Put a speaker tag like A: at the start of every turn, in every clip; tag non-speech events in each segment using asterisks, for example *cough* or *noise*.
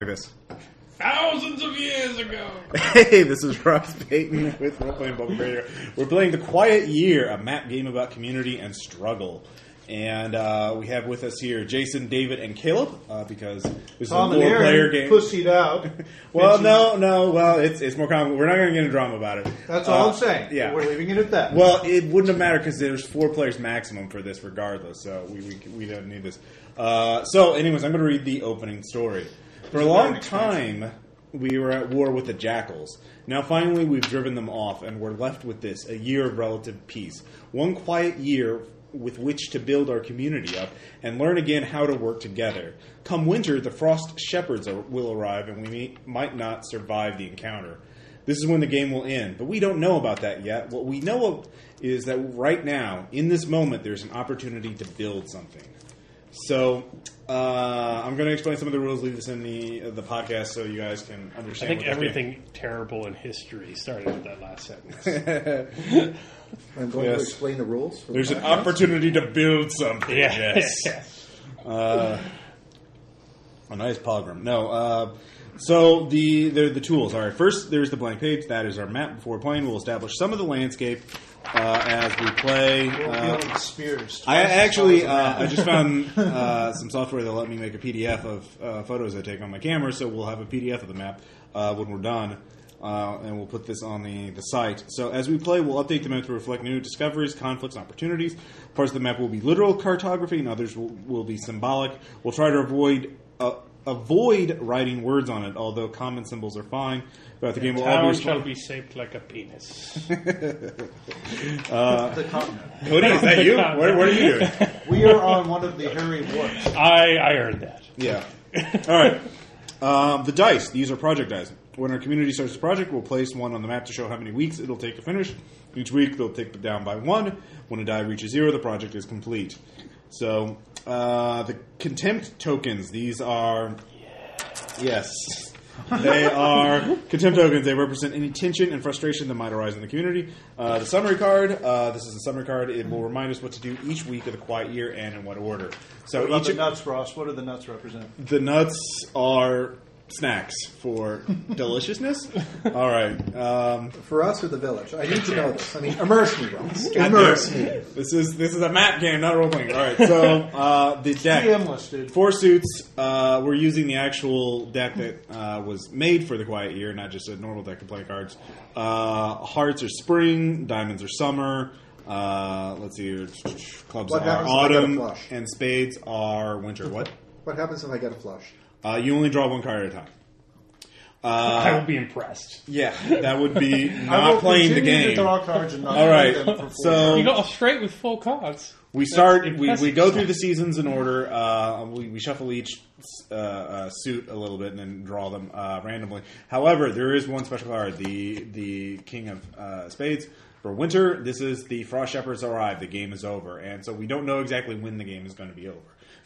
A: like this.
B: Thousands of years ago.
A: Hey, this *laughs* is Ross Payton with Roleplaying Bubble Radio. We're playing The Quiet Year, a map game about community and struggle. And uh, we have with us here Jason, David, and Caleb uh, because this
C: Tom
A: is a
C: and Aaron
A: four-player game. *laughs*
C: pussied out.
A: Well,
C: Bitches.
A: no, no. Well, it's it's more common. We're not going to get into drama about it.
C: That's all
A: Uh,
C: I'm saying.
A: Yeah.
C: We're leaving it at that.
A: Well, it wouldn't have mattered because there's four players maximum for this, regardless. So we we, we don't need this. Uh, so, anyways, I'm going to read the opening story. For a long time, we were at war with the jackals. Now, finally, we've driven them off, and we're left with this: a year of relative peace, one quiet year with which to build our community up and learn again how to work together. Come winter, the frost shepherds are, will arrive, and we may, might not survive the encounter. This is when the game will end, but we don't know about that yet. What we know of is that right now, in this moment, there's an opportunity to build something. So uh, I'm going to explain some of the rules. Leave this in the uh, the podcast so you guys can
B: I
A: understand.
B: think
A: what this game-
B: everything terrible in history started with that last
A: *laughs*
B: sentence.
D: I'm going
A: Yes.
D: to explain the rules. For
A: There's
B: *laughs*
D: the
A: an
D: podcast.
A: opportunity to build something.
B: Yeah.
A: Yes.
B: *laughs*
A: Uh, A nice pogrom. No. Uh, so the the the tools. All right. First, there's the blank page. That is our map. Before playing, we'll establish some of the landscape uh, as we play.
C: We're
A: Uh,
C: dealing with spears.
A: I
C: Twice as
A: actually,
C: tall as a
A: uh, I just found uh, some software that let me make a PDF of uh, photos I take on my camera. So we'll have a PDF of the map uh, when we're done, uh, and we'll put this on the the site. So as we play, we'll update the map to reflect new discoveries, conflicts, and opportunities. Parts of the map will be literal cartography, and others will, will be symbolic. We'll try to avoid. Uh, Avoid writing words on it, although common symbols are fine. Throughout the game, will all be
B: Town
A: respon-
B: shall be shaped like a penis.
C: man. the continent.
A: Cody, is that
B: *laughs*
A: you? What, what are you doing?
C: We are on one of the hairy ones.
B: I, I earned that.
A: Yeah. *laughs* All right. Um, the dice. These are project dice. When our community starts a project, we'll place one on the map to show how many weeks it'll take to finish. Each week, they'll take it down by one. When a die reaches zero, the project is complete. So, uh, the contempt tokens. These are. Yes. *laughs* they are contempt tokens. They represent any tension and frustration that might arise in the community. Uh, the summary card. Uh, this is a summary card. It will remind us what to do each week of the quiet year and in what order. So
C: What about
A: each
C: the nuts, Ross? What do the nuts represent?
A: the nuts are snacks for *laughs* deliciousness. All right. Um,
D: for us or the village. I need to know this. I mean, immerse me, Ross.
A: *laughs*
D: Immerse me.
A: this is this is a map game, not a role playing. All right. So uh, the
C: DM
A: deck.
C: listed.
A: Four suits. Uh, we're using the actual deck that uh, was made for the Quiet Year, not just a normal deck of play cards. Uh, hearts are spring. Diamonds are summer. Uh, let's see. here. Clubs
D: What happens if I
A: are
D: get a
A: autumn,
D: flush?
A: and spades are winter. What?
D: What happens if I get a flush?
A: Uh, you only draw one card at a time. Uh,
B: I will be impressed.
A: Yeah, that would
C: *laughs*
A: be
C: I will
A: not playing the
C: continue
A: game.
C: To draw cards and not
A: All right,
C: play them for four
A: so-
C: rounds.
B: *laughs* You
E: Um,
B: go straight with full cards.
A: We start. We, we
B: impressive.
A: go through the seasons in order. Uh, we, we shuffle each uh, uh, suit a little bit and then draw them uh, randomly. However, there is one special card: the the King of uh, Spades for winter. This is the Frost Shepherds arrive. The game is over, and so we don't know exactly when the game is going to be over.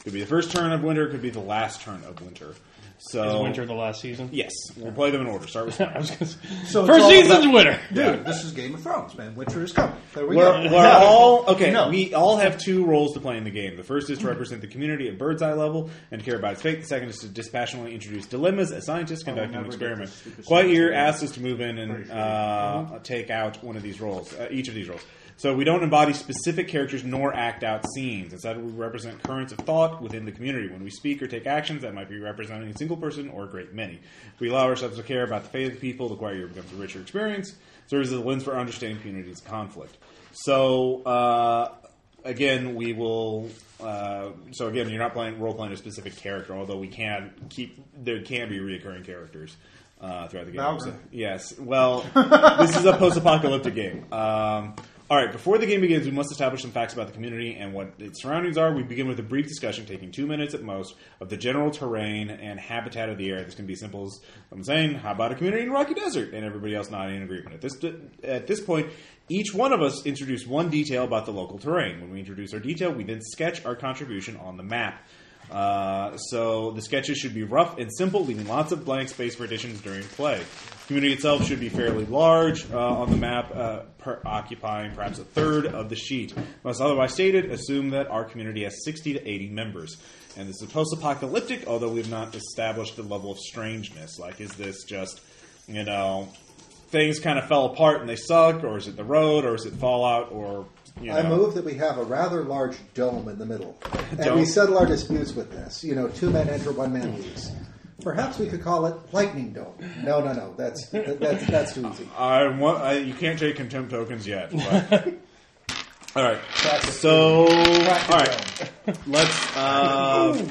A: Could be the first turn of winter. Could be the last turn of winter. So
B: Is winter the last season?
A: Yes, we'll play them in order.
C: *laughs*
A: Start with spring.
B: I was gonna say,
C: So it's
B: first
C: all
B: season's
C: about-
B: winter.
A: Yeah.
C: Dude, this is Game of Thrones, man. Winter is coming. There we
A: We're,
C: go.
A: we're all okay.
C: No.
A: We all have two roles to play in the game. The first is to represent the community at bird's eye level and care about its fate. The second is to dispassionately introduce dilemmas as scientists conducting an
C: never get
A: experiment.
C: this stupid
A: Quiet
C: sentence
A: Year
C: again.
A: asks us to move in and uh, take out one of these roles, uh, each of these roles. So we don't embody specific characters nor act out scenes. Instead, we represent currents of thought within the community. When we speak or take actions, that might be representing a single person or a great many. If we allow ourselves to care about the fate of the people, the Quiet Year becomes a richer experience, serves as a lens for understanding communities' conflict. So uh, again, we will. Uh, so again, you're not playing role playing a specific character, although we can keep there can be reoccurring characters uh, throughout the game.
C: Bowser.
A: So- yes. Well, this is a post-apocalyptic game. Um, all right. Before the game begins, we must establish some facts about the community and what its surroundings are. We begin with a brief discussion, taking two minutes at most, of the general terrain and habitat of the area. This can be simple as I'm saying, "How about a community in Rocky Desert?" and everybody else nodding in agreement. At this at this point, each one of us introduce one detail about the local terrain. When we introduce our detail, we then sketch our contribution on the map. Uh, so the sketches should be rough and simple, leaving lots of blank space for additions during play. The community itself should be fairly large uh, on the map, uh, per- occupying perhaps a third of the sheet. Unless otherwise stated, assume that our community has 60 to 80 members. And this is post-apocalyptic, although we have not established the level of strangeness. Like, is this just, you know, things kind of fell apart and they suck, or is it the road, or is it Fallout, or you know,
C: I move that we have a rather large dome in the
F: *laughs*
C: middle, and
A: Dome.
C: we settle our disputes with this. You know, two men enter, one man leaves. Perhaps we could call it Lightning Dome. No, no, no. That's that's that's too easy.
A: I want I, you can't take contempt tokens yet.
B: *laughs*
A: But. all right, so all right, *laughs* let's uh,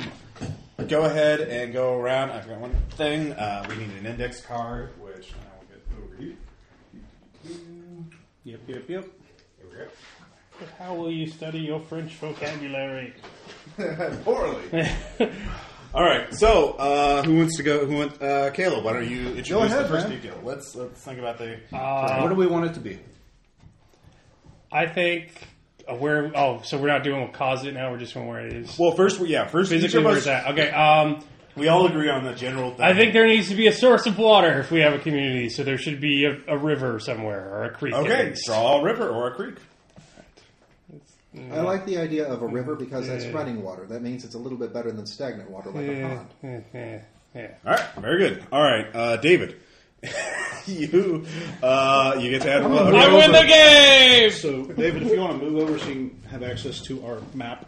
A: go ahead and go around. I've got one thing. Uh, we need an index card, which I will get over you.
B: Yep, yep, yep.
A: Here we
B: How will you study your French *laughs* vocabulary?
A: go. Poorly. *laughs* All right, so uh, who wants to go? Who wants? Uh, Caleb, why don't you introduce
F: ahead,
A: the first
F: man.
A: two? Caleb? Let's let's think about the.
F: what do we want it to be?
B: Uh, I think uh, we're. Oh, so we're not doing what caused it now. We're just doing where it is.
A: Well, first, we- yeah, first each
B: Physically,
A: of
B: where
A: us,
B: it's at. Okay. Um,
A: we all agree on the general thing.
B: I think there needs to be a source of water if we have a community. So there should be a, a river somewhere or a creek. at
A: Okay,
B: least.
A: draw a river or a creek.
C: I like the idea of a river because that's running water. That means it's a little bit better than stagnant water, like a
B: Yeah,
C: pond.
B: yeah, yeah, yeah.
A: All right, very good. All right, uh, David, *laughs* you uh, you get to add
C: Oh,
A: one.
B: I win the game.
G: So, David, if you want to move over so you can have access to our map,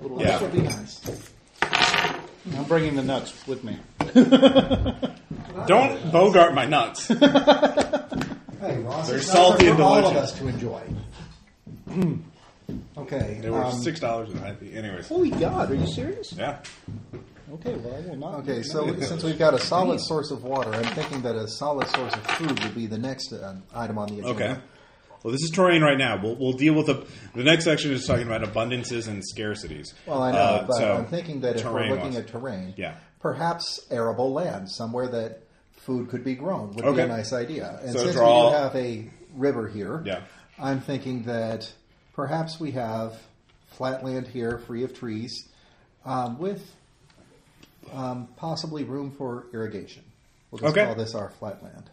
C: Well,
A: Yeah.
C: This would be nice.
F: I'm bringing the nuts with me.
A: Don't bogart my
C: *laughs*
A: nuts.
C: Hey, Ross,
A: They're
C: it's not
A: salty
C: there
A: and
C: for all of
A: delicious.
C: us to enjoy. *clears throat* okay.
A: They were
C: um,
A: six dollars and happy. Anyways,
F: Holy God, are you serious?
A: yeah.
F: Okay, well, I will not.
C: Okay, so since we've got a solid source of water, I'm thinking that a solid source of food would be the next uh, item on the agenda.
A: Okay. Well, this is terrain right now. We'll, we'll deal with the the next section is talking about abundances and scarcities.
C: Well, I know,
A: Uh,
C: but
A: so,
C: I'm thinking that if we're
A: terrain
C: looking
A: was-
C: at terrain,
A: Yeah.
C: perhaps arable land, somewhere that food could be grown, would be
A: Okay.
C: a nice idea. And
A: So
C: since
A: draw-
C: we do have a river here,
A: Yeah.
C: I'm thinking that perhaps we have flat land here, free of trees, um, with um, possibly room for irrigation. We'll just
A: Okay.
C: call this our flat land.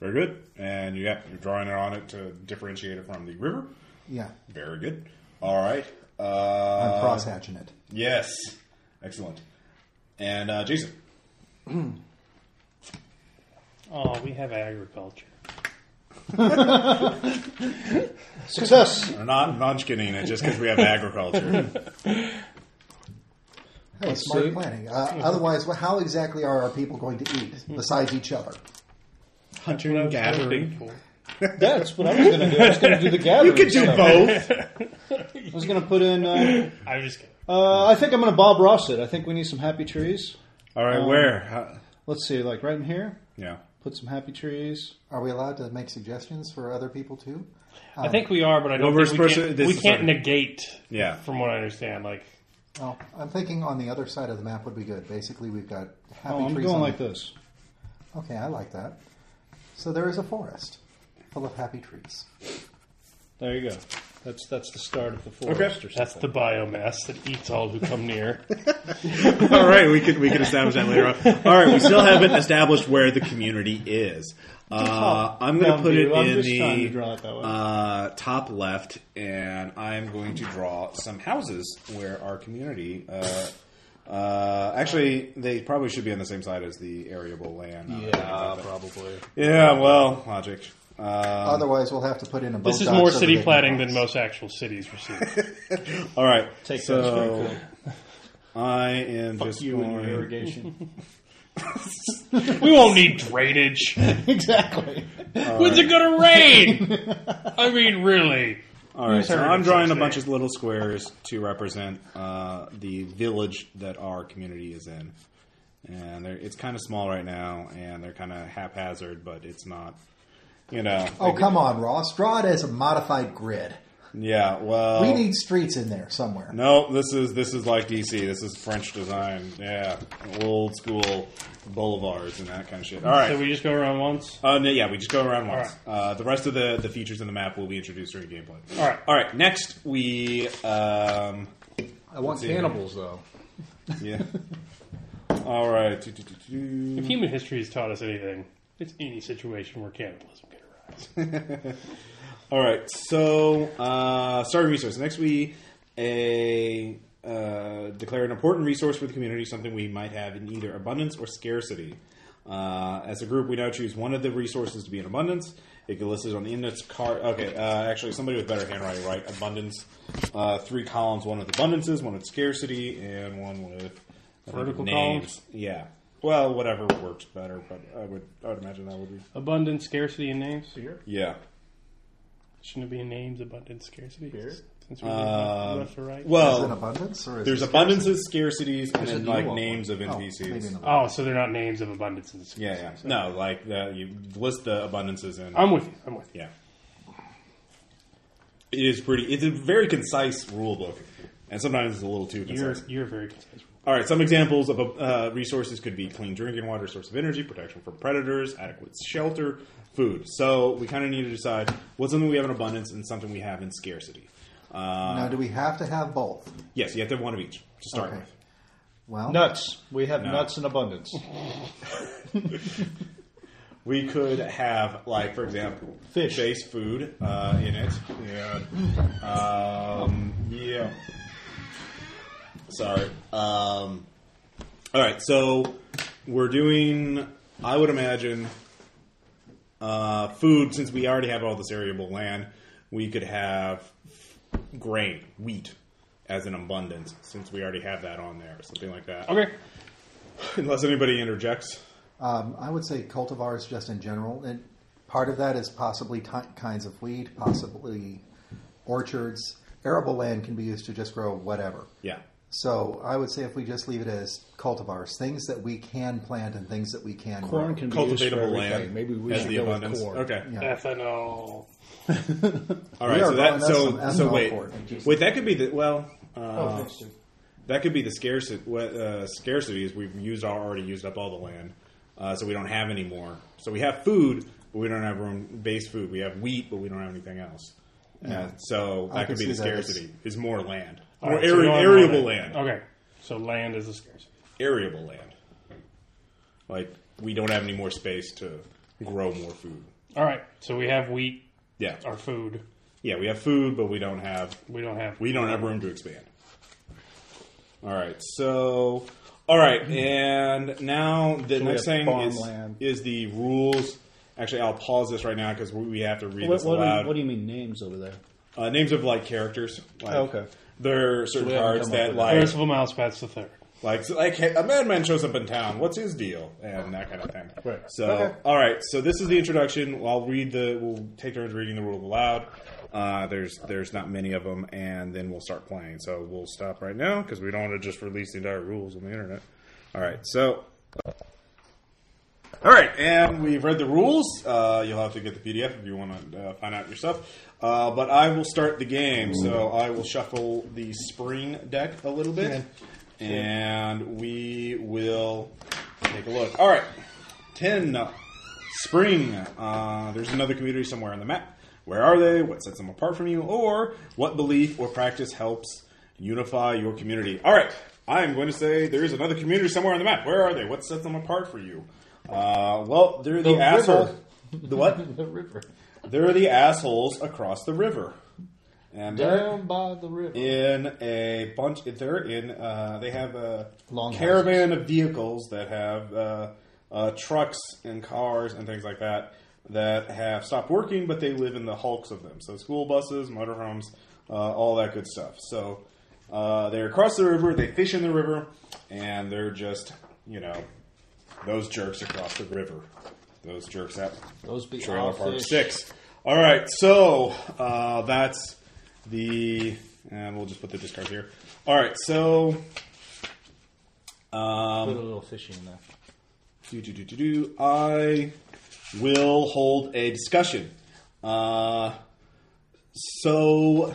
A: very good, and you got you're drawing it on it to differentiate it from the river.
C: Yeah,
A: Very good. All right. Uh,
C: I'm cross hatching it.
A: Yes. Excellent. And uh, Jason.
B: Oh, we have agriculture.
F: Success.
A: We're not munchkinning it just because we have
F: *laughs*
A: agriculture.
C: Hey, smart planning. Uh, otherwise, well, how exactly are our people going to eat besides each other?
A: Hunting and gathering.
F: That's what I was going to do. I was
G: *laughs*
F: going to do the gathering.
A: You could do
F: stuff.
A: both.
F: I was going to put in. Uh,
B: I'm just kidding.
A: Oh.
F: uh, I think I'm going to Bob Ross it. I think we need some happy trees.
A: All
F: Um,
A: right, where? How,
F: Let's see, like right in here.
A: yeah.
F: Put some happy trees.
C: Are we allowed to make suggestions for other people too?
B: I think we are, but I don't.
A: we're
B: Think we
A: supposed
B: can't,
A: to- this
B: we
A: is
B: can't
A: our-
B: negate.
A: Yeah. *laughs*
B: from what I understand, like
C: Well, I'm thinking on the other side of the map would be good. Basically, we've got happy
F: Oh, I'm
C: trees.
F: going
C: on
F: like
C: the-
F: this.
C: Okay, I like that. So there is a forest full of happy trees.
F: There you go. That's that's the start of the forest.
A: Okay.
F: Or
B: that's the biomass that eats all who
A: *laughs*
B: come near.
A: All right, we could we could establish that later on. All right, we still haven't established where the community is. Uh, I'm going to
F: Down
A: put it
F: view. I'm
A: in
F: just trying to
A: the
F: draw it that way.
A: uh, top left, and I'm going to draw some houses where our community. Uh, uh, actually, they probably should be on the same side as the arable land. Uh,
F: Yeah, probably.
A: Yeah, well, logic. Uh,
C: Mm. Otherwise, we'll have to put in a.
B: this is more city planning than most actual cities
A: *laughs*
B: receive.
A: all right,
F: Take
A: so
F: that straight quick.
A: I am just
F: You and your
A: going. *laughs*
F: irrigation.
B: we won't need drainage.
F: exactly.
B: When's it gonna rain?
A: *laughs*
B: I mean, really.
A: All right, so
B: Sorry,
A: I'm
B: I'm
A: drawing a
B: sorry.
A: bunch of little squares to represent uh, the village that our community is in, and they're, it's kind of small right now, and they're kind of haphazard, but it's not, you know.
C: Oh come on, Ross! Draw it as a modified grid.
A: Yeah, well,
C: We need streets in there somewhere.
A: Oh. no. This is this is like DC. This is French design. Yeah, old school boulevards and that kind of shit. All right.
B: So we just go around once.
A: Uh, no, yeah, we just go around once. Uh, the rest of the, the features in the map will be introduced during gameplay.
B: All right.
A: All right. Next, we um,
C: I want
A: cannibals,
C: though.
A: Yeah. All right. Do, do, do, do.
B: If human history has taught us anything, it's any situation where cannibalism can arise.
A: All right. So, uh, starting resource. Next, we a uh, declare an important resource for the community, something we might have in either abundance or scarcity. Uh, as a group, we now choose one of the resources to be in abundance. It can listed on the index card. Okay, uh, actually, somebody with better handwriting, right? Abundance. Uh, three columns: one with abundances, one with scarcity, and one with I think,
B: Vertical columns?
A: Yeah. Well, whatever works better, but I would I would imagine that would be
B: Abundance, scarcity, and names. Here,
A: yeah.
B: shouldn't it be in names? Abundance, scarcity.
F: Here?
B: Since we did left, left or right.
C: Is it
A: Um, Well,
C: abundance or is
A: There's
C: it
A: abundances, scarcities, and
C: Is
A: then
C: it
A: like
C: evil?
A: names of
C: Oh, maybe
A: NPCs.
C: another-
B: oh, so they're not names of abundance and scarcity.
A: yeah, yeah. No, like the, you list the abundances and
B: I'm with you. I'm with you.
A: yeah. It is pretty. It's a very concise rule book, and sometimes it's a little too
B: You're
A: concise.
B: you're very concise.
A: All right, some examples of uh, resources could be clean drinking water, source of energy, protection from predators, adequate shelter, food. So we kind of need to decide what's something we have in abundance and something we have in scarcity. Uh,
C: Now, do we have to have both?
A: yes, you have to have one of each to start
C: Okay.
A: with.
C: Well,
F: Nuts. We have
A: No.
F: nuts in abundance.
A: We could have, like, for example,
F: Fish.
A: base food uh, in it. Yeah. Um, yeah. Sorry. Um, all right, so we're doing, I would imagine, uh, food, since we already have all this arable land, we could have grain, wheat, as an abundance, since we already have that on there, something like that.
B: Okay.
A: Unless anybody interjects.
C: um, I would say cultivars just in general, and part of that is possibly ti kinds of wheat, possibly orchards. Arable land can be used to just grow whatever.
A: Yeah.
C: So I would say if we just leave it as cultivars, things that we can plant and things that we can
F: Corn
C: grow.
F: can be used for
A: cultivatable
F: everything.
A: land.
F: Maybe we
A: as
F: should
A: the
F: go
A: abundance.
F: with corn.
A: Okay.
C: Yeah.
B: Ethanol.
A: All right.
C: are
A: So that
C: growing up
A: so
C: some
A: so
C: ethanol
A: wait
C: for it.
A: wait that could be the well uh,
F: thanks, dude.
A: that could be the scarcity uh, scarcity is we've used our- already used up all the land uh, so we don't have any more so we have food but we don't have our own base food we have wheat but we don't have anything else uh, so
C: I
A: that could
C: can
A: be the
C: see that as-
A: scarcity is more land
B: All
A: more
B: right, so we're
A: ari-
B: going
A: arable
B: on
A: land
B: that. Okay. So land is a scarcity.
A: arable land like we don't have any more space to grow more food
B: All right. So we have wheat,
A: yeah
B: our food.
A: yeah we have food but we don't have
B: We don't have.
A: We don't have room to expand. All right, so all right, and now the
F: we
A: next
F: have
A: thing is,
F: farmland.
A: is the rules. Actually, I'll pause this right now because we we have to read
F: What,
A: this
F: what, do you,
A: aloud.
F: what do you mean names over there?
A: uh, names of like characters. Like,
F: Oh, okay.
A: There are certain
F: we haven't
A: cards
F: come up
A: that
F: with
A: like,
B: First of all, mouse pats the third.
A: like, so, like hey, a madman shows up in town. What's his deal? And that kind of thing.
F: Right.
A: So,
F: Okay.
A: all right. So this is the introduction. I'll read the. We'll take turns reading the rules aloud. Uh, there's there's not many of them, and then we'll start playing. So we'll stop right now because we don't want to just release the entire rules on the internet. All right. So. All right, and we've read the rules. Uh, you'll have to get the PDF if you want to uh, find out yourself. Uh, but I will start the game, so I will shuffle the spring deck a little bit, and we will take a look. All right, ten spring. Uh, there's another community somewhere on the map. Where are they? What sets them apart from you? Or what belief or practice helps unify your community? All right, I am going to say there is another community somewhere on the map. Where are they? What sets them apart for you? Uh, well, they're the,
F: river.
A: asshole. The what?
F: *laughs* The river.
A: they're the assholes across the river, and they're
F: Down by the river.
A: in a bunch. They're in. Uh, they have a
F: Longhouses.
A: caravan of vehicles that have uh, uh, trucks and cars and things like that that have stopped working, but they live in the hulks of them. So school buses, motorhomes, uh, all that good stuff. So uh, they're across the river. They fish in the river, and they're just you know those jerks across the river. Those jerks out
F: Those be
A: Trailer
F: all
A: Park
F: fish.
A: Six. All right, so uh, that's the, and we'll just put the discard here. All right, so Um,
F: Put a little fishing in there.
A: do, do, do, do, do. I will hold a discussion. Uh, so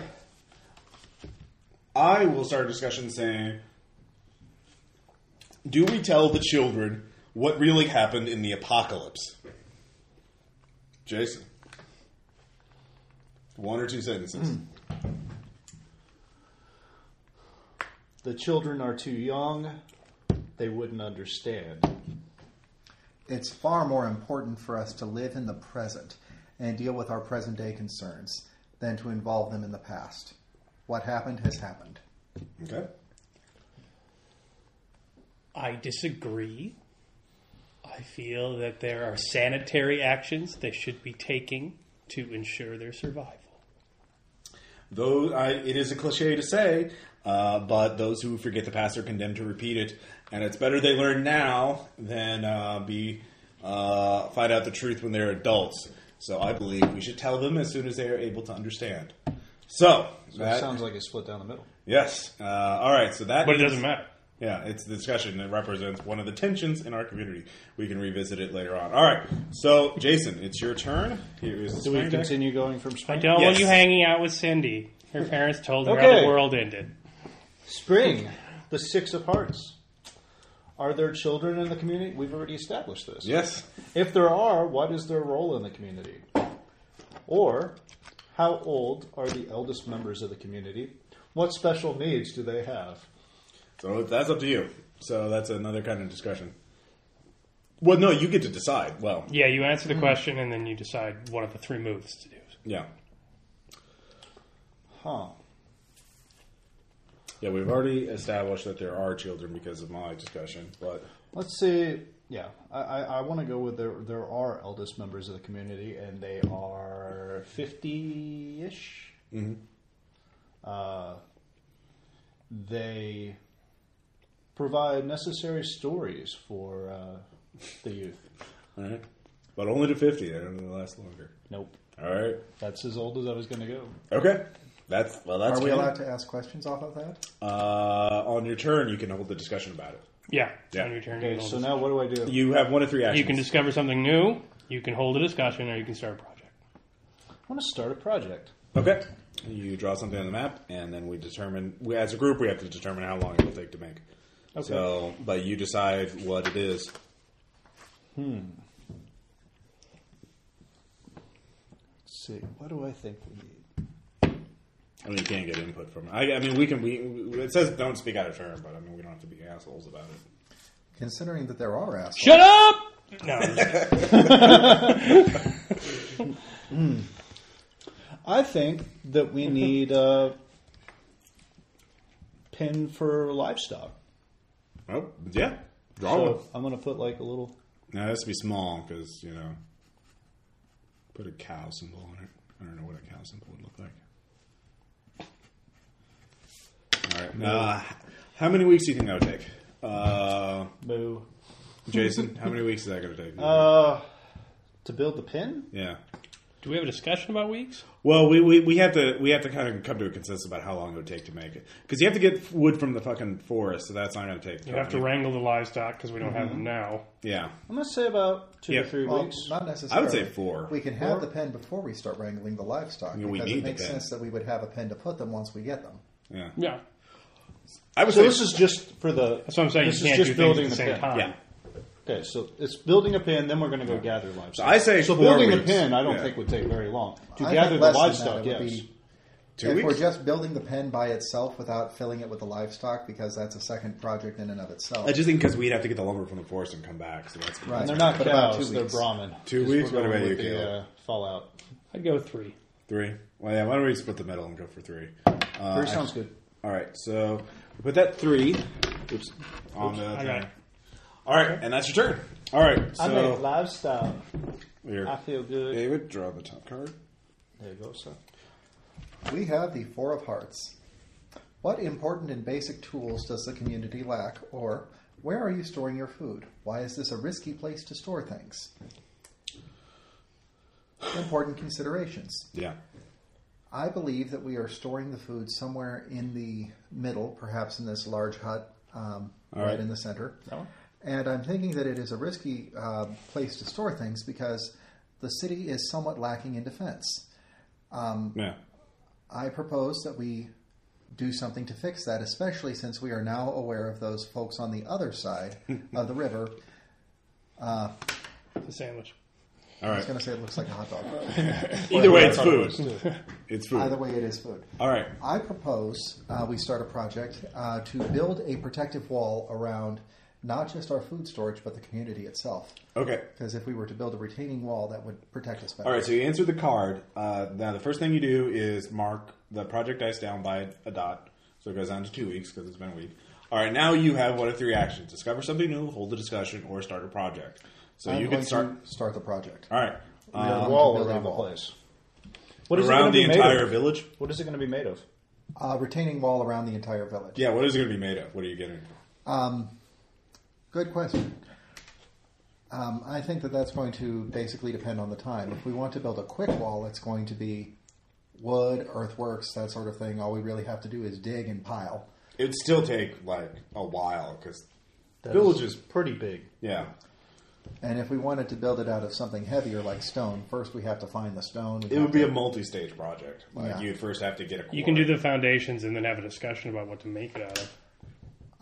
A: I will start a discussion saying, do we tell the children what really happened in the apocalypse? Jason, one or two sentences.
F: The children are too young. They wouldn't understand.
C: It's far more important for us to live in the present and deal with our present day concerns than to involve them in the past. What happened has happened.
A: Okay.
B: I disagree. I feel that there are sanitary actions they should be taking to ensure their survival.
A: Though I, it is a cliche to say, uh, but those who forget the past are condemned to repeat it, and it's better they learn now than uh, be uh, find out the truth when they're adults. So I believe we should tell them as soon as they are able to understand. So,
F: That
A: that-
F: sounds like it's split down the middle.
A: yes. Uh, all right. So that
B: But it
A: is-
B: doesn't matter.
A: Yeah, it's the discussion that represents one of the tensions in our community. We can revisit it later on. All right. So, Jason, it's your turn. Here is the
F: Do we
A: swing deck.
F: continue going from
B: I
F: spring?
B: don't want
A: Yes.
B: you hanging out with Cindy. Her parents told her how
F: Okay.
B: the world ended.
F: Spring, the six of hearts. Are there children in the community? We've already established this.
A: Yes.
F: If there are, what is their role in the community? Or, how old are the eldest members of the community? What special needs do they have?
A: So that's up to you. So that's another kind of discussion. Well, no, you get to decide. Well,
B: Yeah, you answer the question and then you decide one of the three moves to do.
A: yeah,
F: Huh.
A: yeah. We've already established that there are children because of my discussion, but
F: Let's see. Yeah, I, I, I want to go with there. There are eldest members of the community, and they are fifty-ish. Mm-hmm. Uh, they provide necessary stories for uh, the youth.
A: all right. But only to fifty. They're going to last longer.
F: Nope,
A: All right.
F: that's as old as I was going to go.
A: Okay. That's well. That's
C: Are we
A: good.
C: allowed to ask questions off of that?
A: Uh, on your turn, you can hold the discussion about it.
B: Yeah,
A: Yeah.
B: on your turn. you
F: Okay,
B: can
F: so
B: hold
F: now what do I do?
A: You have one of three
B: a-
A: actions.
B: you can discover something new, you can hold a discussion, or you can start a project.
F: I want to start a project.
A: Okay. You draw something on the map, and then we determine. We, as a group, we have to determine how long it will take to make. So, but you decide what it is.
F: Let's see, what do I think we need?
A: I mean, you can't get input from. I, I mean, we can. We we- it says don't speak out of turn, but I mean, we don't have to be assholes about it.
C: Considering that there are assholes.
B: Shut up! No, I'm just-
F: I think that we need a pen for livestock.
A: Oh yeah, draw one.
F: So I'm gonna put like a little.
A: Now it has to be small because you know. Put a cow symbol on it. I don't know what a cow symbol would look like. All right. Uh, how many weeks do you think that would take? Uh,
F: Moo.
A: Jason, how many weeks is that going to *laughs* take?
F: Uh, to build the pin.
A: yeah.
B: do we have a discussion about weeks?
A: Well, we, we, we have to we have to kind of come to a consensus about how long it would take to make it because you have to get wood from the fucking forest, so that's not going to take.
B: You have to wrangle the livestock because we don't
F: Mm-hmm.
B: have them now.
A: Yeah,
F: I'm gonna say about two
A: Yeah.
F: to three
C: Well,
F: weeks.
C: not necessarily.
A: say four.
C: We can have the pen before we start wrangling the livestock
A: mean, we
C: because
A: need
C: it
A: the
C: makes
A: pen.
C: sense that we would have a pen to put them once we get them.
A: yeah.
B: Yeah,
A: I would
F: So
A: say
F: this is just for the.
B: that's what I'm saying.
F: This
B: you
F: is
B: can't
F: just
B: do things
F: building
B: at the same
F: pin.
B: time.
A: yeah.
F: Okay, so it's building a pin. Then we're gonna go gather livestock.
A: I say
F: so.
A: four
F: Building
A: weeks.
F: the pin, I don't
A: Yeah.
F: think would take very long. To
C: I think
F: gather the
C: less than
F: livestock,
C: that, it
F: yes.
C: would be-
A: Two
C: if
A: weeks?
C: we're just building the pen by itself without filling it with the livestock, because that's a second project in and of itself.
A: I just think because we'd have to get the lumber from the forest and come back, so that's
C: Right.
F: and they're not
C: But about
F: cows;
C: two
F: they're
C: weeks.
F: Brahmin.
A: Two
F: 'Cause
A: weeks?
F: we're
A: What
F: going
A: about
F: with
A: you,
F: the
A: Caleb?
F: uh, fallout?
B: I'd go with three.
A: three. Well, yeah. Why don't we split the middle and go for three? Uh,
F: Three sounds good.
A: All right, so with that three, oops, on the
B: I got
A: thing.
B: it.
A: All right, and that's your turn. All right,
F: I made
A: so
F: livestock.
A: here,
F: I feel good.
A: David, draw the top card.
F: There you go, son.
C: We have the Four of Hearts. What important and basic tools does the community lack? Or, where are you storing your food? Why is this a risky place to store things? Important considerations.
A: Yeah,
C: I believe that we are storing the food somewhere in the middle, perhaps in this large hut um,
A: All
C: right.
A: right.
C: in the center.
F: That one?
C: And I'm thinking that it is a risky uh, place to store things because the city is somewhat lacking in defense.
A: yeah.
C: I propose that we do something to fix that, especially since we are now aware of those folks on the other side of the river.
B: It's a sandwich.
A: All
C: I was
A: right.
C: going to say it looks like a hot dog.
A: Either way, it's food. *laughs* It's
C: Either
A: food.
C: way, it is food.
A: All right.
C: I propose uh, we start a project uh, to build a protective wall around not just our food storage, but the community itself.
A: Okay.
C: Because if we were to build a retaining wall, that would protect us better.
A: All right. So you answered the card. Uh, now the first thing you do is mark the project dice down by a dot, so it goes down to two weeks because it's been a week. All right. Now you have one of three actions: discover something new, hold a discussion, or start a project. So
C: I'm
A: you
C: going
A: can start.
C: to start the project.
A: All right. Uh,
F: the wall
C: build a
F: around the
C: wall.
F: place. What is it
A: around
F: gonna
A: the
F: be made of?
A: entire village.
F: What is it going to be made of?
C: Uh, retaining wall around the entire village.
A: Yeah. What is it going to be made of? What are you getting?
C: Good question. Um, I think that that's going to basically depend on the time. If we want to build a quick wall, it's going to be wood, earthworks, that sort of thing. All we really have to do is dig and pile.
A: It'd still take like a while because
F: That
A: Village is
F: pretty big.
A: yeah.
C: And if we wanted to build it out of something heavier like stone, first we have to find the stone. We'd
A: It
C: have
A: would be
C: to-
A: a multi-stage project. Like
C: Yeah.
A: you'd first have to get a. Quarry.
B: You can do the foundations and then have a discussion about what to make it out of.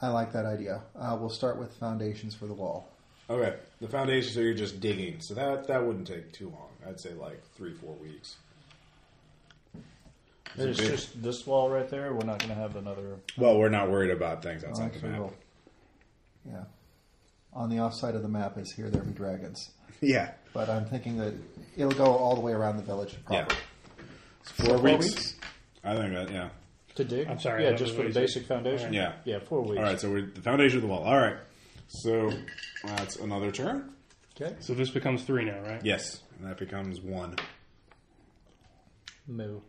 C: I like that idea. Uh, we'll start with foundations for the wall.
A: Okay, the foundations are you're just digging, so that that wouldn't take too long. I'd say like three, four weeks.
F: It's
A: big-
F: just this wall right there. We're not going to have another.
A: Well, we're not worried about things outside the
C: Actually,
A: map.
C: we'll- yeah. On the offside of the map is here there be dragons,
A: *laughs* Yeah,
C: but I'm thinking that it'll go all the way around the village.
A: yeah.
C: Proper.
A: It's four, weeks. I think that yeah,
F: To dig?
B: I'm sorry, I
F: Yeah,
B: thought
F: just
B: it
F: for the
B: was
F: basic foundation.
A: yeah,
F: Yeah, four weeks.
A: All right, so we're the foundation of the wall. All right, so that's another turn.
F: Okay.
B: So this becomes three now, right?
A: Yes, and that becomes one.
F: Moo.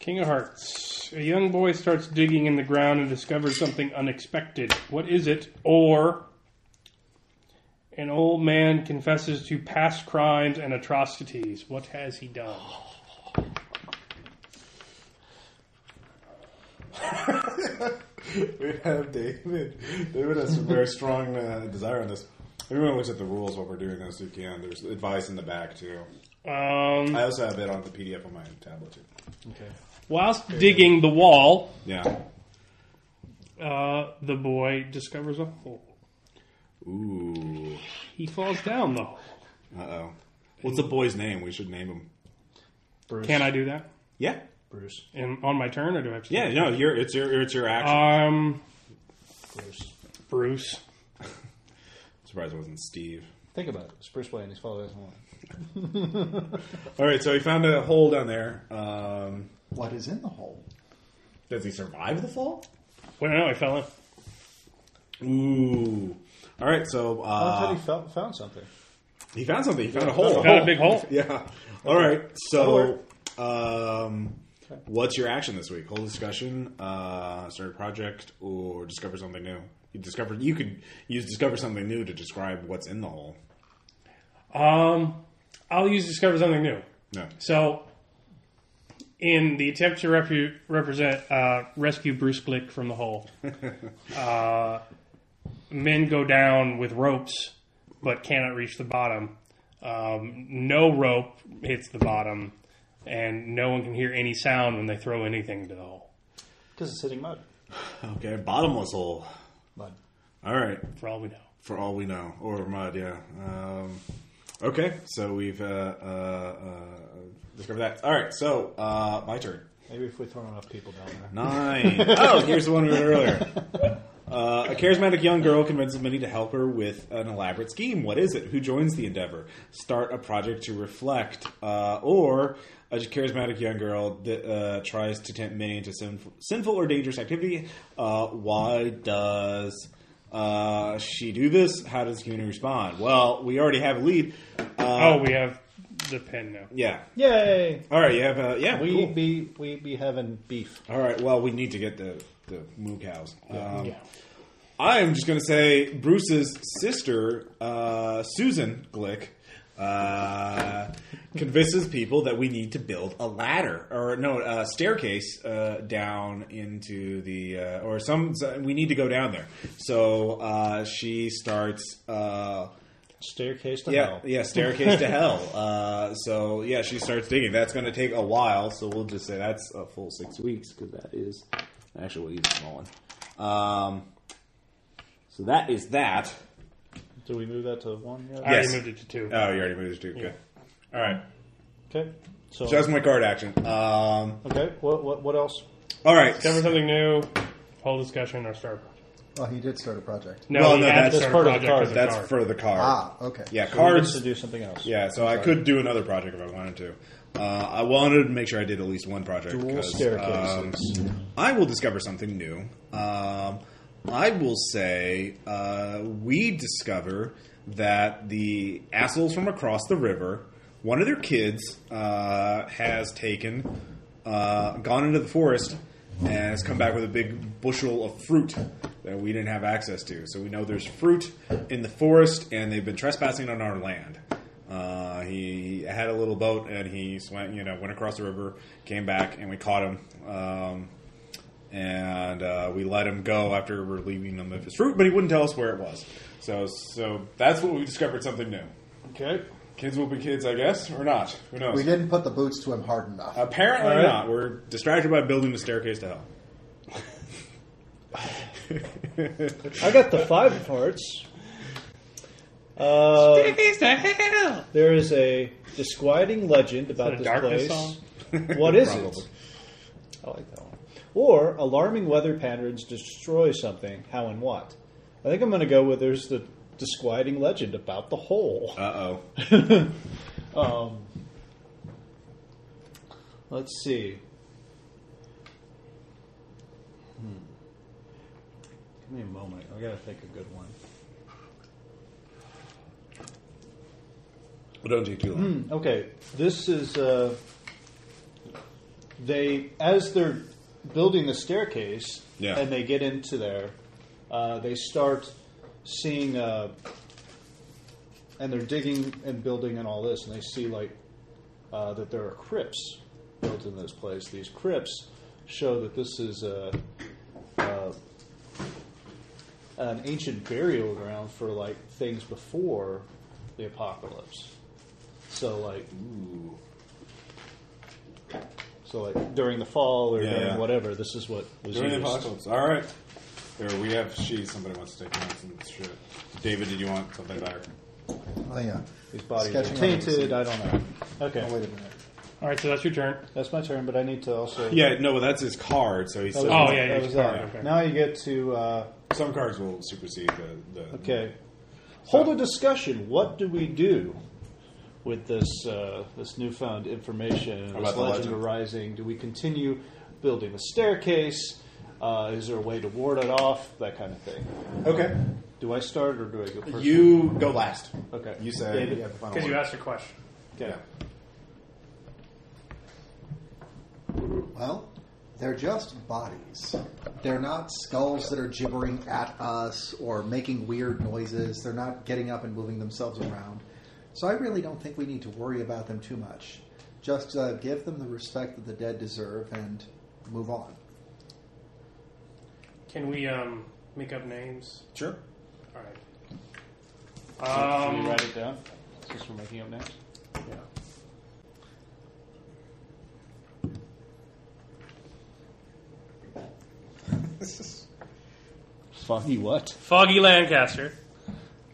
B: King of Hearts. A young boy starts digging in the ground and discovers something unexpected. What is it? Or an old man confesses to past crimes and atrocities. What has he done?
A: *laughs* We have David. David has a very strong uh, desire on this. Everyone looks at the rules while we're doing this. If you can, there's advice in the back too.
B: Um,
A: I also have it on the PDF on my tablet too.
F: Okay.
B: whilst digging the wall,
A: Yeah.
B: uh, the boy discovers a hole.
A: Ooh.
B: He falls down the hole.
A: Uh oh. What's the boy's name? We should name him.
F: Bruce.
B: Can I do that?
A: Yeah.
F: Bruce.
B: In, on my turn, or do I have to?
A: Yeah. No. Your it's your it's your action.
B: Um,
F: Bruce.
B: Bruce.
A: Surprised it wasn't Steve.
F: Think about it. It's Bruce Wayne. He's following him.
A: All right. So he found a hole down there. Um,
C: What is in the hole?
A: does he survive the fall?
B: Wait, no, I fell in.
A: Ooh. All right. So
F: I thought
A: uh,
F: he found, found something.
A: he found something. He found a hole.
B: Found a big hole.
A: *laughs* Yeah. All right. So, um, what's your action this week? Whole discussion, uh, start a project, or discover something new. You discover you could use discover something new to describe what's in the hole.
B: Um, I'll use discover something new.
A: No.
B: So, in the attempt to repu- represent uh, rescue Bruce Glick from
A: *laughs*
B: the hole, uh, men go down with ropes but cannot reach the bottom. Um, no rope hits the bottom, and no one can hear any sound when they throw anything into the hole.
F: Because it's hitting mud.
A: Okay. Bottomless hole.
F: Mud.
A: All right.
B: For all we know.
A: For all we know, or mud. Yeah. Um, okay. So we've uh, uh, uh, discovered that. All right. So uh, my turn.
F: Maybe if we throw enough people down there.
A: Nine. oh, here's the one we were earlier. Uh, a charismatic young girl convinces many to help her with an elaborate scheme. What is it? Who joins the endeavor? Start a project to reflect. Uh, or a charismatic young girl that, uh, tries to tempt many into sinful, sinful or dangerous activity. Uh, why does uh, she do this? How does the community respond? Well, we already have a lead. Uh,
B: oh, we have the pen now.
A: yeah.
F: Yay!
A: All right, you have a. Yeah,
F: We
A: cool.
F: be we be having beef.
A: All right. Well, we need to get the the moo cows. Um,
B: Yeah.
A: I am just going to say Bruce's sister, uh, Susan Glick, uh, convinces people that we need to build a ladder or no a staircase uh, down into the uh, or some so- we need to go down there. So uh, she starts. Uh,
F: Staircase to
A: yeah,
F: hell.
A: yeah, staircase to hell. *laughs* Uh, so yeah, she starts digging. That's going to take a while. So we'll just say that's a full six weeks because that is actually we'll use a small one. Um, so that is that.
F: Did we move that to one yet?
B: I already
A: Yes.
B: moved it to two.
A: Oh, you already moved it too. Good. All right.
F: Okay. So,
A: So that's my card action. Um,
F: okay. What, what what else?
A: all right.
B: Discover something new, whole discussion, or start. a project.
C: Well, he did start a project.
B: No,
A: Well,
B: he
A: no,
B: had
A: that's
B: to start
F: part
B: a
F: of the
B: project
F: card.
B: as a
A: That's
B: card.
A: for the card.
C: Ah, okay.
A: Yeah,
F: Cards
A: cards.
F: to do something else.
A: Yeah, so I could do another project if I wanted to. Uh, I wanted to make sure I did at least one project.
F: Dual
A: 'cause,
F: staircases.
A: um, I will discover something new. Um, I will say uh, we discover that the assholes from across the river, one of their kids uh, has taken, uh, gone into the forest, and has come back with a big bushel of fruit that we didn't have access to. So we know there's fruit in the forest, and they've been trespassing on our land. Uh, he had a little boat and he swam, you know, went across the river, came back, and we caught him. Um, and uh, we let him go after relieving him of his fruit, but he wouldn't tell us where it was. So, so that's what we discovered something new.
B: Okay.
A: Kids will be kids, I guess, or not. Who knows?
C: We didn't put the boots to him hard enough.
A: Apparently
B: All right.
A: not. We're distracted by building the staircase to hell.
F: I got the five parts. Uh, There is a disquieting legend
B: a
F: about this
B: Darkness
F: place.
B: song?
F: *laughs* What is it?
A: Probably.
F: I like that one. Or alarming weather patterns destroy something. How and what? I think I'm going to go with there's the disquieting legend about the hole.
A: Uh oh.
F: Um, let's see. Hmm. Give me a moment. I gotta think a good one.
A: Well, don't take too long.
F: Hmm, Okay, this is uh, they as they're building the staircase,
A: Yeah.
F: and they get into there, uh, they start seeing, uh, and they're digging and building and all this, and they see like uh, that there are crypts built in this place. These crypts show that this is uh, uh, an ancient burial ground for like things before the apocalypse. So like, so like during the fall or
A: Yeah,
F: during
A: yeah.
F: whatever, this is what was
A: During the
F: used.
A: apocalypse. All right. There we have. She. Somebody wants to take notes and shit. David, did you want something better?
C: Oh, yeah.
F: These bodies
C: Sketching
F: are
C: on
F: tainted.
C: the
F: I don't know. Okay,
C: Oh, wait a minute.
B: All right, so that's your turn.
F: that's my turn, but I need to also.
A: Yeah, no, but that's his card. So he says,
F: That was-
B: Oh, yeah,
F: that
B: yeah,
F: was
B: sorry,
F: that.
B: okay.
F: Now you get to. Uh,
A: some cards will supersede the. the
F: Okay. Hold a discussion. What do we do with this uh, this newfound information and
A: About
F: this
A: the
F: legend,
A: legend.
F: arising? Do we continue building the staircase? Uh, is there a way to ward it off? That kind of thing.
A: Okay.
F: Do I start or do I go first?
A: You go last.
F: Okay.
A: You say
F: David?
A: you have the final
B: Because you
A: word.
B: asked a question.
F: Okay.
C: Well, they're just bodies. They're not skulls that are gibbering at us or making weird noises. They're not getting up and moving themselves around. So I really don't think we need to worry about them too much. Just uh, give them the respect that the dead deserve and move on.
B: Can we um, make up names?
A: Sure.
B: All right.
F: Should we
B: Um,
F: write it down? Since we're making up names. Foggy what?
B: Foggy Lancaster,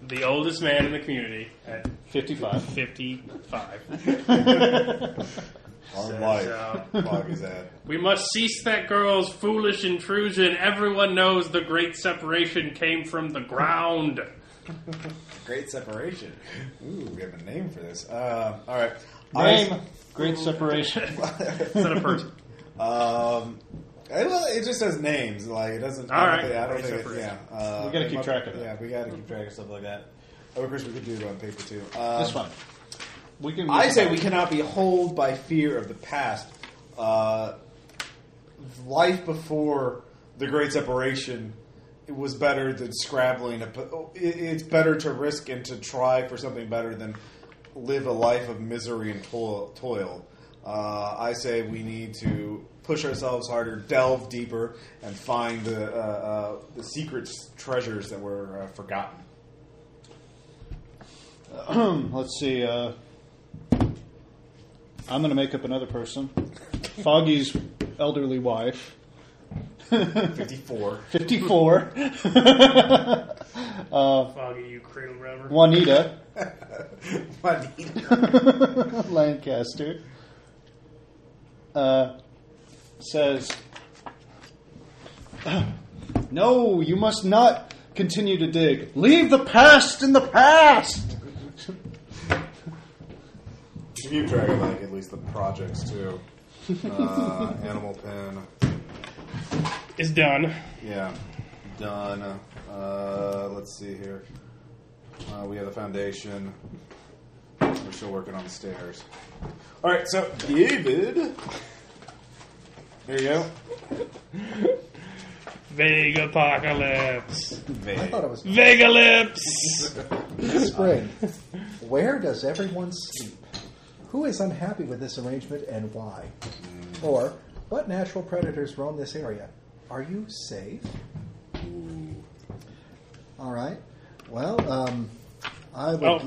B: the oldest man in the community at
F: Fifty-five.
A: *laughs*
B: 55.
A: On
B: Says,
A: life.
B: uh,
A: Fuck is that?
B: We must cease that girl's foolish intrusion. Everyone knows the great separation came from the ground.
A: Great separation. Ooh, we have a name for this. Uh, all right.
F: Name. Great separation.
A: *laughs*
B: Is that a
F: *laughs*
B: person?
A: I, um, it, well, it just says names. Like it doesn't.
B: All
A: I don't
B: right.
A: think, I don't
B: Great
A: think it, yeah.
B: separation.
A: Uh,
F: We gotta
A: it
F: keep
A: must-
F: track of it.
A: Yeah, we gotta keep track of stuff like that. Of course, we could do it on paper too. Um,
F: That's fine. We can.
A: I say we cannot be holed by fear of the past. Uh, life before the Great Separation was better than scrabbling. a- it- It's better to risk and to try for something better than live a life of misery and toil. toil. Uh, I say we need to push ourselves harder, delve deeper, and find the, uh, uh, the secret treasures that were uh, forgotten.
F: Let's see. Uh, I'm going to make up another person. Foggy's elderly wife,
A: *laughs* 54.
F: 54. Uh,
B: Oh, Foggy, you cradle robber.
F: *laughs* Juanita
A: Juanita.
F: *laughs* Lancaster uh, says, *clears throat* No, you must not continue to dig. Leave the past in the past!
A: If you Dragonlight, at least the projects too. Uh, *laughs* Animal Pen.
B: Is done.
A: Yeah. Done. Uh, let's see here. Uh, we have the foundation. We're still working on the stairs. All right, so David. There you go.
B: Vague apocalypse.
C: I thought it was
B: Vegalypse.
C: spring. Where does everyone sleep? Who is unhappy with this arrangement and why? Or what natural predators roam this area? Are you safe? All right. Well, um, I would.
B: Oh,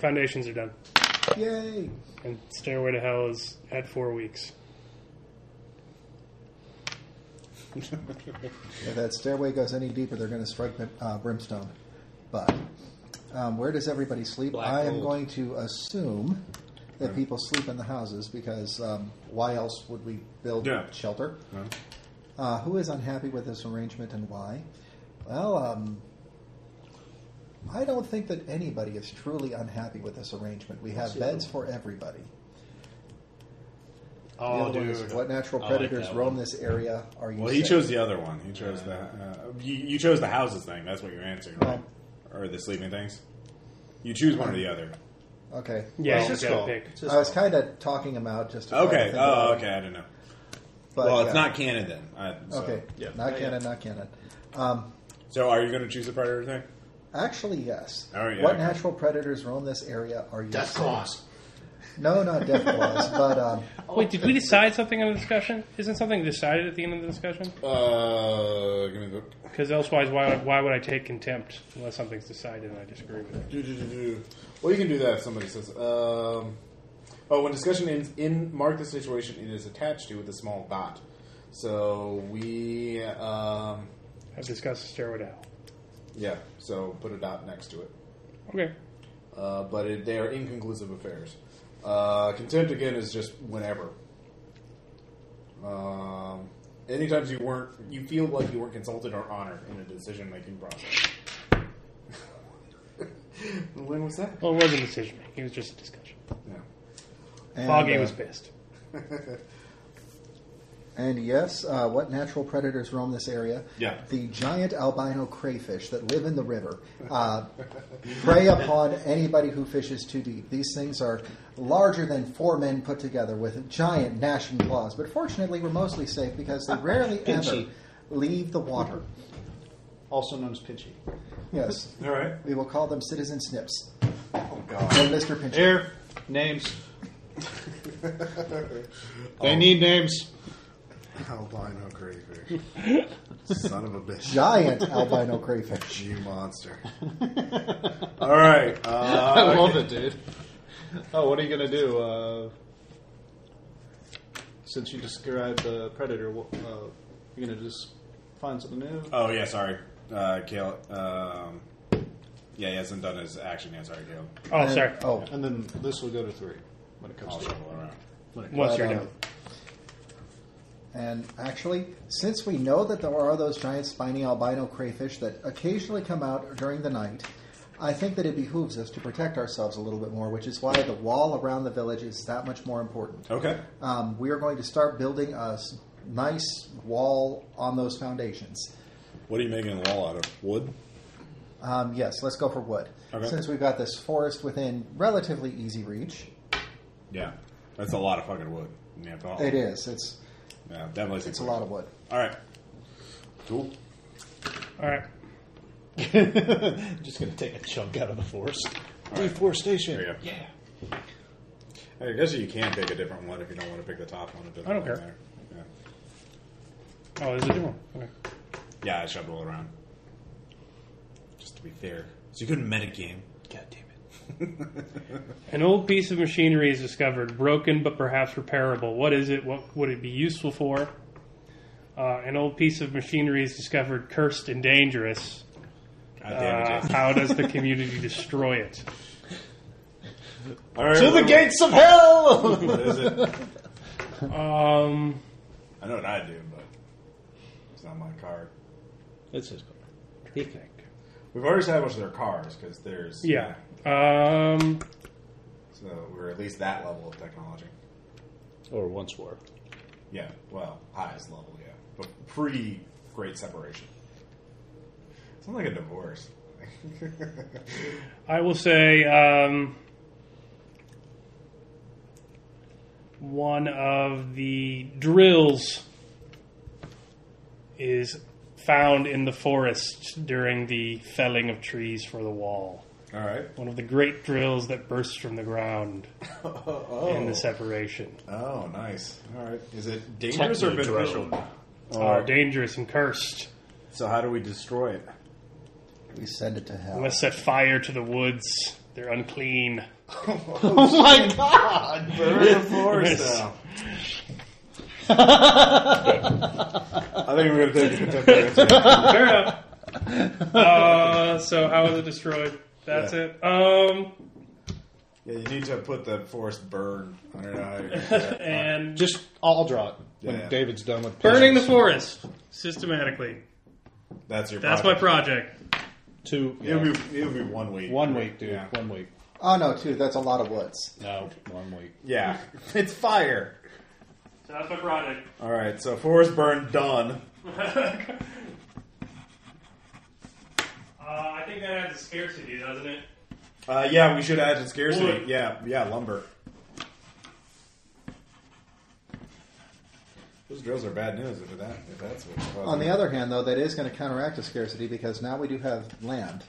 B: foundations are done,
C: Yay!
B: and Stairway to Hell is had four weeks.
C: If that stairway goes any deeper, they're going to strike uh, brimstone. But um, where does everybody sleep?
F: Black
C: I am
F: gold.
C: going to assume that people sleep in the houses because um, why else would we build
A: Yeah.
C: shelter?
A: Huh?
C: Uh, who is unhappy with this arrangement and why? Well, um, I don't think that anybody is truly unhappy with this arrangement. We have beds for everybody. The
F: Oh,
C: other one is, what natural
F: I like
C: predators
F: that
C: roam this area? Are you?
A: Well, he
C: safe?
A: chose the other one. He chose the. Uh, you, you chose the houses thing. That's what you're answering, right? Or the sleeping things. You choose one or the other.
C: Okay.
B: Yeah,
F: Well,
B: you
F: it's
B: gotta
F: called-
B: pick.
F: it's just-
C: I was kind of talking about just. to try to
A: Okay.
C: think about
A: Oh,
C: it.
A: okay. I don't know.
C: But,
A: well, it's
C: yeah.
A: not canon then. I, so.
C: Okay.
F: Yeah.
C: Not
F: Oh, Yeah,
C: canon. Not canon. Um,
A: So, are you going to choose the predator thing?
C: actually, yes.
A: Oh, yeah,
C: what
A: okay.
C: natural predators roam this area? Are you?
F: Death
C: safe?
F: Claws.
C: No, not death claws, but um,
A: *laughs*
B: Wait, did we decide something on the discussion? Isn't something decided at the end of the discussion?
A: Uh, give me the.
B: Because elsewise, why why would I take contempt unless something's decided and I disagree with it?
A: Do, do, do, do. Well, you can do that if somebody says. Um, oh, when discussion ends, in mark the situation it is attached to with a small dot. So we, um,
B: I've discussed the stairway to hell.
A: yeah. So put a dot next to it.
B: Okay.
A: Uh, but it, they are inconclusive affairs. Uh, contempt again is just whenever. Um, anytime you weren't, you feel like you weren't consulted or honored in a decision-making process. *laughs* when was that?
B: Well, it wasn't a decision. It was just a discussion.
A: Yeah.
C: and,
B: Foggy
C: uh,
B: was pissed.
C: And yes, uh, what natural predators roam this area?
A: Yeah.
C: The giant albino crayfish that live in the river uh, prey upon anybody who fishes too deep. These things are larger than four men put together with giant gnashing claws. But fortunately, we're mostly safe because they rarely ever
F: Pinchy.
C: leave the water.
F: Also known as Pinchy.
C: Yes.
A: All right.
C: We will call them Citizen Snips.
A: Oh God.
C: And Mr. Pinchy.
F: Air, names. They need names.
A: Albino crayfish. Son of a bitch.
C: Giant albino crayfish.
A: You monster. *laughs* All right.
F: *laughs* I
A: Uh,
F: love it, dude. Oh, what are you gonna do? Uh, since you described the predator, wh- uh, you're gonna just find something new.
A: oh yeah. Sorry, uh, Caleb. Um, yeah, he hasn't done his action yet. Sorry, Caleb.
B: Oh, sorry.
C: Oh,
F: And then this will go to three when it comes
A: I'll *laughs*
F: to
A: shuffle around.
F: when it comes.
B: Once
C: But,
B: you're
C: um,
B: done.
C: And actually, since we know that there are those giant spiny albino crayfish that occasionally come out during the night, I think that it behooves us to protect ourselves a little bit more, which is why the wall around the village is that much more important.
A: Okay.
C: Um, we are going to start building a s- nice wall on those foundations.
A: What are you making the wall out of? Wood?
C: Um, yes, let's go for wood.
A: Okay.
C: Since we've got this forest within relatively easy reach,
A: Yeah. That's a lot of fucking wood. You have to haul.
C: it is. It's
A: Yeah, definitely.
C: it's a lot of wood.
A: All right. Cool.
B: All right.
F: just gonna take a chunk out of the forest. Deforestation.
A: There you
F: Yeah.
A: I guess you can pick a different one if you don't want to pick the top one. It doesn't
B: I don't
A: really
B: care.
A: matter.
B: Oh, there's a different one. Okay.
A: Yeah. yeah, I shuffle around. Just to be fair. So you couldn't metagame.
F: God damn it.
B: An old piece of machinery is discovered, broken but perhaps repairable. What is it? What would it be useful for? Uh, an old piece of machinery is discovered, cursed and dangerous.
A: God damn it,
B: Uh, how does the community destroy it?
A: Jason. All right,
F: To the
A: well,
F: gates of hell!
A: What is it?
B: Um,
A: I know what I do, but it's not my card.
E: It's his card. He can.
A: We've already established their cars because there's
B: yeah. Um,
A: So we're at least that level of technology.
E: Or once were.
A: Yeah, well, highest level, yeah, but pretty great separation. It's not like a divorce.
B: I will say um, one of the drills is found in the forest during the felling of trees for the wall.
A: *laughs* All right.
B: One of the great drills that bursts from the ground in
A: Oh,
B: the separation
A: oh, nice. All right. Is it dangerous or
E: Techno
A: beneficial? Oh,
B: are Uh, dangerous and cursed.
A: So how do we destroy it?
C: We send it to hell.
B: Let's set fire to the woods. They're unclean.
F: oh my god!
A: Burn the
B: *laughs*
A: forest
B: Yes.
A: down. I think we're going to take the
B: *laughs*
A: temporary.
B: Fair enough. Uh, so how is it destroyed? That's
A: Yeah.
B: it. Um,
A: Yeah, you need to put the forest burn. I don't know how
B: *laughs*
A: you're gonna do that.
B: and
F: Just, I'll I'll draw it *laughs* when
A: Yeah.
F: David's done with
B: burning the
F: pictures.
B: forest systematically.
A: That's your.
B: That's my project.
F: Two.
A: It'll be it'll be one week.
F: One week, dude.
A: Yeah.
F: One week.
C: Oh no, dude, that's a lot of woods.
F: No, one week.
A: Yeah, it's fire.
B: So that's my project. *laughs*
A: All right, so forest burn done.
B: Uh, I think that adds a scarcity, doesn't it?
A: Uh, yeah, we should add to scarcity.
B: Wood.
A: Yeah, yeah, lumber. Those drills are bad news if that if that's what's causing.
C: On the
A: it.
C: other hand, though, that is going to counteract the scarcity because now we do have land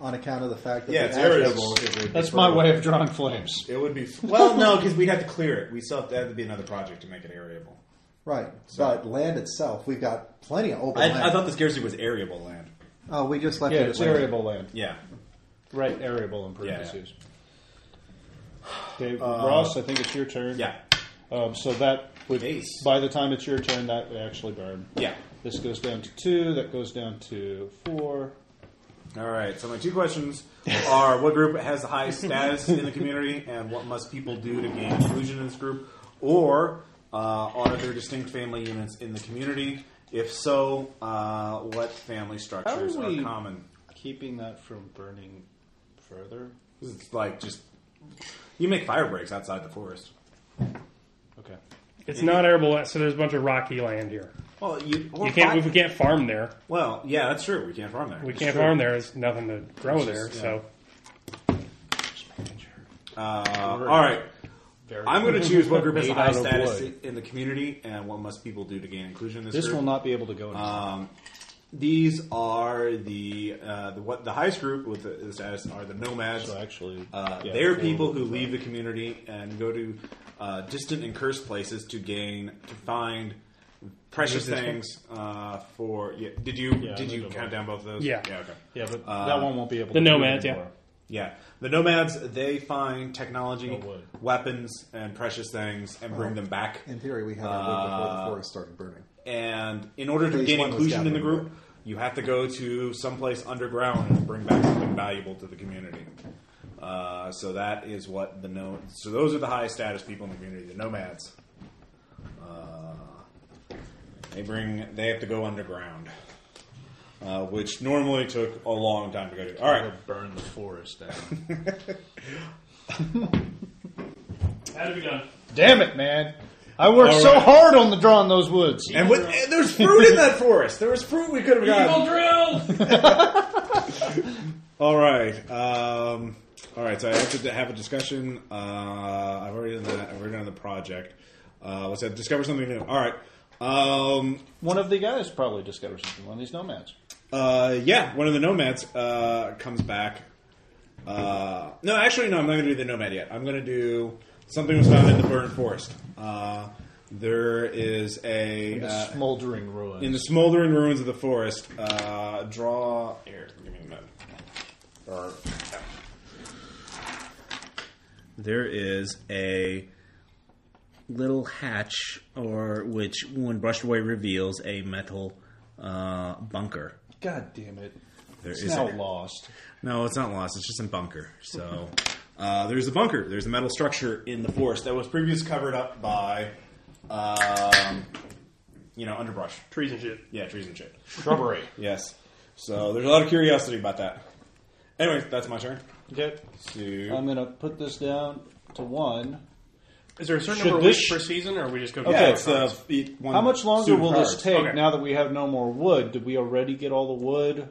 C: on account of the fact that
A: yeah,
C: the
A: it's
C: ash-
A: irritable. if it would be
F: That's my
A: fertile.
F: way of drawing flames.
A: It would be well, no, because we'd have to clear it. We still have to, have to be another project to make it areable.
C: Right, but land itself, we've got plenty of open
A: I,
C: land.
A: I thought the scarcity was areable land.
C: oh, we just left
F: Yeah,
C: it.
F: it's
C: at land.
F: arable land.
A: Yeah,
F: Right, arable in previous
A: Yeah.
F: use. Okay, Ross, I think it's your turn.
A: yeah,
F: Um, so that would,
A: Ace.
F: by the time it's your turn, that would actually burn.
A: yeah.
F: This goes down to two. That goes down to four.
A: All right. So my two questions are: What group has the highest status in the community, and what must people do to gain inclusion in this group? Or uh, are there distinct family units in the community? If so, uh, what family structures
F: How
A: are,
F: are we-
A: common?
F: Keeping that from burning further.
A: It's like just you make fire breaks outside the forest.
F: Okay.
B: It's not arable, so there's a bunch of rocky land here.
A: Well, you,
B: You can't. We can't farm there.
A: Well, yeah, that's true. We can't farm there.
B: We
A: It's
B: can't
A: true.
B: farm there. There's nothing to grow there.
A: just-
B: So
A: Uh, all right.
F: Very
A: I'm
B: *laughs*
A: going to choose what group has the
F: Made out
A: highest
F: of
A: status
F: wood.
A: in the community, and what must people do to gain inclusion in this,
F: This
A: group.
F: will not be able to go. Anymore.
A: Um, these are the, uh, the what the highest group with the, the status are the nomads.
F: so actually,
A: uh,
F: yeah,
A: they're
F: four
A: people
F: would
A: who
F: burn.
A: leave the community and go to uh, distant and cursed places to gain to find precious
F: this one?
A: things. Uh, for yeah, did you
F: I
A: did you
F: moved
A: count
F: over.
A: down both of those?
B: Yeah.
A: Yeah. Okay.
F: Yeah, but
A: Uh,
F: that one won't be able.
B: the
F: to do it
B: nomads, yeah.
F: anymore.
A: Yeah, the nomads they find technology,
F: No wood.
A: weapons, and precious things, and bring them back.
C: In theory, we had our wood before
A: Uh,
C: the forest started burning.
A: And in order to
C: Phase
A: gain
C: one was
A: inclusion in the
C: gathering
A: group,
C: wood.
A: you have to go to someplace underground and bring back something valuable to the community. Uh, so that is what the no. So those are the highest status people in the community, the nomads. Uh, they bring. They have to go underground, uh, which normally took a long time to go to. All right.
F: *laughs* They'll burn the forest down.
B: how did we done?
F: *laughs* Damn it, man! I worked
A: All
F: so
A: right.
F: hard on the drawing those woods.
A: And with, and there's fruit in that forest. There was fruit we could have gotten.
B: drill.
A: All right. Um, all right. So I have to have a discussion. Uh, I've already done that. I've already done the project. Uh, let's have, discover something new. All right. Um,
F: One of the guys probably discovers something. One of these nomads.
A: uh, yeah, one of the nomads uh, comes back. Uh, no, actually, no. I'm not going to do the nomad yet. I'm going to do something was found in the burned forest. Uh, there is a
F: The
A: uh,
F: smoldering ruins.
A: In the smoldering ruins of the forest, uh, draw. Here, give me a minute. Or, There is a little hatch, or which, when brushed away, reveals a metal uh, bunker.
F: God damn it!
H: There
F: It's
H: is
F: now lost.
H: No, it's not lost. It's just in bunker. So uh, there's a bunker. There's a metal structure in the forest that was previously covered up by, um, you know, underbrush.
B: Trees and shit.
H: Yeah, trees and shit.
F: Shrubbery.
H: Yes. So there's a lot of curiosity about that. Anyway, that's my turn.
F: *laughs* Okay.
H: Sue.
F: I'm going to put this down to one.
B: Is there a certain
F: Should
B: number of weeks
F: this-
B: per season, or we just go?
H: yeah,
F: Okay.
H: it's uh, the one
F: How much longer
H: suit of
F: will this
H: cards.
F: take
B: Okay.
F: now that we have no more wood? Did we already get all the wood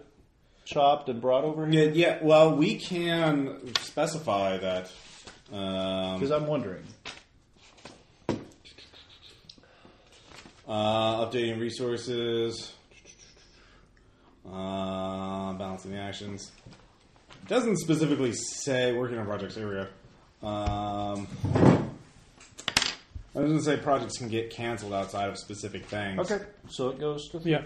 F: chopped and brought over
H: Yeah,
F: here?
H: yeah, well, we can specify that. Um,
F: Because I'm wondering.
H: uh, updating resources, uh, balancing the actions. Doesn't specifically say working on projects area. Um, I was going to say projects can get canceled outside of specific things.
F: So it goes to.
B: Yeah.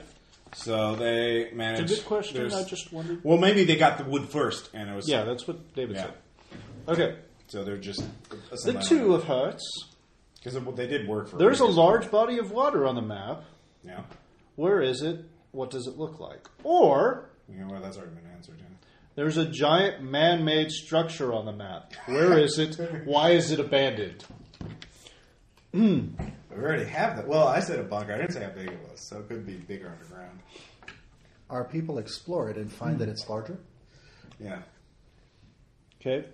H: So they
F: It's
H: managed.
F: a good question.
H: there's-
F: I just wondered.
H: Well, maybe they got the wood first, and it was
F: Yeah, that's what David
H: Yeah.
F: said. Okay.
H: So they're just
F: The two of hearts.
H: because they did work for.
F: There's a large body of water on the map.
H: Yeah,
F: Where is it? What does it look like? Or
H: you know well, that's already been answered. Yeah.
F: there's a giant man made structure on the map. Where is it?
H: *laughs*
F: Why is it abandoned?
H: We already have that. Well, I said a bunker. I didn't say how big it was, so it could be bigger underground.
C: Our people explore it and find
A: Hmm.
C: that it's larger.
H: Yeah.
F: Okay.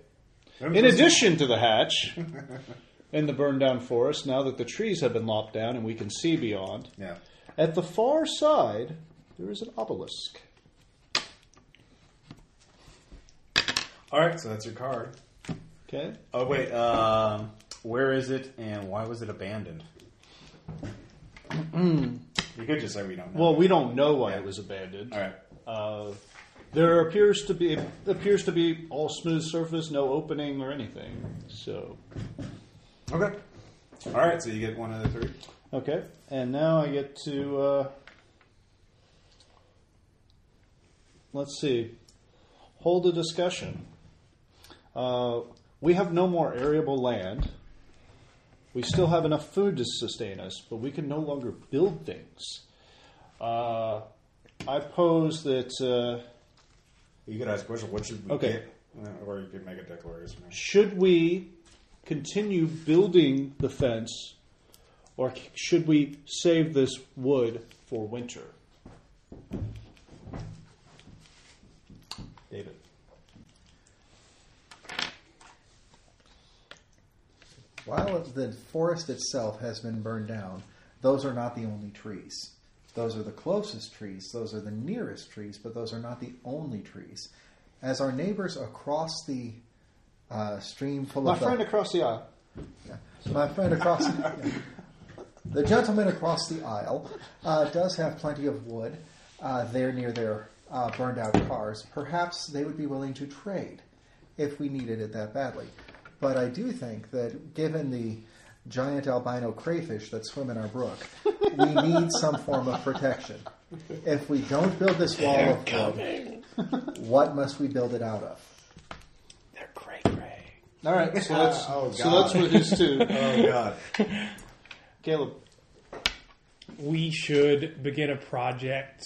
F: In addition to the
H: *laughs*
F: hatch in the burned down forest, now that the trees have been lopped down and we can see beyond,
H: yeah.
F: at the far side there is an obelisk.
H: All right, so that's your card.
F: Okay.
H: Oh wait, um, where is it, and why was it abandoned? we could just say we don't know.
F: Well, we don't know why it was abandoned.
H: all right.
F: Uh, there appears to be appears to be all smooth surface, no opening or anything. So
H: Okay. All right, so you get one of the three.
F: okay, and now I get to uh, let's see, hold a discussion. Uh, we have no more arable land. We still have enough food to sustain us, but we can no longer build things. Uh, I pose that. Uh,
H: You could ask a question. What should we
F: Okay.
H: get? Uh, Or you could make a declaration.
F: should we continue building the fence or c- should we save this wood for winter? David.
C: While it- the forest itself has been burned down, those are not the only trees. Those are the closest trees, those are the nearest trees, but those are not the only trees. As our neighbors across the uh, stream full
F: My
C: of the-
F: friend across the aisle.
C: yeah. My friend across yeah. the gentleman across the aisle uh, does have plenty of wood uh, there near their uh, burned out cars. Perhaps they would be willing to trade if we needed it that badly. But I do think that given the giant albino crayfish that swim in our brook, we need some form of protection. If we don't build this wall of wood, what must we build it out of?
F: All right, so *laughs* that's,
H: Oh,
F: so
H: God.
F: that's what it is *laughs* too.
H: Oh God.
F: Uh, Caleb,
B: We should begin a project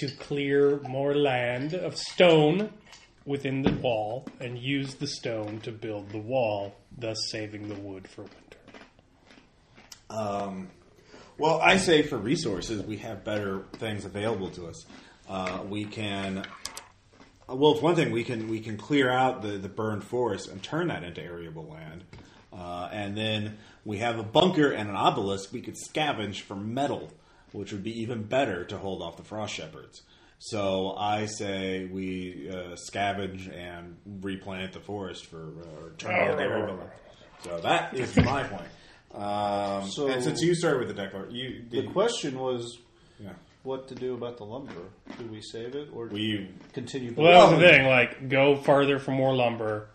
B: to clear more land of stone within the wall and use the stone to build the wall, thus saving the wood for winter.
H: Um, well, I say for resources, we have better things available to us. Uh, we can. uh, Well, it's one thing we can we can clear out the, the burned forest and turn that into arable land, uh, and then we have a bunker and an obelisk. We could scavenge for metal, which would be even better to hold off the frost shepherds. So I say we uh, scavenge and replant the forest for uh, or turn it into arable land. So that is my point. Um,
F: So-
H: and since you started with the declaration, you
F: the
H: did-
F: question was
H: yeah.
F: what to do about the lumber. Do we save it or
H: We
F: continue building?
B: Well, that's the thing. Like, go farther for more lumber.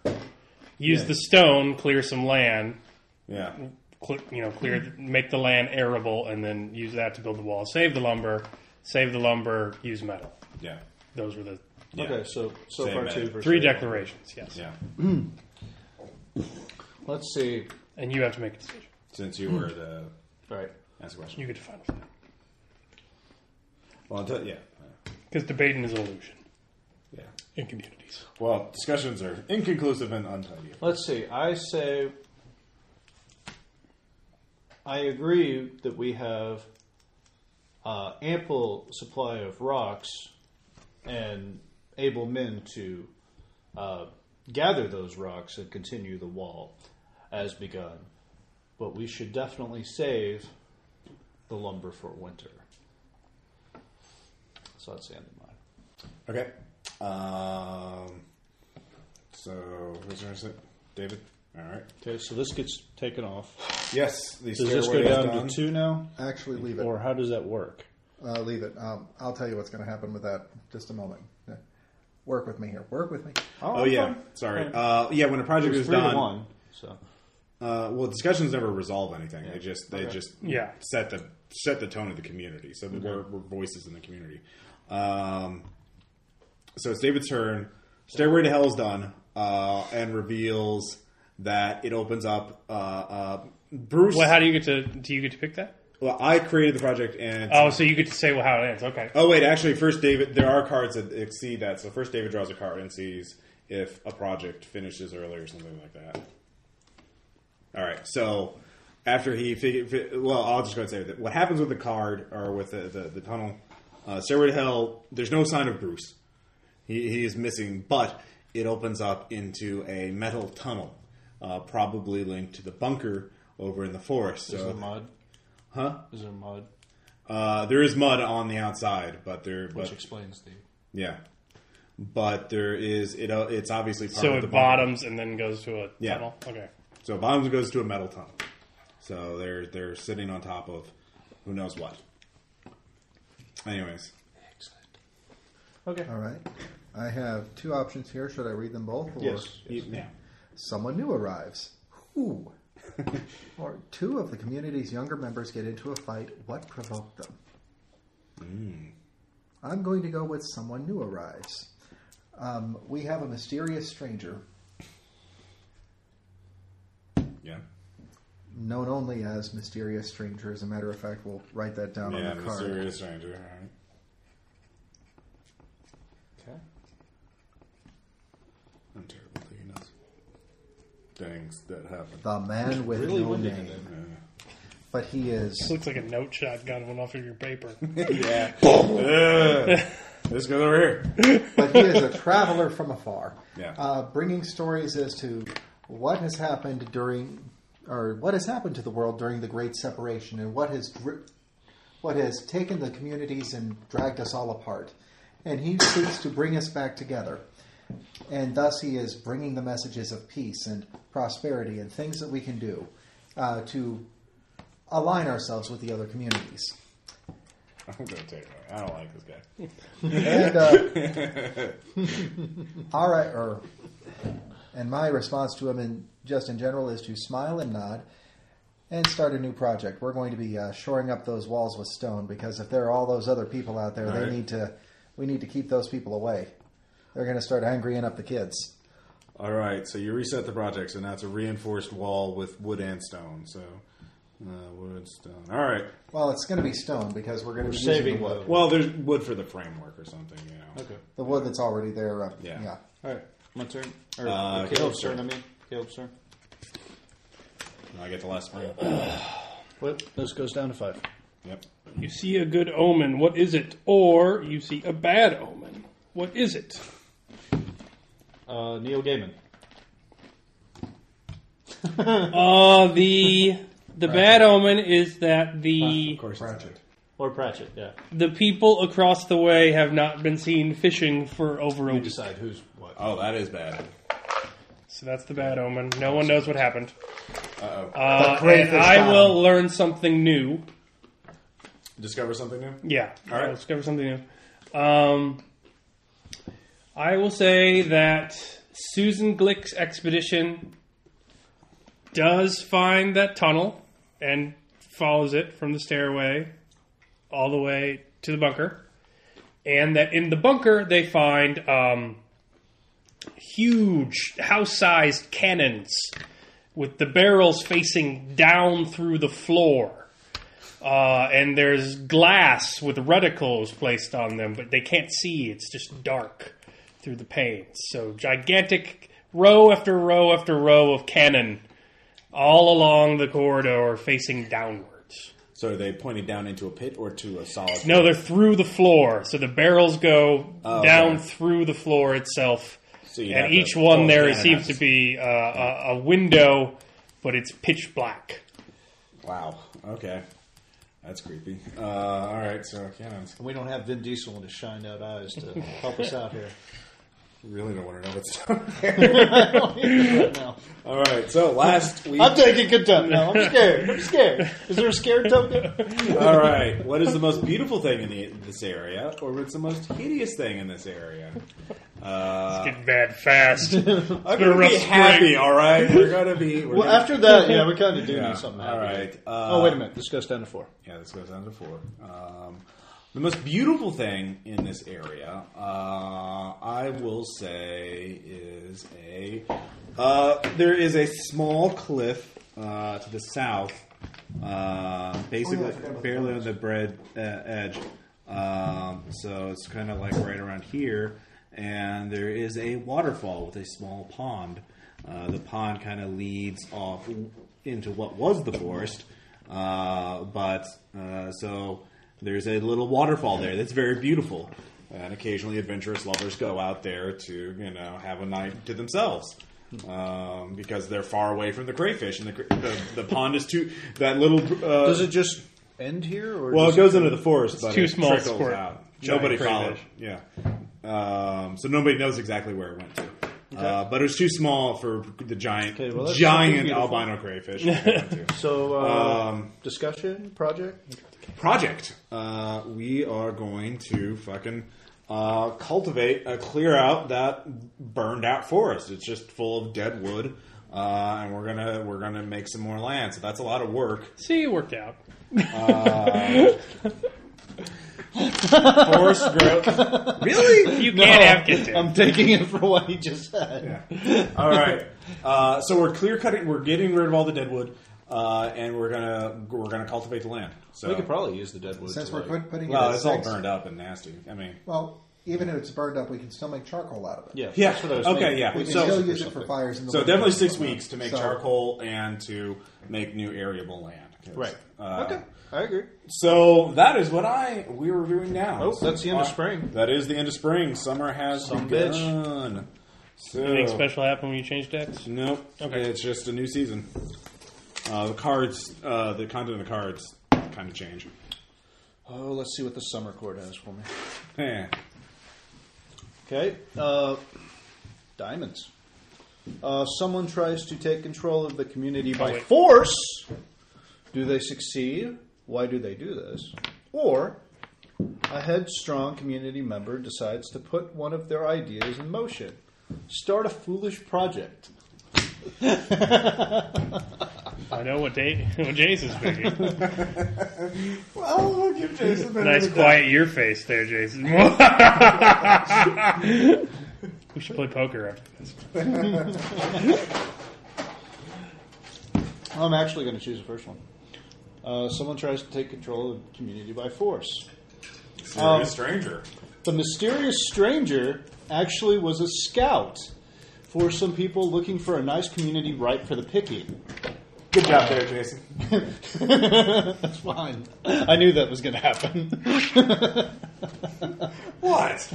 B: Use the stone, clear some land.
H: yeah.
B: Cl- you know, clear, make the land arable, and then use that to build the wall. Save the lumber. Save the lumber. Use metal.
H: Yeah.
B: Those were the
H: Yeah.
F: Okay, so so
H: Save
F: far
H: it.
F: two versus
B: three
F: one.
B: declarations. Yes,
H: Yeah.
F: Let's see.
B: and you have to make a decision.
H: Since you were the
F: All right.
H: ask a question.
B: You get to final. say.
H: Well, I'll tell- yeah.
B: Because debating is an illusion
F: Yeah.
B: in communities.
H: Well, discussions are inconclusive and untidy.
F: Let's see. I say I agree that we have uh, ample supply of rocks and able men to uh, gather those rocks and continue the wall as begun. But we should definitely save the lumber for winter. So that's the end of mine.
H: Okay. Um, so, who's going to sit? David? All right.
F: Okay, so this gets taken off.
H: Yes, the
F: Does
H: stairway
F: this go
H: is
F: down
H: done.
F: to two now?
C: Actually, leave it.
F: Or how does that work?
C: Uh, leave it. Um, I'll tell you what's going to happen with that. Just a moment. Yeah. Work with me here. Work with me.
H: Oh, yeah. Sorry. Uh, yeah, when a project is
F: It's three to
H: done,
F: one. So
H: uh, well, discussions never resolve anything. They just they just
B: Yeah.
H: set the set the tone of the community. So we're, we're voices in the community. Um, so it's David's turn. Stairway to Hell is done, uh, and reveals that it opens up. Uh, uh, Bruce,
B: Well, how do you get to? Do you get to pick that?
H: well, I created the project, and it's-
B: Oh, so you get to say well how it ends. Okay.
H: Oh wait, actually, first David, there are cards that exceed that. So first David draws a card and sees if a project finishes early or something like that. All right, so after he figure, well, I'll just go ahead and say that what happens with the card or with the the, the tunnel, uh, stairway to hell. There's no sign of Bruce. He, he is missing, but it opens up into a metal tunnel, uh, probably linked to the bunker over in the forest.
F: is there
H: So
F: mud?
H: Huh?
F: Is there mud?
H: uh, there is mud on the outside, but there
F: Which
H: but
F: explains the.
H: yeah, but there is it. Uh, it's obviously part
B: So
H: of the
B: it
H: bottom.
B: bottoms and then goes to a
H: Yeah.
B: tunnel. Okay.
H: So bottoms goes to a metal tunnel. So they're they're sitting on top of who knows what. Anyways,
F: Okay.
C: All right. I have two options here. Should I read them both? Or
F: Yes.
H: you- yeah.
C: Someone new arrives.
H: *laughs*
C: Who? or two of the community's younger members get into a fight. What provoked them?
H: Hmm.
C: I'm going to go with someone new arrives. Um, we have a mysterious stranger
H: yeah,
C: known only as Mysterious Stranger. As a matter of fact, we'll write that down
H: yeah,
C: on the card.
H: mysterious stranger. All right.
F: Okay.
H: I'm terrible at taking notes. Things that happen.
C: The man with
F: Really
C: no
F: windy
C: name.
F: today.
C: But he
B: This
C: is.
B: looks like a note shotgun went off of your paper. *laughs*
H: yeah. Ugh. this goes over here. *laughs*
C: but he is a traveler from afar.
H: Yeah.
C: Uh, bringing stories as to what has happened during, or what has happened to the world during the Great Separation, and what has dri- what has taken the communities and dragged us all apart. And he seeks to bring us back together. And thus he is bringing the messages of peace and prosperity and things that we can do uh, to align ourselves with the other communities.
H: I'm gonna take it. away. I don't like this guy.
C: And, uh, all right, or, and my response to him, in, just in general, is to smile and nod and start a new project. We're going to be uh, shoring up those walls with stone because if there are all those other people out there, they
H: Right.
C: need to. We need to keep those people away. They're going to start angrying up the kids.
H: All right, so you reset the project, so now it's a reinforced wall with wood and stone. So uh, wood, stone. All right.
C: Well, it's going to be stone because we're going to be using
F: saving
C: the wood.
F: the-
H: Well, there's wood for the framework or something, you know.
F: Okay.
C: The wood that's already there. Uh,
H: Yeah.
C: yeah.
F: All right. My turn. Or,
H: Uh, Caleb's
F: Caleb's turn.
H: turn.
F: I mean, Caleb's turn.
H: I get the last spring.
F: What? This goes down to five.
H: yep.
B: you see a good omen. What is it? Or you see a bad omen. What is it?
F: Uh, Neil Gaiman.
B: Uh, the the bad omen is that the
C: Project.
F: Or Pratchett. Yeah.
B: the people across the way have not been seen fishing for over a
F: We
B: week.
F: decide who's what.
H: Oh, that is bad.
B: So that's the bad omen. No one knows what happened.
H: Uh-oh.
B: Uh,
C: crayfish
B: and I
C: got
B: will learn something new.
H: Discover something new?
B: Yeah,
H: All right.
B: I'll discover something new. Um, I will say that Susan Glick's expedition does find that tunnel and follows it from the stairway all the way to the bunker, and that in the bunker they find um, huge house-sized cannons with the barrels facing down through the floor Uh, and there's glass with reticles placed on them, but they can't see. It's just dark through the panes. So gigantic row after row after row of cannon all along the corridor facing downwards.
H: So are they pointed down into a pit or to a solid?
B: No, they're through the floor. So the barrels go
H: Oh,
B: down
H: okay.
B: through the floor itself.
H: So you'd have
B: and
H: to
B: each one
H: pull
B: there
H: down
B: seems
H: and-
B: to be uh, a, a window, but it's pitch black.
H: Wow. Okay. That's creepy. Uh, all right. So cannons.
F: And we don't have Vin Diesel and his shined out eyes to *laughs* help us out here.
H: Really don't want to know what's *laughs* down there.
F: no.
H: All right. So last week.
F: I'm taking good time now. I'm scared. I'm scared. Is there a scared token?
H: all right. What is the most beautiful thing in the, this area, or what's the most hideous thing in this area? Uh,
B: Get bad
H: *laughs*
B: fast.
H: I'm
B: been a
H: gonna
B: rough
H: be happy.
B: spring.
H: All right. We're gonna be. We're
F: Well,
H: gonna,
F: after that, yeah, we kind of do
H: Yeah,
F: need something.
H: all right. Uh,
F: oh, wait a minute. This goes down to four.
H: Yeah, this goes down to four. Um, the most beautiful thing in this area, uh, I will say, is a. Uh, there is a small cliff uh, to the south, uh,
C: Oh, yeah,
H: basically
C: I forgot about
H: barely on the bread uh, edge. Um, so it's kind of like right around here, and there is a waterfall with a small pond. Uh, the pond kind of leads off into what was the forest, uh, but uh, so there's a little waterfall there that's very beautiful. And occasionally, adventurous lovers go out there to you know have a night to themselves um, because they're far away from the crayfish, and the cra- the, the pond is too that little. Uh,
F: Does it just end here? Or
H: well, it
F: does
H: goes into the forest, but
B: too
H: it
B: small to
H: trickles
B: squirt
H: out.
B: giant
H: Nobody
B: crayfish.
H: followed. Yeah, um, so nobody knows exactly where it went to. Uh, but it was too small for the giant,
F: Okay, well, that's
H: giant
F: beautiful.
H: albino crayfish. that it
F: *laughs*
H: went to.
F: So, uh, discussion, project?
H: Project: uh, We are going to fucking uh, cultivate, uh, clear out that burned out forest. It's just full of dead wood, uh, and we're gonna we're gonna make some more land. So that's a lot of work.
B: See, it worked out.
H: *laughs* Forest growth. really? *laughs*
B: You can't have kids.
F: I'm taking it for what he just said. *laughs*
H: All right. Uh, so we're clear cutting. We're getting rid of all the dead wood, uh, and we're gonna we're gonna cultivate the land. So
F: We could probably use the dead wood.
C: Since
F: to,
C: we're
F: like-
C: quit putting it
H: well,
C: at
H: it's all
C: six-
H: burned up and nasty. I mean,
C: Well, even if it's burned up, we can still make charcoal out of it.
F: Yeah,
H: Yeah,
F: that's what I was
H: okay,
F: thinking.
H: yeah.
C: We can
H: So-
C: still use it for fires in the
H: so
C: winter
H: definitely
C: and
H: six
C: whatnot.
H: weeks to make
C: So-
H: charcoal and to make new arable land. 'Cause,
F: Right.
H: uh,
F: okay, I agree.
H: So that is what I we're reviewing now.
F: Oh, that's the end of spring.
H: That is the end of spring. Summer has
F: Some bitch.
H: begun. So,
B: Anything special happen when you change decks?
H: Nope.
B: Okay.
H: It's just a new season. Uh, the cards, uh, the content of the cards, kind of change.
F: Oh, let's see what the summer court has for me.
H: Yeah.
F: Okay, uh, diamonds. Uh, someone tries to take control of the community by
B: wait.
F: force. Do they succeed? Why do they do this? Or a headstrong community member decides to put one of their ideas in motion, start a foolish project.
B: I know what, day, *laughs* what Jace is
H: *laughs*
B: thinking.
H: Well, we'll give Jason that.
B: nice quiet your face there, *laughs* Jason. we should play poker
H: Oh,
B: after this.
F: I'm actually going to choose the first one. Uh, someone tries to take control of the community by force. Um,
H: stranger.
F: The mysterious stranger actually was a scout for some people looking for a nice community ripe for the picking.
H: Good job there, Jason.
F: *laughs* That's fine. I knew that was going to happen. *laughs*
H: What?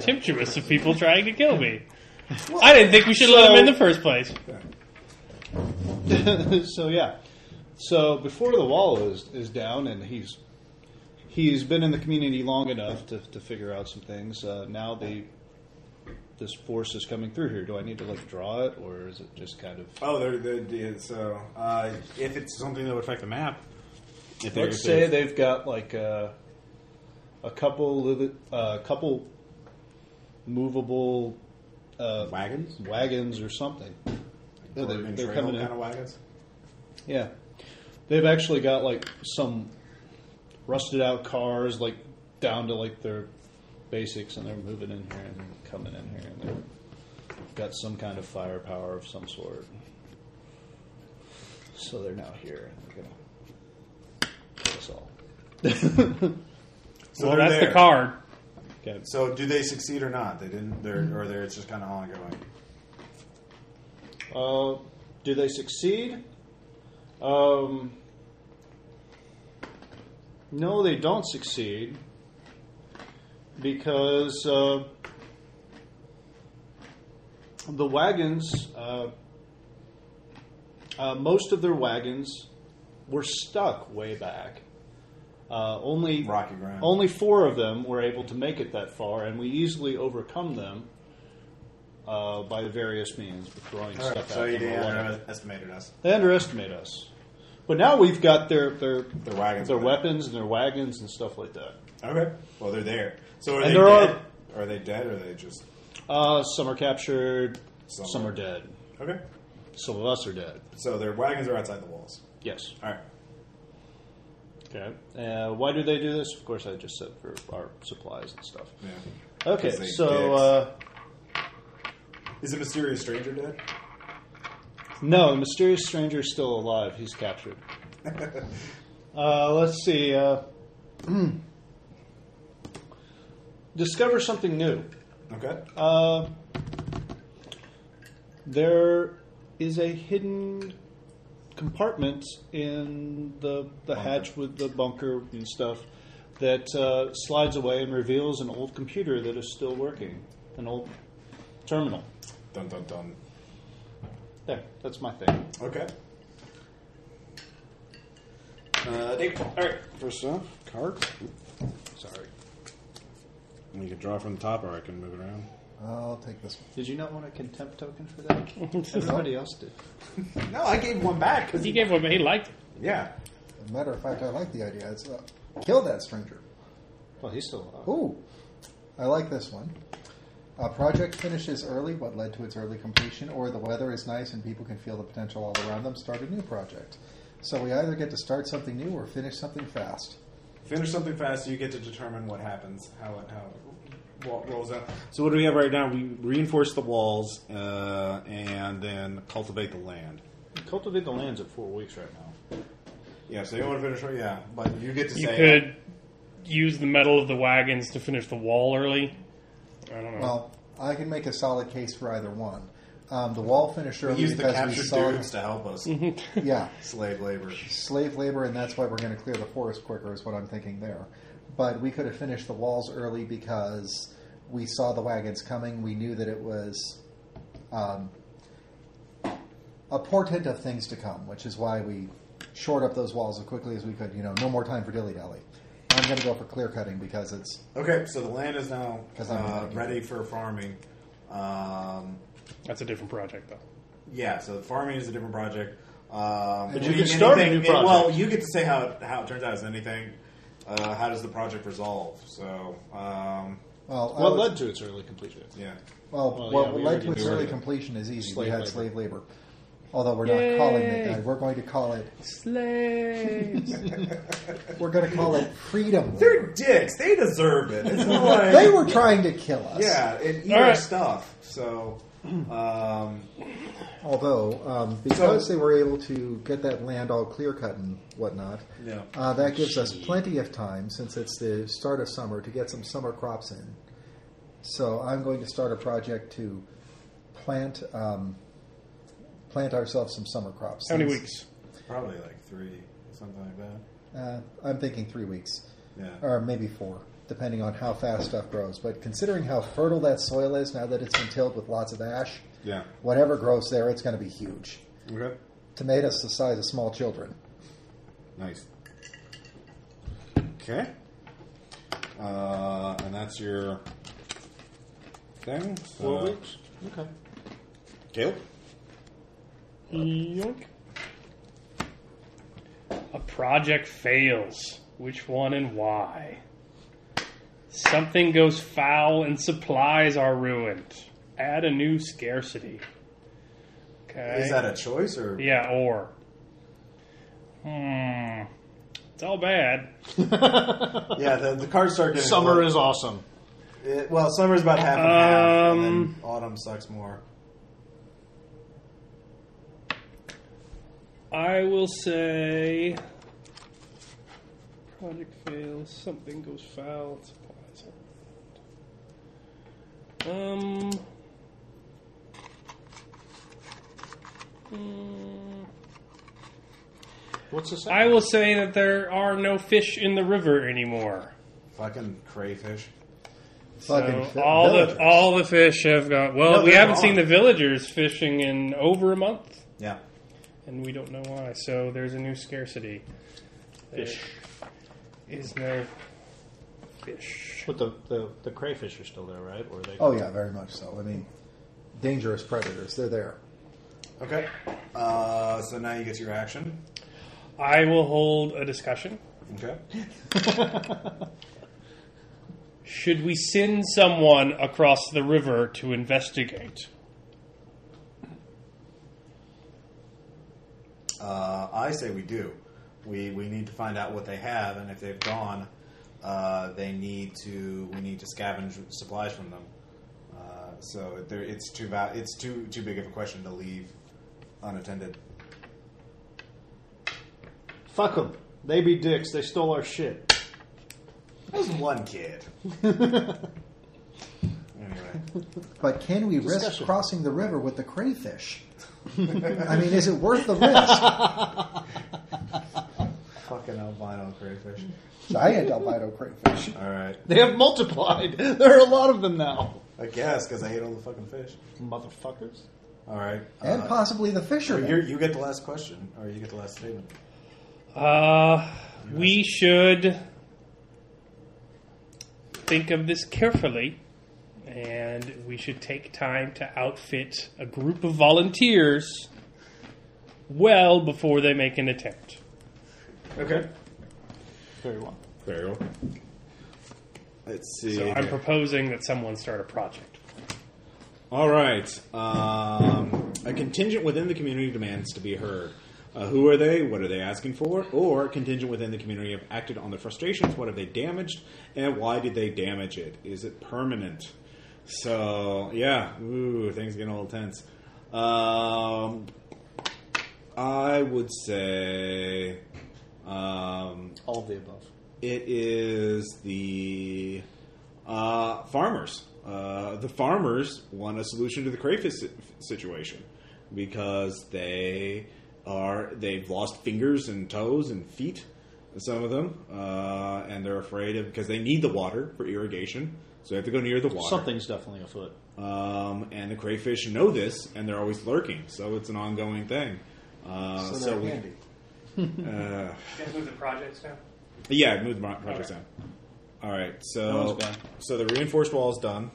B: Temptuous of people trying to kill me. I didn't think we should let
F: So-
B: him in the first place.
F: so yeah. So before the wall is, is down, and he's he's been in the community long enough to, to figure out some things. Uh, now the this force is coming through here. Do I need to like draw it, or is it just kind of
H: Oh, they're, they're, they're- so uh, if it's something that would affect the map, if they're-
F: Let's say they've got like a, a couple li- uh, couple movable uh,
H: wagons,
F: wagons or something. Yeah, they're,
H: Oregon
F: they're
H: Trail
F: coming in.
H: kind of wagons.
F: Yeah, they've actually got like some rusted out cars, like down to like their basics, and they're moving in here and coming in here, and they've got some kind of firepower of some sort. So they're now here, and they're gonna
H: So
B: well,
H: they're
B: that's
H: there.
B: the card.
A: Okay.
H: So do they succeed or not? They didn't. They're or they're it's just kind of ongoing.
F: Uh, do they succeed? Um, no, they don't succeed because uh, the wagons, uh, uh, most of their wagons were stuck way back. Uh, only
H: Rocky ground.
F: only four of them were able to make it that far, and we easily overcome them uh, by various means with throwing
H: All
F: stuff
H: right,
F: at
H: so you
F: them. or
H: they
F: whatever.
H: underestimated us.
F: They underestimate us. But now we've got their their
H: Their wagons
F: their
H: with
F: weapons and their wagons and stuff like that.
H: Okay. Well, they're there. So are
F: And
H: they
F: there are-
H: dead? Are... they dead? Or are they just
F: Uh, some are captured,
H: Some
F: some,
H: are-
F: are dead.
H: okay?
F: Some of us are dead.
H: So their wagons are outside the walls.
F: Yes.
H: All right.
F: Okay. Uh, why do they do this? Of course, I just said for our supplies and stuff.
H: Yeah.
F: Okay,
H: 'Cause they
F: so uh,
H: dicks. Is the mysterious stranger dead?
F: no, the mysterious stranger is still alive. He's
H: *laughs*
F: captured. uh, let's see. Uh, discover something new.
H: Okay.
F: Uh, there is a hidden compartment in the the
H: Bunker.
F: hatch with the bunker and stuff that uh, slides away and reveals an old computer that is still working, an old terminal.
H: Dun dun dun.
F: There, that's my thing.
H: Okay. Uh, they, all right. First off, card.
F: Sorry.
H: You can draw from the top, or I can move it around.
C: I'll take this one.
F: Did you not want a contempt token for that? Everybody else did.
H: No, I gave one back. 'cause-
B: He gave one, but he liked it.
H: yeah.
C: As a matter of fact, I like the idea. It's uh, kill that stranger.
F: Well, he's still alive.
C: Ooh, I like this one. A project finishes early, what led to its early completion, or the weather is nice and people can feel the potential all around them, start a new project. So we either get to start something new or finish something fast.
H: Finish something fast. You get to determine what happens, how it how it ro- rolls out. So what do we have right now? We reinforce the walls uh, and then cultivate the land.
F: Cultivate the lands at four weeks right now.
H: Yeah. So you want to finish? right- Yeah, but you get to
B: You
H: say.
B: could use the metal of the wagons to finish the wall early. I
H: Hmm.
B: don't know.
C: Well, I can make a solid case for either one. Um, the wall finish early
H: Use the
C: because we
H: captured
C: saw,
H: dudes to help us.
B: Mm-hmm.
C: yeah,
H: Slave labor.
C: slave labor, and that's why we're going to clear the forest quicker, is what I'm thinking there. But we could have finished the walls early because we saw the wagons coming. We knew that it was um, a portent of things to come, which is why we shored up those walls as quickly as we could. You know, no more time for dilly dally. I'm going to go for clear cutting because it's
H: Okay, so the land is now
C: 'Cause I'm
H: uh,
C: not-
H: ready for farming. Um,
B: That's a different project, though.
H: yeah, so farming is a different project. Um,
C: But
F: you
H: we-
F: can start a
H: anything-
F: new project.
H: Well, you get to say how it, how it turns out. Is anything? Uh, how does the project resolve? So, um,
C: well, I
F: What
C: was-
F: led to its early completion?
H: yeah.
C: Well,
F: Well,
C: what
F: yeah, we
C: led
F: already
C: to its
F: knew
C: early
F: that.
C: completion is easy.
F: Slave
C: we had
F: labor.
C: slave labor. Although we're not calling it that. We're going to call it
B: Slaves.
C: we're going to call it freedom.
H: They're
C: labor.
H: dicks. They deserve it. *laughs* It's not like,
C: They were trying to kill us.
H: yeah, and eat
B: All
H: our
B: right.
H: stuff. So, um,
C: Although, um, because they were able to get that land all clear cut and whatnot,
H: Yeah.
C: uh, that gives us plenty of time since it's the start of summer to get some summer crops in. So I'm going to start a project to plant um, plant ourselves some summer crops.
B: How many
C: Since-
B: weeks?
H: probably like three, something like that.
C: Uh, I'm thinking three weeks.
H: Yeah.
C: or maybe four, depending on how fast stuff grows. But considering how fertile that soil is now that it's been tilled with lots of ash,
H: Yeah.
C: whatever grows there, it's going to be huge.
H: Okay.
C: Tomatoes the size of small children.
H: Nice. Okay. Uh, and that's your thing. So,
F: Four weeks? Okay.
H: Caleb?
B: Yoink. A project fails. Which one and why? Something goes foul and supplies are ruined. Add a new scarcity. Okay.
H: Is that a choice or?
B: yeah, or. Hmm. It's all bad.
H: Yeah, the, the cards start getting.
F: Summer
H: worse.
F: is awesome.
H: It- well, summer's about half and half, and then
B: Um,
H: autumn sucks more.
B: I will say Project fails. Something goes foul. and Supplies. are ruined. Um. mm,
F: What's the second?
B: I will say that there are no fish in the river anymore.
H: Fucking crayfish.
C: Fucking
B: So
C: fi-
B: all
C: villagers.
B: the all the fish have gone. Well,
H: No,
B: we
H: they're
B: haven't
H: gone.
B: seen the villagers fishing in over a month,
H: Yeah.
B: and we don't know why. So there's a new scarcity. Fish is no fish.
F: But the, the, the crayfish are still there, right? Or are they?
C: Oh yeah, very much so. I mean, dangerous predators. They're there.
H: Okay. Uh, so now you get your action.
B: I will hold a discussion.
H: Okay.
B: Should we send someone across the river to investigate?
H: Uh, I say we do. We we need to find out what they have, and if they've gone, uh, they need to. We need to scavenge supplies from them. Uh, so there, it's too va- It's too too big of a question to leave unattended.
F: Fuck them. They be dicks. They stole our shit. *laughs*
H: That was one kid. anyway,
C: But can we risk
F: Discussion.
C: crossing the river with the crayfish? I mean, is it worth the risk?
H: fucking albino crayfish.
C: Giant albino crayfish.
H: All right,
F: They have multiplied. *laughs* There are a lot of them now.
H: I guess because I ate all the fucking fish.
F: Motherfuckers.
H: All right,
C: And
H: uh,
C: possibly the
H: you
C: fishermen.
H: you get the last question, or you get the last statement.
B: Uh, we should think of this carefully, and we should take time to outfit a group of volunteers well before they make an attempt.
H: Okay.
F: Very well.
H: Very well. Let's see.
B: So I'm proposing that someone start a project.
H: All right. Um, a contingent within the community demands to be heard. Uh, who are they? What are they asking for? Or contingent within the community have acted on their frustrations. What have they damaged? And why did they damage it? Is it permanent? So, yeah. Ooh, things getting a little tense. Um, I would say um,
F: All of the above.
H: it is the uh, farmers. Uh, the farmers want a solution to the crayfish si- situation because they are they've lost fingers and toes and feet, some of them, uh, and they're afraid of because they need the water for irrigation, so they have to go near the water.
F: Something's definitely afoot.
H: Um, and the crayfish know this, and they're always lurking, so it's an ongoing thing. Uh,
C: So
H: so
C: they're
H: we-
C: handy.
H: uh,
B: guys move the projects now?
H: yeah, move the mo- projects down. All right, so
F: one's gone.
H: so the reinforced wall is done,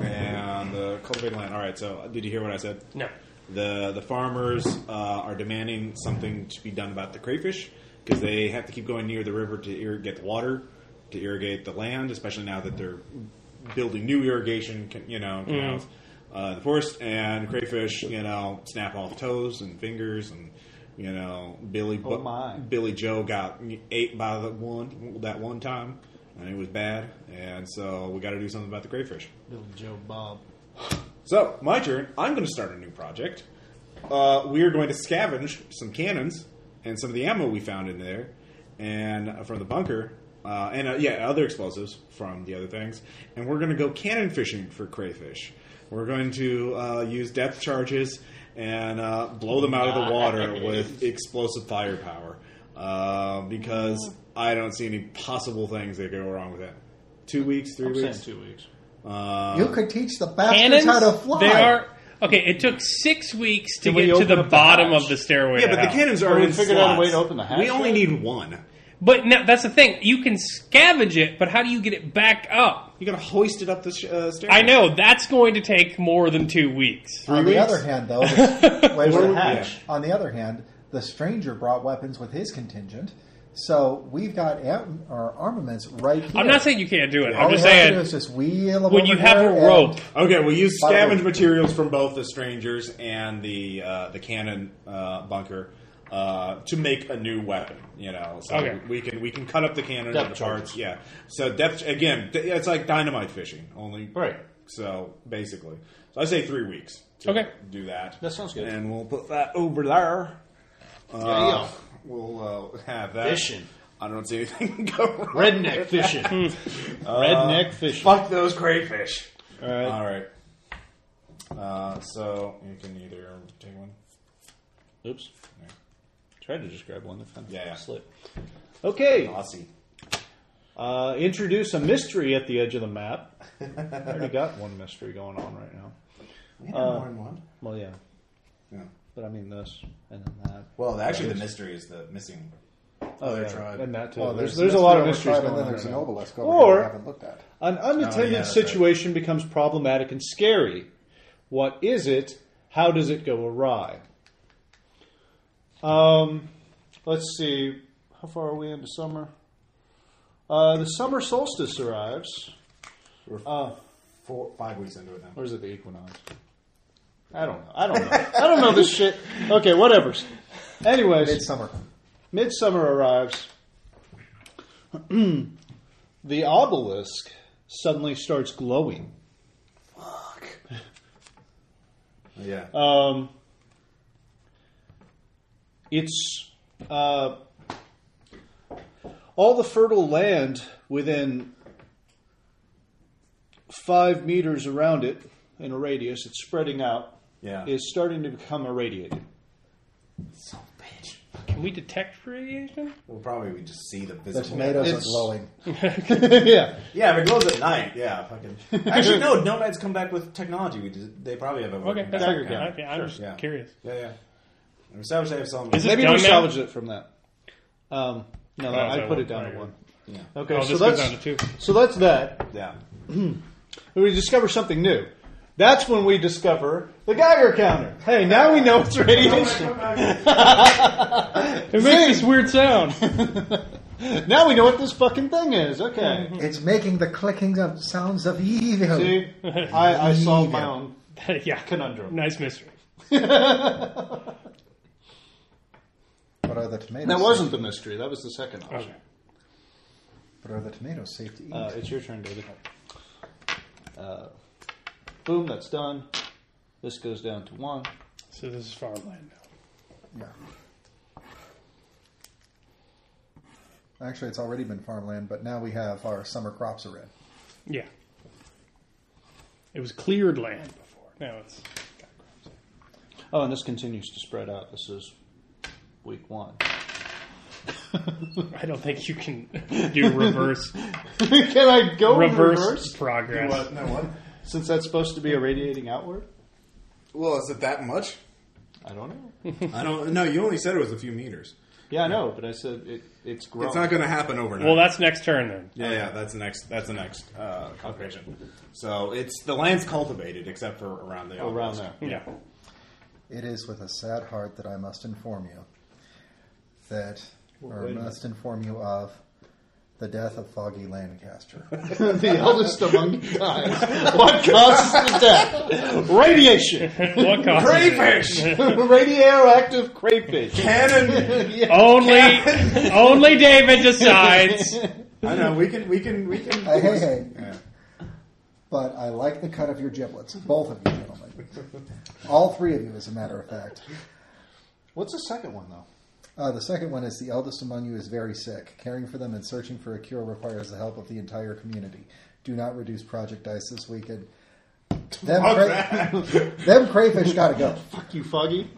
H: and the cultivated land. All right, so did you hear what I said?
B: No.
H: The the farmers uh, are demanding something to be done about the crayfish because they have to keep going near the river to irrigate the water, to irrigate the land, especially now that they're building new irrigation, can- you know, canals. Uh, the forest and crayfish, you know, snap off toes and fingers, and you know, Billy
F: Oh, my.
H: Billy Joe got ate by the one that one time, and it was bad. And so we got to do something about the crayfish.
F: Little Joe Bob.
H: So, my turn. I'm going to start a new project. Uh, we are going to scavenge some cannons and some of the ammo we found in there, and uh, from the bunker, uh, and uh, yeah, other explosives from the other things. And we're going to go cannon fishing for crayfish. We're going to uh, use depth charges and uh, blow them out of the water with explosive firepower uh, because I don't see any possible things that go wrong with that. Two weeks, 3
F: I'm saying
H: weeks.
F: two weeks.
H: Uh,
C: You could teach the bastards
B: Cannons?
C: how to fly.
B: They are. Okay, it took six weeks to
F: Did we
B: get to
F: open
B: the
F: up the
B: bottom
F: hatch?
B: of the stairway.
H: Yeah,
B: to
H: but the
B: hell.
H: cannons are
F: Well, we
H: in
F: figured out a way to
H: slots.
F: open the hatch,
H: We only
F: right?
H: need one.
B: But no, that's the thing. You can scavenge it, but how do you get it back up?
H: You gotta hoist it up the sh- uh, stairs.
B: I know that's going to take more than two weeks.
C: On the
H: weeks?
C: other hand,
B: *laughs*
C: though, wait, wait,
F: Or
C: wait.
F: hatch.
C: on the other hand, the stranger brought weapons with his contingent, so we've got am- our armaments right here.
B: I'm not saying you can't do it.
C: All
B: I'm
C: we
B: just
C: have to
B: saying
C: do is just wheel 'em
B: when you
C: over
B: have
C: here
B: a
C: and-
B: rope,
H: Okay, we'll use
C: By the
H: scavenge
C: way-
H: materials from both the strangers and the uh, the cannon uh, bunker uh, to make a new weapon. You know, so
B: Okay.
H: we can we can cut up the cannon
F: Depth
H: into parts. Yeah. So depth again, th- it's like dynamite fishing only.
F: Right.
H: So basically, so I say three weeks. To
B: Okay.
H: Do that.
F: That sounds good.
H: And we'll put that over there.
F: yeah, yeah.
H: We'll uh, have that.
F: Oh. Fishing.
H: I don't see anything go wrong.
F: Redneck fishing.
A: Redneck fishing.
H: Fuck those crayfish.
A: All right.
H: All right. Uh, so you can either take one.
A: Oops.
H: Yeah.
A: Tried to just grab one that kind of
H: Yeah, yeah.
A: slipped.
F: Okay.
H: Aussie.
F: Uh, introduce a mystery at the edge of the map. I already got one mystery going on right now.
C: We have more than one.
F: Well, yeah,
H: Yeah.
F: but I mean this and then that.
H: Well, actually, the mystery is the missing. Uh,
F: Oh,
H: Other
F: yeah,
H: tribe.
F: and that too.
C: Well,
F: there's,
C: the
F: there's a lot of
C: Mysterious Tribe,
F: mysteries going
C: and then
F: on.
C: there's
F: right
C: an
F: now.
C: obelisk over
F: Or-
C: here we haven't looked at.
F: An
H: Oh, yeah,
F: unattended
H: that's
F: situation becomes problematic and scary. What is it? How does it go awry? Um, let's see. How far are we into summer? Uh, the summer solstice arrives.
H: We're
F: Uh,
H: four, five weeks into it now.
F: Or is it the equinox? I don't know. I don't know. I don't know this shit. Okay, whatever. Anyways,
C: Midsummer.
F: midsummer arrives. *clears throat* the obelisk suddenly starts glowing.
H: Yeah.
F: Um, it's uh, all the fertile land within five meters around it in a radius. It's spreading out.
H: yeah.
F: Is starting to become irradiated. *laughs*
H: Son of a bitch.
B: Can we detect radiation?
H: We'll probably we just see the visible.
C: The tomatoes are
F: It's-
C: glowing.
F: yeah.
H: Yeah, if it glows at night, yeah, fucking. Actually, no, nomads come back with technology. We just, they probably have a
B: Okay,
H: working
B: that's
H: back
F: Dagger count.
B: Okay, I'm just
H: Yeah.
B: curious.
H: Yeah, yeah. We established they have some.
B: Is it-
F: Maybe
B: down
F: we
B: now?
F: salvaged it from that. Um, no,
B: Oh,
F: I
B: that
F: put
B: one.
F: it down to
B: Right.
F: one.
H: Yeah.
F: Okay,
B: oh,
F: so
B: this
F: that's
B: goes down to two.
F: so that's that.
H: yeah.
F: we discover something new. That's when we discover the Geiger counter. Hey, now we know it's radiation.
B: It makes this weird sound.
F: *laughs*
B: *laughs*
F: now we know what this fucking thing is.
B: Mm-hmm.
F: Okay.
C: It's making the clicking of sounds of evil.
B: *laughs*
F: See, I, I solved my own
B: yeah,
F: conundrum.
B: nice mystery.
C: But are the tomatoes?
F: That wasn't the mystery. That was the second option.
B: Okay.
C: But are the tomatoes safe to eat?
F: Uh, it's your turn, David. Uh, boom, that's done. This goes down to one.
B: So this is farmland now.
C: yeah. Actually, it's already been farmland, but now we have our summer crops are in.
B: Yeah. It was cleared land before. Now it's.
F: Oh, and this continues to spread out. This is week one. *laughs*
B: I don't think you can *laughs* do reverse
F: Can I go in
B: reverse,
F: Oh, reverse?
B: progress.
H: No one.
F: Since that's supposed to be irradiating outward?
H: Well, is it that much?
F: I don't know.
H: I don't. No, you only said it was a few meters.
F: Yeah, I know, but I said it, it's growing.
H: It's not going to happen overnight.
B: Well, that's next turn then.
H: yeah, yeah. That's the next. That's the next uh, complication. So it's the land's cultivated except for around the
F: *laughs* around
H: obelisk.
F: there. *laughs*
B: Yeah.
C: It is with a sad heart that I must inform you that, or
F: wait a minute.
C: must inform you of, the death of Foggy
F: *laughs*
C: Lancaster.
F: the eldest among you dies. What causes the death? Radiation. *laughs*
B: What cost? *laughs*
H: Crayfish,
F: Radioactive crayfish.
H: cannon.
B: Only, only David
F: *laughs*
B: decides.
H: I know. We can. We can. We can.
C: hey, hey, hey.
H: Yeah.
C: But I like the cut of your giblets, both of you gentlemen. All three of you, as a matter of fact.
F: What's the second one though?
C: Uh, the second one is the eldest among you is very sick. Caring for them and searching for a cure requires the help of the entire community. Do not reduce project dice this weekend. Them, cra- *laughs* them crayfish gotta go.
F: Fuck you, Foggy.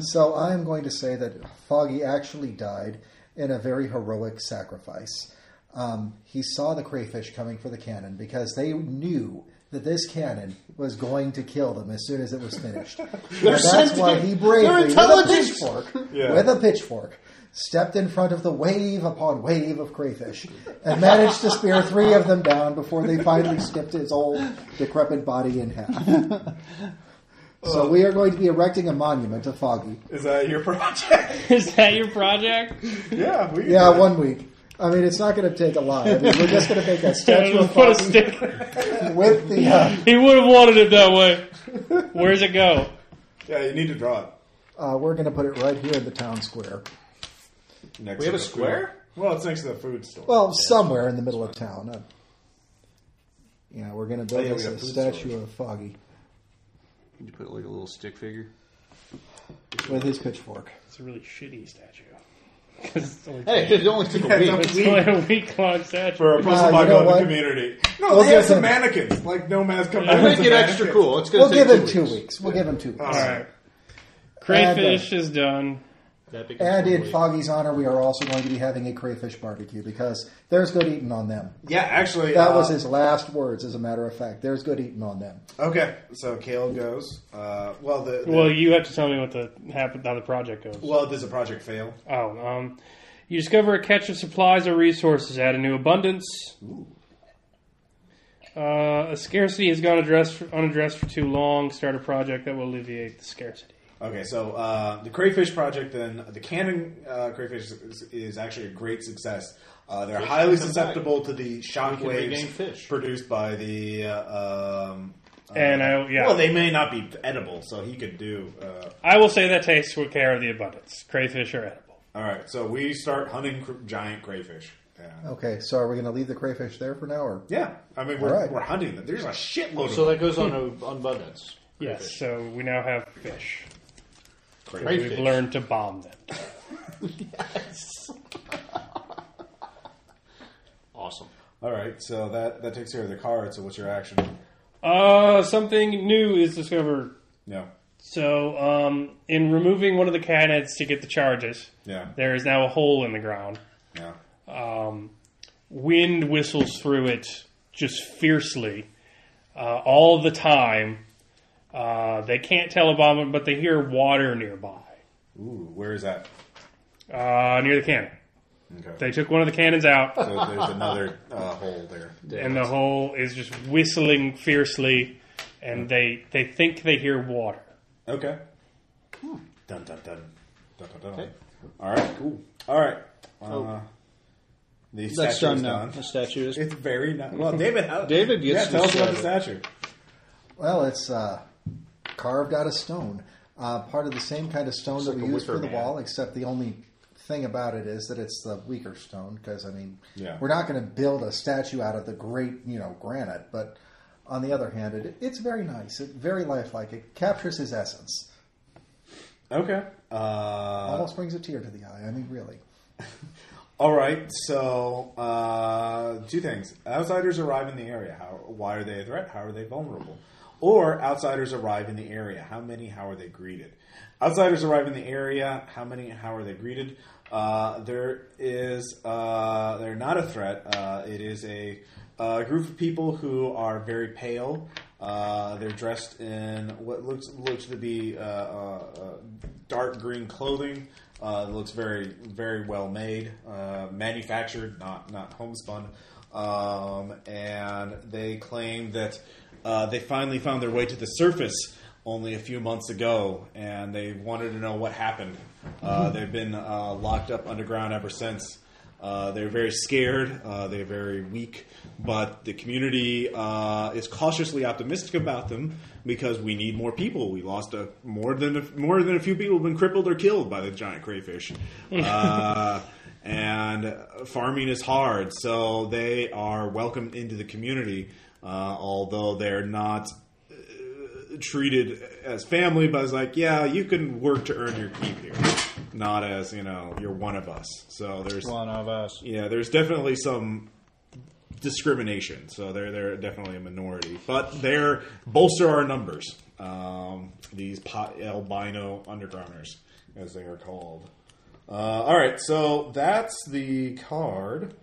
C: So I am going to say that Foggy actually died in a very heroic sacrifice. Um, he saw the crayfish coming for the cannon because they knew that this cannon was going to kill them as soon as it was finished. And that's why he bravely,
F: They're
C: with a
F: intelligent.
C: pitchfork,
H: Yeah.
C: with a pitchfork, stepped in front of the wave upon wave of crayfish and managed to spear three of them down before they finally skipped his old decrepit body in half. So we are going to be erecting a monument to Foggy.
H: Is that your *laughs* project?
B: Is that your project?
H: yeah. We.
C: Yeah, one week. I mean, it's not going to take a lot. I mean, we're just going to
B: *laughs*
C: make a statue of
B: Put a
C: Foggy
B: stick.
C: with the. Uh,
B: He would have wanted it that way. Where's it go?
H: Yeah. You need to draw it.
C: uh, we're going to put it right here in the town square.
H: Next
F: We
H: to
F: have a
H: the
F: square?
H: Food. Well, it's next to the food store. *laughs*
C: Well, somewhere in the middle of town. Uh, you know, we're going to
H: Oh,
C: build us
H: yeah, we got
C: a
H: food
C: statue of Foggy.
F: You put like a little stick figure.
C: with his pitchfork.
B: It's a really shitty statue. *laughs* 'Cause it's only,
F: Hey, it only took a week.
B: it's only a week long statue.
H: for a puzzle
C: you
H: bug
C: know
H: on the
C: what?
H: community. No,
C: We'll
H: they have
C: get them.
H: some mannequins. Like nomads come
F: We'll
H: back.
F: make it extra cool. It's gonna
C: We'll
F: take
C: give him
F: two
C: two weeks. We'll give him two weeks. uh,
H: All right.
B: Crayfish is done.
F: That becomes
C: And
F: four
C: in
F: weeks.
C: Foggy's honor, we are also going to be having a crayfish barbecue because there's good eating on them.
H: Yeah, actually,
C: That
H: uh,
C: was his last words, as a matter of fact. There's good eating on them.
H: Okay, so Kale goes. Uh, well, the, the-
B: Well, you have to tell me what the happen how the project goes.
H: well, does the project fail?
B: Oh, um, you discover a catch of supplies or resources, add a new abundance. Uh, a scarcity has gone addressed for, unaddressed for too long. Start a project that will alleviate the scarcity.
H: Okay, so uh, the crayfish project, then the cannon uh, crayfish is, is actually a great success. Uh, they're highly
F: come
H: susceptible to the shock
F: can
H: waves
F: regain fish.
H: produced by the. Uh, um, uh,
B: And I- yeah.
H: well, they may not be edible, so he could do. Uh,
B: I will say that takes good care of the abundance. Crayfish are edible.
H: all right, so we start hunting cr- giant crayfish. And-
C: Okay, so are we going to leave the crayfish there for now? Or
H: Yeah, I mean we're,
C: All right.
H: we're hunting them. There's a shitload of
F: Oh, So that goes on a, on abundance.
B: Yes, so we now have fish.
H: crayfish.
B: We've learned to bomb them.
F: Awesome.
H: All right, so that that takes care of the card. So what's your action?
B: Uh, something new is discovered.
H: Yeah,
B: So, um, in removing one of the cannons to get the charges,
H: yeah,
B: there is now a hole in the ground.
H: yeah.
B: um, wind whistles through it just fiercely uh, all the time. Uh, they can't tell about it, but they hear water nearby,
H: Ooh, where is that?
B: uh, near the cannon.
H: Okay.
B: They took one of the cannons out,
H: so there's another uh, hole there.
B: and the hole is just whistling fiercely, and they, they think they hear water.
H: Okay.
F: Hmm.
H: Dun dun dun. Dun dun dun. All right. Cool. All right. Uh, the
F: Oh. That's
H: statue
F: done
H: is
F: now.
H: done.
F: The statue is.
H: It's very nice. Well, David, how,
F: David
H: yeah,
F: gets
H: tell
F: the
H: us about the statue.
C: well, it's uh, carved out of stone, uh, part of the same kind of stone that
H: like
C: we
H: a
C: use for
H: wicker
C: the
H: man.
C: wall, except the only thing about it is that it's the weaker stone. Because I mean,
H: Yeah.
C: we're not going to build a statue out of the great, you know, granite. But on the other hand, it, it's very nice. It very lifelike. It captures his essence.
H: Okay. Uh,
C: Almost brings a tear to the eye. I mean, really.
H: all right. So, uh, two things: outsiders arrive in the area. How? Why are they a threat? How are they vulnerable? Or outsiders arrive in the area. How many? How are they greeted? Outsiders arrive in the area. How many? How are they greeted? Uh, there is. Uh, they're not a threat. Uh, it is a, uh group of people who are very pale. Uh, they're dressed in what looks looks to be uh, uh, uh, dark green clothing. Uh, it looks very very well made, uh, manufactured, not not homespun. Um, and they claim that uh, they finally found their way to the surface only a few months ago, and they wanted to know what happened. Uh, they've been uh, locked up underground ever since. Uh, they're very scared. Uh, they're very weak, but the community uh, is cautiously optimistic about them because we need more people. We lost a, more than a, more than a few people have been crippled or killed by the giant crayfish, uh, and farming is hard. So they are welcomed into the community, uh, although they're not uh, treated as family, but it's like, yeah, you can work to earn your keep here, not as you know you're one of us. So there's
F: one of us.
H: yeah, there's definitely some discrimination. So they're they're definitely a minority, but they're bolster our numbers. Um, these pot albino undergrounders, as they are called. Uh, all right, so that's the card.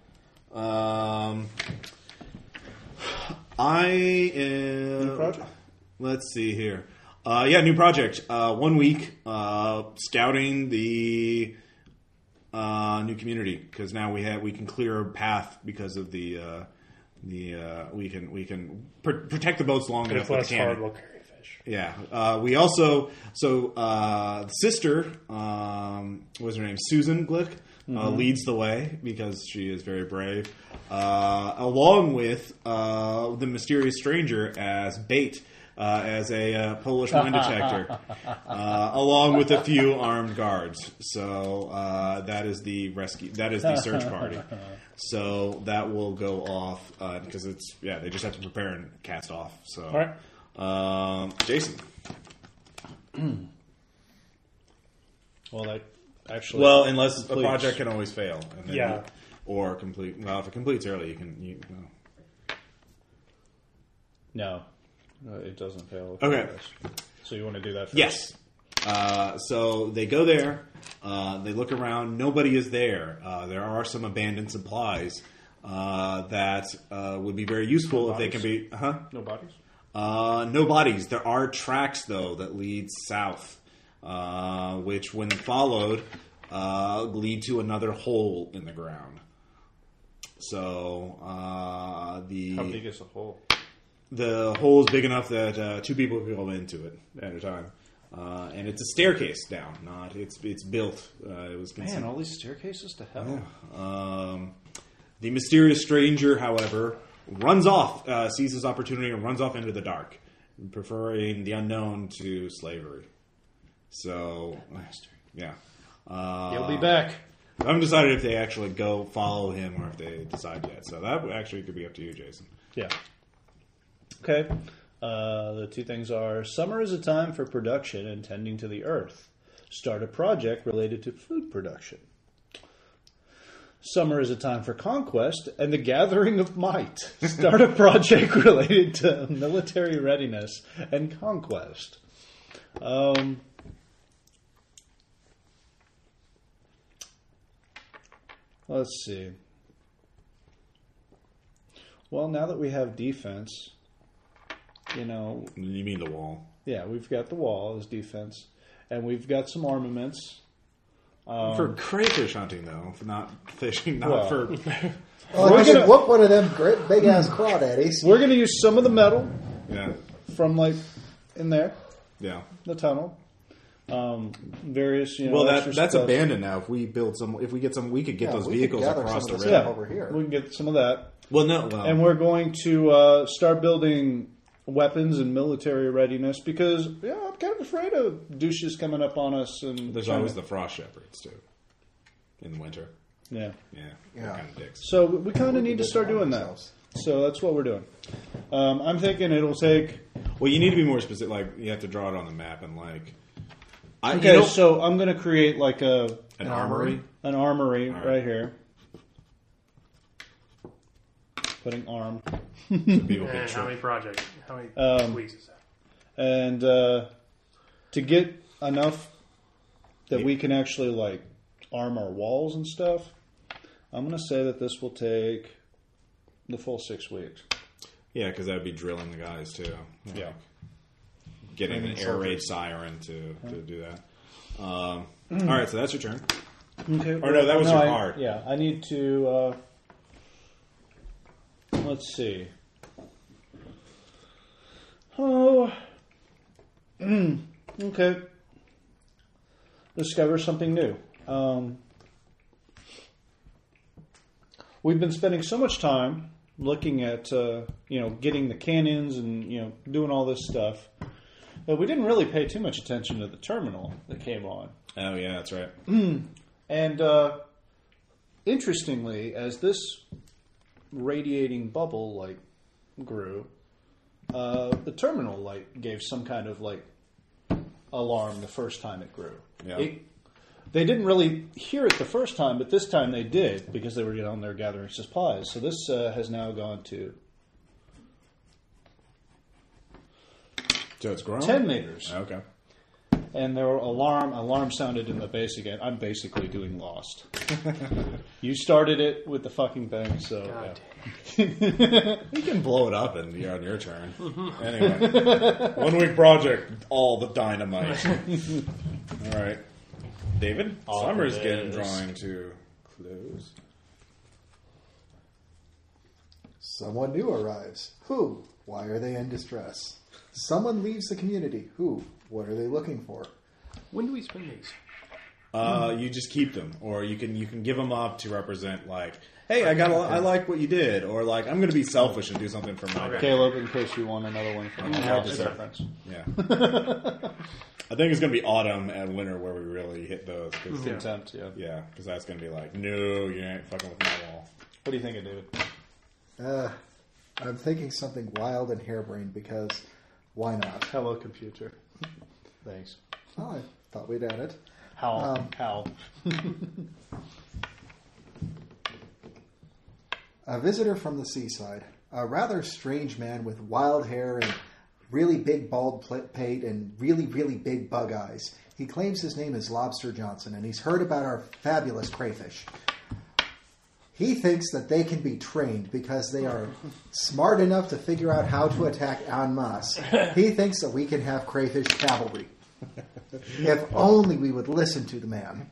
H: Um, I am.
F: project?
H: Let's see here. Uh, yeah, new project. Uh, one week uh, scouting the uh, new community because now we have we can clear a path because of the uh, the uh, we can we can pr- protect the boats long enough.
B: It's
H: With
B: less
H: the cannon.
B: horrible crayfish.
H: Yeah. Uh, we also so uh, the sister um, what was her name Susan Glick uh, leads the way because she is very brave, uh, along with uh, the mysterious stranger as bait. Uh, as a uh, Polish mine detector, uh, along with a few armed guards, so uh, that is the rescue. That is the search party. So that will go off uh, because it's yeah. They just have to prepare and cast off. So
B: All right.
H: um, Jason.
A: Well, that actually.
H: Well, unless the
A: Completes.
H: project can always fail. and then
B: Yeah.
H: you- or complete. Well, if it completes early, you can. You, well.
A: no, No, it doesn't fail.
H: Okay.
A: So you want to do that? First.
H: Yes. Uh, so they go there. Uh, they look around. Nobody is there. Uh, there are some abandoned supplies uh, that uh, would be very useful if they can be. uh-huh. Huh?
A: No bodies.
H: Uh, no bodies. There are tracks though that lead south, uh, which, when followed, uh, lead to another hole in the ground. So uh, the
A: How big is the hole?
H: the hole is big enough that uh, two people can go into it at a time, uh, and it's a staircase down. Not it's it's built. Uh, it was
F: Man,
H: considered.
F: all these staircases to hell.
H: Um, the mysterious stranger, however, runs off, uh, sees his opportunity, and runs off into the dark, preferring the unknown to slavery. So, yeah, uh,
A: He'll be back.
H: I haven't decided if they actually go follow him or if they decide yet. So that actually could be up to you, Jason.
A: Yeah.
F: Okay. Uh, the two things are summer is a time for production and tending to the earth. Start a project related to food production. Summer is a time for conquest and the gathering of might. Start a project *laughs* related to military readiness and conquest. Um, let's see. Well, now that we have defense, you know,
H: You mean the wall?
F: yeah, we've got the wall as defense, and we've got some armaments.
C: Um,
H: for crayfish hunting, though, for not fishing, not
F: Well.
C: *laughs*
H: for.
C: Well,
F: We're
C: I
F: gonna-
C: could whoop one of them great big ass crawdaddies.
F: We're going to use some of the metal
H: Yeah,
F: from like in there,
H: yeah.
F: the tunnel. Um, various, you know.
H: Well, that,
F: extra
H: that's
F: stuff.
H: abandoned now. If we build some, if we get some, we could get
C: Yeah,
H: those
C: we could
H: vehicles
C: gather
H: across
C: some
H: the
C: of
H: river.
C: this
F: Yeah,
C: over here.
F: We can get some of that,
H: Well, no, well,
F: and we're going to uh, start building weapons and military readiness because yeah, I'm kind of afraid of douches coming up on us and
H: there's always the frost shepherds too in the winter.
F: yeah.
H: Yeah, they're
C: Yeah.
H: kind of dicks.
F: So we kind of
C: be
F: need to
C: good
F: start
C: on
F: doing
C: ourselves.
F: that. So that's what we're doing. Um, I'm thinking it'll take
H: Well, you need to be more specific. Like you have to draw it on the map and like. I, you
F: Okay,
H: know-
F: so I'm gonna create like a
H: an armory.
F: an armory
H: All
F: right.
H: right.
F: here. Putting arm
H: so people
B: And
H: can
B: how
H: trip.
B: many projects? How many
F: Um,
B: weeks is that?
F: and uh, to get enough that we can actually like arm our walls and stuff. I'm gonna say that this will take the full six weeks.
H: Yeah, because that would be drilling the guys too.
F: Yeah.
H: Getting an air raid siren to, to do that. Um, All right, so that's your turn.
F: Okay.
H: Or no, that was your
F: I-
H: card.
F: Yeah, I need to. Uh, let's see. Oh. *clears throat* okay. Discover something new. Um, we've been spending so much time looking at uh, you know getting the cannons and you know doing all this stuff that we didn't really pay too much attention to the terminal that came on.
H: Oh yeah, that's right.
F: And uh, interestingly, as this radiating bubble like grew, uh, the terminal light gave some kind of like alarm the first time it grew.
H: Yeah.
F: It, they didn't really hear it the first time, but this time they did because they were down there gathering supplies. So this uh, has now gone to
H: So it's growing.
F: ten meters,
H: Okay.
F: and their alarm alarm sounded in the base again. I'm basically doing Lost. you started it with the fucking thing, so.
B: God
F: yeah.
B: damn.
H: You can blow it up and you're on your turn. Anyway, one week project, all the dynamite. all right, David. Summer's
A: it
H: getting
A: is.
H: drawing to close.
C: Someone new arrives. Who? Why are they in distress? Someone leaves the community. Who? What are they looking for?
B: When do we spend these?
H: Uh, you just keep them, or you can you can give them up to represent like, hey, I got a, I like what you did, or like I'm going to be selfish and do something for my
B: Okay.
F: Caleb, in case you want another one from
H: Okay,
F: I'll
H: I'll
F: just
H: do that.
F: reference.
H: yeah. I think it's going to be autumn and winter where we really hit those. Cause, yeah,
F: Contempt, yeah.
H: because that's going to be like, no, you ain't fucking with my wall.
F: What do you think of David?
C: Uh, I'm thinking something wild and harebrained because why not?
F: Hello, computer. Thanks.
C: Oh, I thought we'd add it.
F: How?
C: Um,
F: how?
C: A visitor from the seaside, a rather strange man with wild hair and really big bald pl- pate and really, really big bug eyes. He claims his name is Lobster Johnson and he's heard about our fabulous crayfish. He thinks that they can be trained because they are smart enough to figure out how to attack en masse. He thinks that we can have crayfish cavalry. If only we would listen to the man.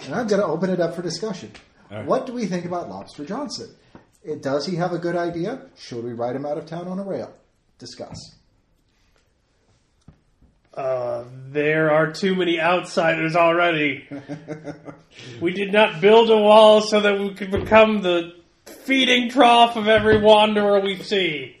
C: And I'm going to open it up for discussion.
H: right.
C: What do we think about Lobster Johnson? It, does he have a good idea? Should we ride him out of town on a rail? Discuss.
B: Uh, there are too many outsiders already. we did not build a wall so that we could become the feeding trough of every wanderer we see.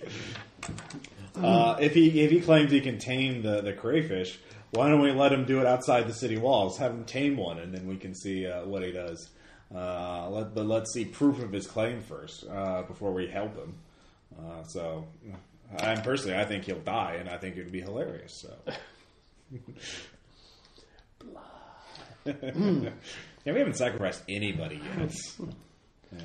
H: Uh, if he if he claims he can tame the, the crayfish, why don't we let him do it outside the city walls? Have him tame one, and then we can see uh, what he does. Uh, let, but let's see proof of his claim first uh, before we help him. Uh, so, I personally, I think he'll die, and I think it would be hilarious. So, *laughs* yeah, we haven't sacrificed anybody yet. Yeah.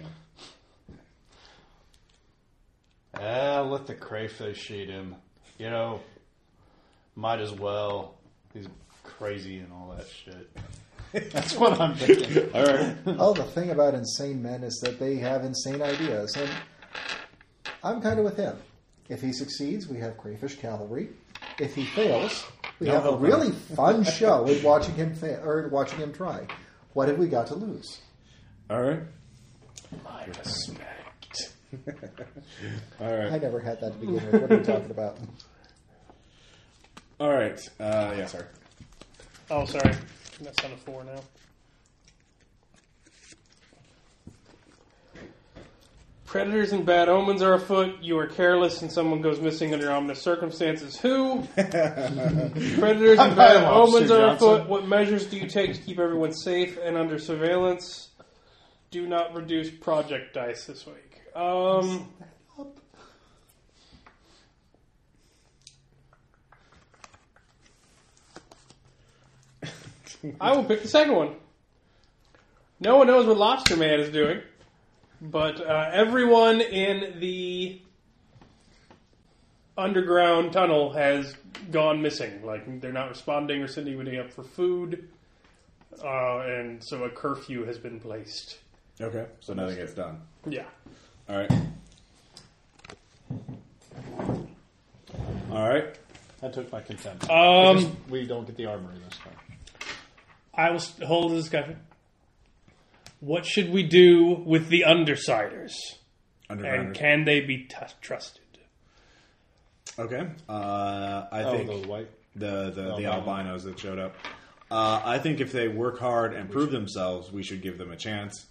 F: Ah, let the crayfish eat him. You know, might as well. He's crazy and all that shit. *laughs* That's what I'm thinking.
H: All right.
C: oh, the thing about insane men is that they have insane ideas, and I'm kind of with him. If he succeeds, we have crayfish cavalry. If he fails, we have a really fun show in watching him fail or in watching him try. What have we got to lose?
H: All right.
F: My respect.
H: *laughs* All right.
C: I never had that to begin with. What are we talking about?
H: All right. Uh, yeah, sorry.
B: Oh, sorry. That's on a four now. Predators and bad omens are afoot. You are careless and someone goes missing under ominous circumstances. Who? Predators and bad
F: Hello, Officer
B: omens are
F: Johnson.
B: afoot. What measures do you take to keep everyone safe and under surveillance? Do not reduce project dice this week. Um, I will pick the second one. No one knows what Lobster Man is doing, but uh, everyone in the underground tunnel has gone missing. Like they're not responding or sending anybody up for food, uh, and so a curfew has been placed.
H: Okay. So nothing gets done.
B: Yeah.
H: All right. All right.
F: I took my contempt.
B: Um,
F: we don't get the armory this time.
B: I will st- hold the discussion. What should we do with the undersiders, and
H: Underground.
B: can they be t- trusted?
H: okay. Uh, I
F: Oh,
H: think
F: the white.
H: the the, the
F: Albino.
H: albinos that showed up. Uh, I think if they work hard and prove themselves, we should give them a chance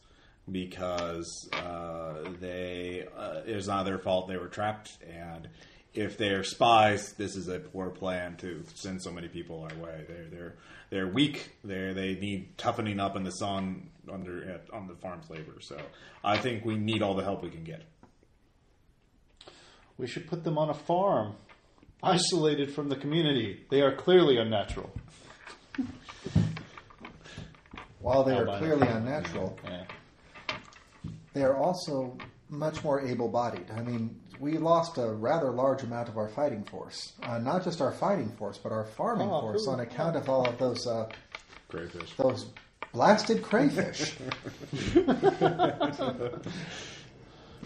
H: because uh, they uh, it was not their fault they were trapped, and if they're spies, this is a poor plan to send so many people our way. They're they're they're weak. They they need toughening up in the sun under on the farm's labor. So I think we need all the help we can get.
F: We should put them on a farm, isolated from the community. They are clearly unnatural.
C: While they are
F: Albino.
C: clearly unnatural,
F: Yeah.
C: they are also much more able-bodied. I mean, we lost a rather large amount of our fighting force. Uh, not just our fighting force, but our farming
F: Oh,
C: force
F: who-
C: on account of all of those uh,
H: Crayfish.
C: those blasted crayfish.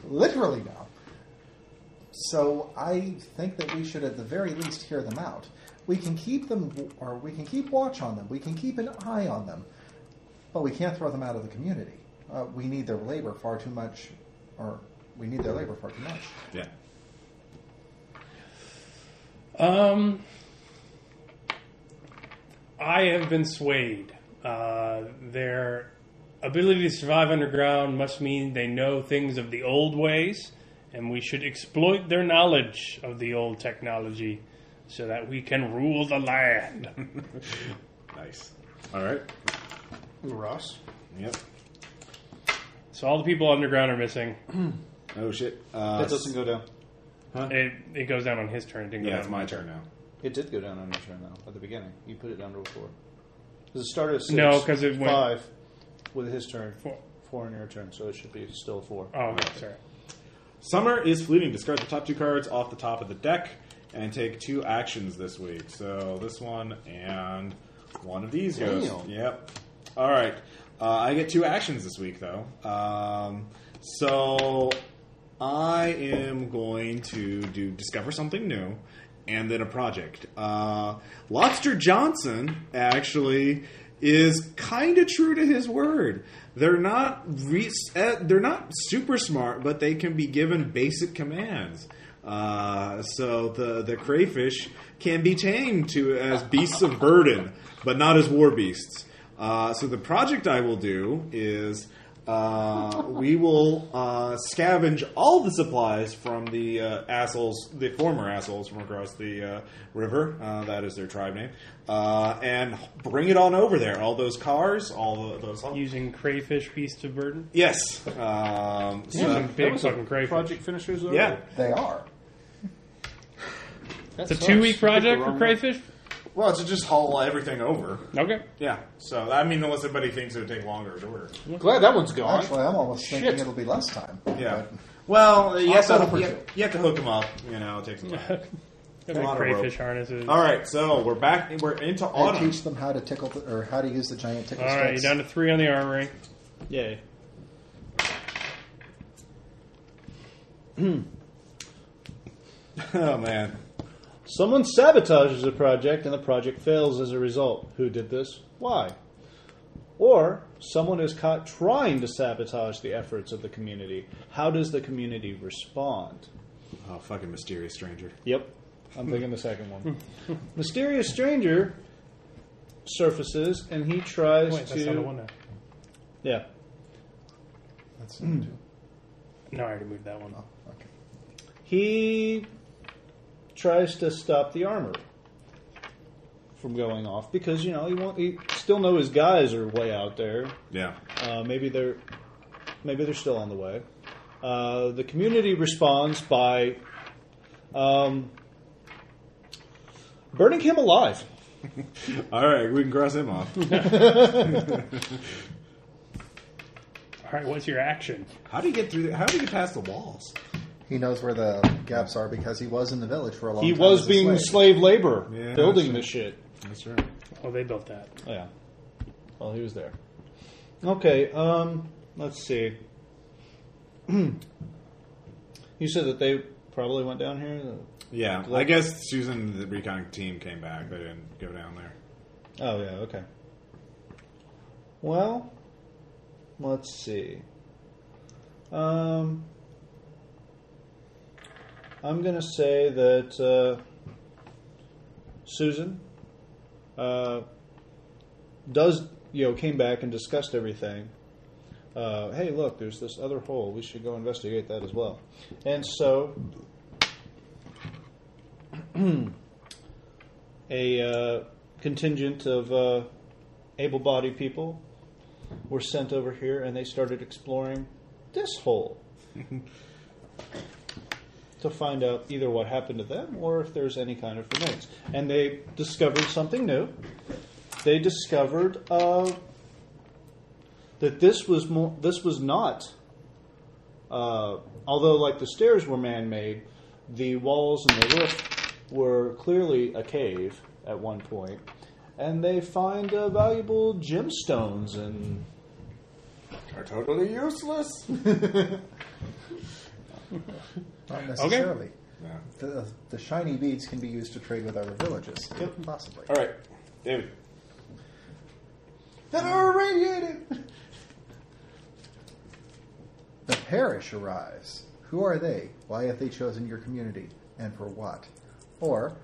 C: Literally now. So I think that we should, at the very least, hear them out. We can keep them, or we can keep watch on them. We can keep an eye on them, but we can't throw them out of the community. Uh, we need their labor far too much, or we need their labor far too much.
H: Yeah.
B: Um, I have been swayed. Uh, their ability to survive underground must mean they know things of the old ways, and we should exploit their knowledge of the old technology so that we can rule the land. *laughs*
H: Nice. All right.
F: Ross.
H: Yep.
B: so all the people underground are missing.
H: Oh shit. Uh,
F: That doesn't go down.
B: It, it goes down on his turn. It didn't go
H: Yeah,
B: down
H: it's
B: on
H: my
B: mine.
H: turn now.
F: It did go down on your turn though at the beginning. You put it down to a four.
I: Does it start at six?
B: No, 'cause it went-
I: five with his turn,
B: Four.
I: four on your turn, so it should be still four.
B: Oh, sorry.
H: Summer is fleeting. Discard the top two cards off the top of the deck and take two actions this week. So this one and one of these goes.
C: Damn.
H: Yep. All right. Uh, I get two actions this week though. Um, so I am going to do discover something new and then a project. Uh, Lobster Johnson actually is kind of true to his word. They're not re- eh, they're not super smart, but they can be given basic commands. Uh, so the the crayfish can be tamed to as beasts of burden, but not as war beasts. Uh, so the project I will do is uh, we will uh, scavenge all the supplies from the uh, assholes, the former assholes from across the uh, river. Uh, that is their tribe name, uh, and bring it on over there. All those cars, all the, those.
B: Using crayfish beast of burden.
H: Yes. Um, so-
B: Some big
I: was a
B: fucking crayfish.
I: Project finishers, though?
H: yeah.
C: They are.
I: That
B: It's a
I: sucks.
B: two week
I: You picked the
B: project
I: wrong
B: for
I: one.
B: crayfish.
H: Well, it's just haul everything over.
B: Okay.
H: Yeah. So I mean, unless anybody thinks it would take longer to order.
I: Glad that one's gone.
C: Actually, I'm almost thinking
I: Shit.
C: it'll be less time.
H: Yeah.
C: But
H: Well, you have,
C: Hostile
H: to, you,
C: pursuit.
H: have, you have to hook them up. You know, it takes a while.
B: Got
H: lot
B: my
H: of
B: crayfish
H: rope.
B: harnesses.
H: All right, so we're back. We're into
C: I
H: autumn.
C: teach them how to tickle the, or how to use the giant tickle
B: All right, you're
C: sticks.
B: down to three on the armory.
F: Yay.
H: Oh man,
F: Someone sabotages a project and the project fails as a result. Who did this? Why? Or someone is caught trying to sabotage the efforts of the community. How does the community respond?
H: oh fucking mysterious stranger.
F: Yep. I'm thinking the second one. *laughs* Mysterious stranger surfaces and he tries
B: Wait, that's not a
F: to
B: one now.
F: Yeah.
C: That's two.
B: No, I already moved that one.
C: Oh, okay.
F: He tries to stop the armor from going off because you know he won't. He still know his guys are way out there.
H: Yeah.
F: Uh, maybe they're maybe they're still on the way. Uh, the community responds by um, burning him alive.
H: All right, we can cross him off.
B: All right, what's your action?
H: How do you get through? The, how do you get past the walls?
C: He knows where the gaps are because he was in the village for a long
F: He
C: time. as
F: was
C: a
F: being
C: slave.
F: slave, labor,
H: Yeah,
F: building
H: sure.
F: this shit.
H: That's right.
B: Oh, they built that.
F: Oh, yeah. Well, he was there. Okay, um, let's see. *clears throat* you said that they probably went down here?
H: Yeah, I guess Susan, and the recon team came back. They didn't go down there.
F: Oh, yeah, okay. Well, let's see. Um, I'm going to say that uh, Susan uh, does, you know, came back and discussed everything. Uh, hey, look, there's this other hole. We should go investigate that as well. And so, a uh, contingent of uh, able bodied people were sent over here and they started exploring this hole to find out either what happened to them or if there's any kind of remains. And they discovered something new. They discovered uh, that this was more, this was not. Uh, although, like the stairs were man-made, the walls and the roof were clearly a cave at one point, and they find uh, valuable gemstones and
H: Are totally useless.
C: Not necessarily.
H: Yeah.
C: The, the shiny beads can be used to trade with other villages.
F: Yep.
C: Possibly.
H: All right, David.
C: That are irradiated! The parish arrives. Who are they? Why have they chosen your community? And for what? Or,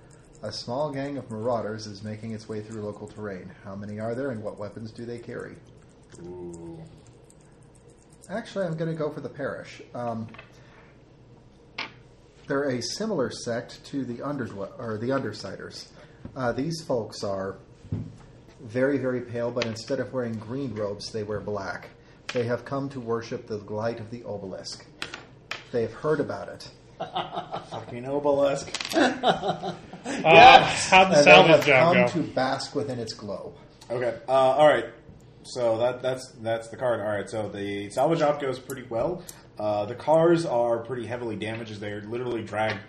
C: a small gang of marauders is making its way through local terrain. How many are there and what weapons do they carry?
H: Ooh.
C: Actually, I'm going to go for the parish. Um, they're a similar sect to the unders or the undersiders. Uh, these folks are very, very pale, but instead of wearing green robes, they wear black. They have come to worship the light of the obelisk. They have heard about it.
H: Fucking obelisk.
B: Uh, How'd the
C: And they
B: Uh, salvage
C: have
B: job
C: come
B: go?
C: to bask within its glow.
H: Okay. Uh, all right. So that that's that's the card. All right. So the salvage op goes pretty well. Uh, the cars are pretty heavily damaged. They're literally dragged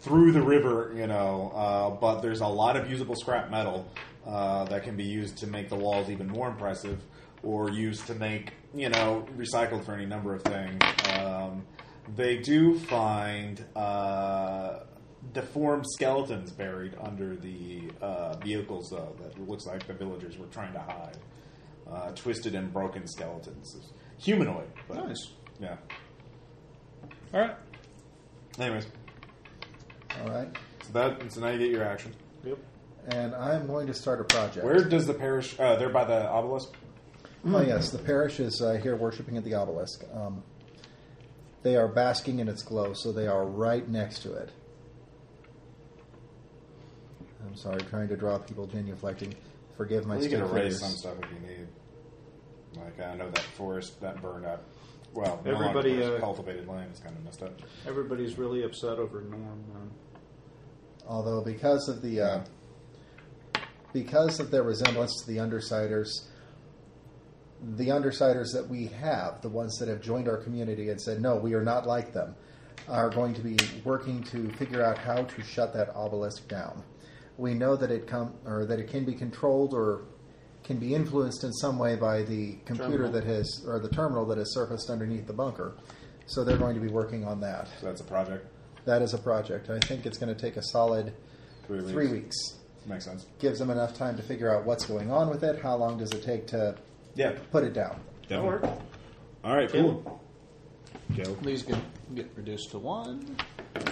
H: through the river, you know. Uh, but there's a lot of usable scrap metal uh, that can be used to make the walls even more impressive, or used to make you know recycled for any number of things. Um, they do find uh, deformed skeletons buried under the uh, vehicles, though, that it looks like the villagers were trying to hide. Uh, twisted and broken skeletons. Humanoid. But,
F: Nice.
H: Yeah.
B: All right.
H: Anyways,
C: All right.
H: so that so now you get your action.
F: Yep.
C: And I'm going to start a project.
H: Where does the parish? Uh, they're by the obelisk.
C: Oh, yes. The parish is uh, here worshiping at the obelisk. Um, they are basking in its glow, so they are right next to it. I'm sorry, trying to draw people genuflecting. Forgive my
H: You can
C: stick
H: erase
C: figures.
H: some stuff if you need. Like I know that forest that burned up. Well, no longer
F: Everybody,
H: forest,
F: uh,
H: cultivated land is kind of messed up.
F: Everybody's really upset over Norm. Man.
C: Although, because of the uh, because of their resemblance to the undersiders, the undersiders that we have, the ones that have joined our community and said no, we are not like them, are going to be working to figure out how to shut that obelisk down. We know that it come or that it can be controlled or can be influenced in some way by the computer
F: Terminal.
C: that has or the terminal that has surfaced underneath the bunker. So they're going to be working on that.
H: So that's a project.
C: That is a project. I think it's going to take a solid
H: Three weeks.
C: three weeks.
H: Makes sense.
C: Gives them enough time to figure out what's going on with it. How long does it take to
H: Yeah.
C: put it down?
H: Definitely. All right. Cool. Joe.
F: These get, get reduced to one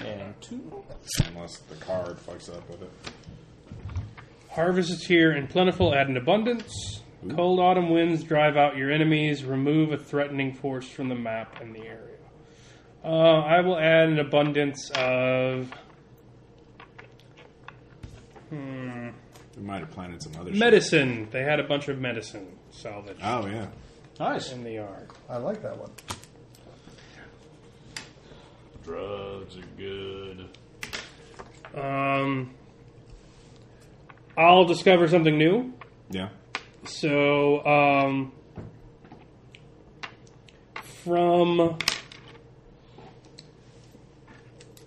F: and two.
H: Unless the card fucks up with it.
B: Harvest is here in plentiful at an abundance. Cold autumn winds drive out your enemies. Remove a threatening force from the map and the area. Uh, I will add an abundance of
H: We might have planted some other shit.
B: medicine. They had a bunch of medicine salvage
H: Oh yeah.
F: Nice.
B: in the yard.
C: I like that one.
F: Drugs are good.
B: Um, I'll discover something new.
H: Yeah.
B: So, um, from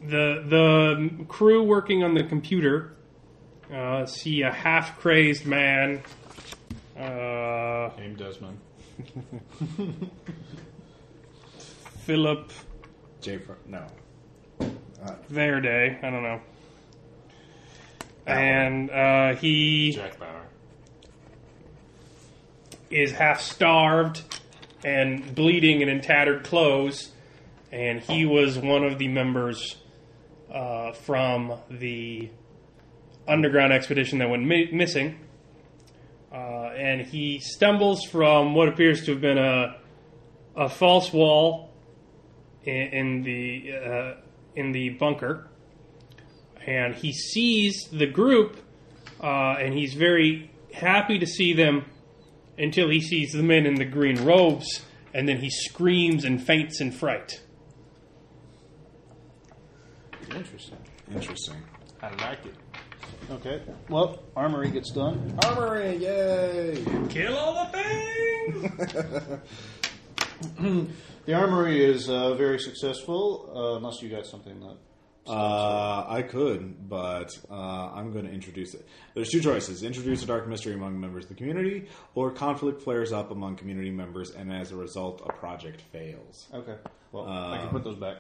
B: the the crew working on the computer, uh, see a half crazed man. Uh,
F: Name Desmond.
B: Philip
H: J. Fro- no.
B: Verde, I don't know. And uh, he
F: Jack Bauer.
B: is half starved and bleeding and in tattered clothes, and he was one of the members uh, from the underground expedition that went mi- missing. Uh, and he stumbles from what appears to have been a a false wall in, in the uh, in the bunker, and he sees the group, uh, and he's very happy to see them until he sees the men in the green robes, and then he screams and faints in fright.
F: Interesting.
H: Interesting.
F: I like it. Okay. Well, armory gets done.
H: Armory, yay!
B: Kill all the things!
F: The armory is uh, very successful, uh, unless you got something that.
H: Uh, I could, but uh, I'm going to introduce it. There's two choices: introduce a dark mystery among members of the community, or conflict flares up among community members, and as a result, a project fails.
F: Okay. Well, I can put those back.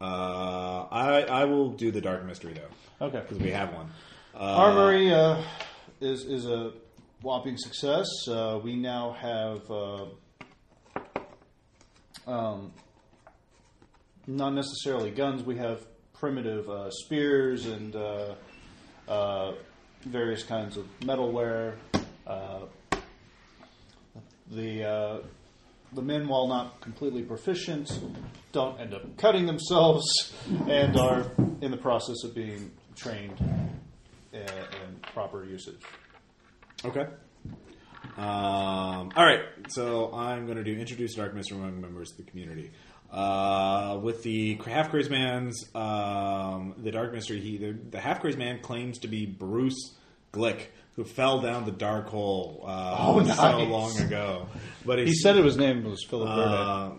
H: Uh, I I will do the dark mystery though,
F: Okay.
H: because we have one.
F: Armory uh, is is a whopping success. Uh, we now have uh, um, not necessarily guns. We have primitive uh, spears and uh, uh, various kinds of metalware. Uh, the uh, the men, while not completely proficient, don't end up cutting themselves *laughs* and are in the process of being trained
A: uh,
F: and, and proper usage.
H: Okay. Um, all right, so I'm going to do introduce dark mystery among members of the community. Uh, with the half crazed man's um, the dark mystery, he the, the half crazed man claims to be Bruce Glick, who fell down the dark hole uh,
A: Oh,
H: so
A: nice.
H: long ago. But
A: He said it was name was Philip Verde.
H: Uh,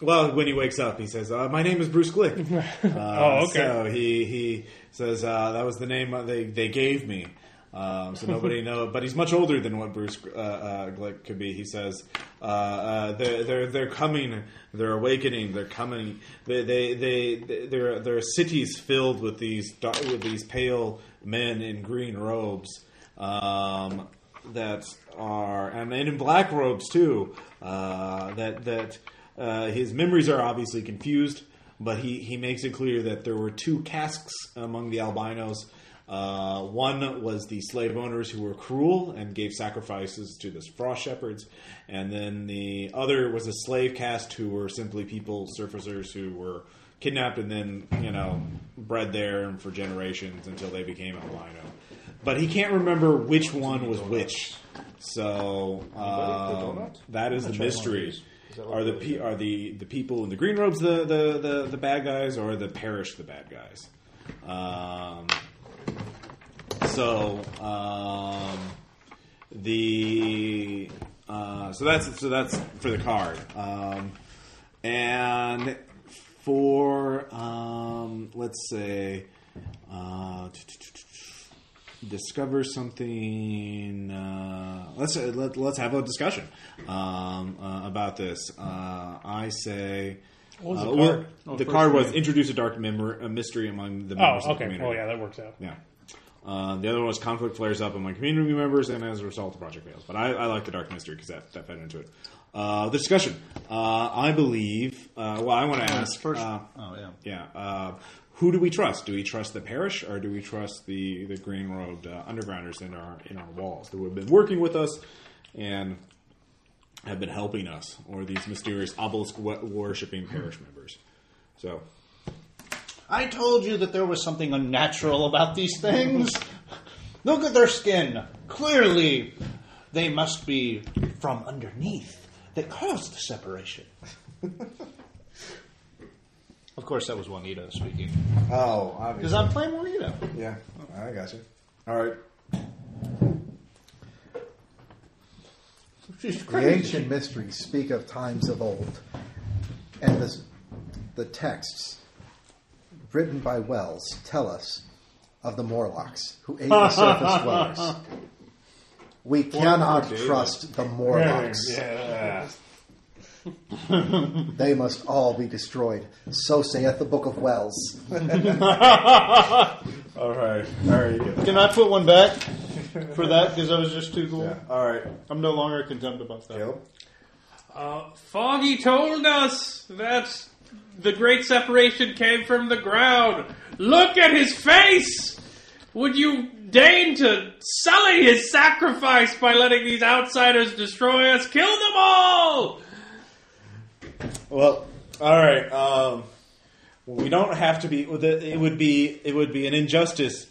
H: well, when he wakes up, he says, uh, "My name is Bruce Glick." Uh,
B: *laughs* Oh, okay.
H: So he he says uh, that was the name they they gave me. Um,
B: *laughs*
H: so nobody know, but he's much older than what Bruce uh, uh, Glick could be. He says, uh, uh, "They're they're they're coming, they're awakening, they're coming. They they they there there are cities filled with these dar- with these pale men in green robes." Um, that are and, and in black robes too. Uh, that that uh, his memories are obviously confused, but he he makes it clear that there were two casks among the albinos. Uh, one was the slave owners who were cruel and gave sacrifices to the straw shepherds, and then the other was a slave caste who were simply people, surfacers who were kidnapped and then you know bred there and for generations until they became albino. But he can't remember which one was which. So um, that is the mystery. Are the pe- are the, the people in the green robes the, the, the, the bad guys or are the parish the bad guys? Um, so um, the uh, so that's so that's for the card, um, and for um, let's say uh, discover something. Uh, let's let, let's have a discussion um, uh, about this. Uh, I say.
B: was the
H: uh, well,
B: card?
H: the card was introduce a dark memor- a mystery among the members
B: Oh,
H: of
B: okay.
H: the community.
B: Well, yeah, that works out.
H: Yeah. Uh, the other one was conflict flares up among community members, and as a result, the project fails. But I, I like the dark mystery because that, that fed into it. Uh, the discussion. Uh, I believe. Uh, well, I want to ask.
A: first-
H: uh,
A: Oh yeah.
H: yeah. Uh, who do we trust? Do we trust the parish, or do we trust the the green robed uh, undergrounders in our in our walls who have been working with us and have been helping us, or these mysterious obelisk worshipping parish members? So
A: I told you that there was something unnatural about these things. Look at their skin. Clearly, they must be from underneath that caused the separation. of course, that was Juanita speaking.
H: Oh, obviously.
A: Because I'm playing Juanita.
H: Yeah, I got you. All right.
A: She's
C: The
A: crazy.
C: ancient mysteries speak of times of old, and this, the texts written by Wells tell us of the Morlocks who ate the surface dwellers. We cannot
H: David.
C: trust the Morlocks.
H: Yeah.
C: They must all be destroyed. So saith the Book of Wells.
H: All right. All right. Yeah.
A: Can I put one back for that? Because I was just too cool.
H: All right.
A: I'm no longer condemned about that.
H: Caleb.
B: Uh, Foggy told us that the Great Separation came from the ground. Look at his face! Would you deign to sully his sacrifice by letting these outsiders destroy us? Kill them all!
H: Well. All right. Um, we don't have to be. It would be. It would be an injustice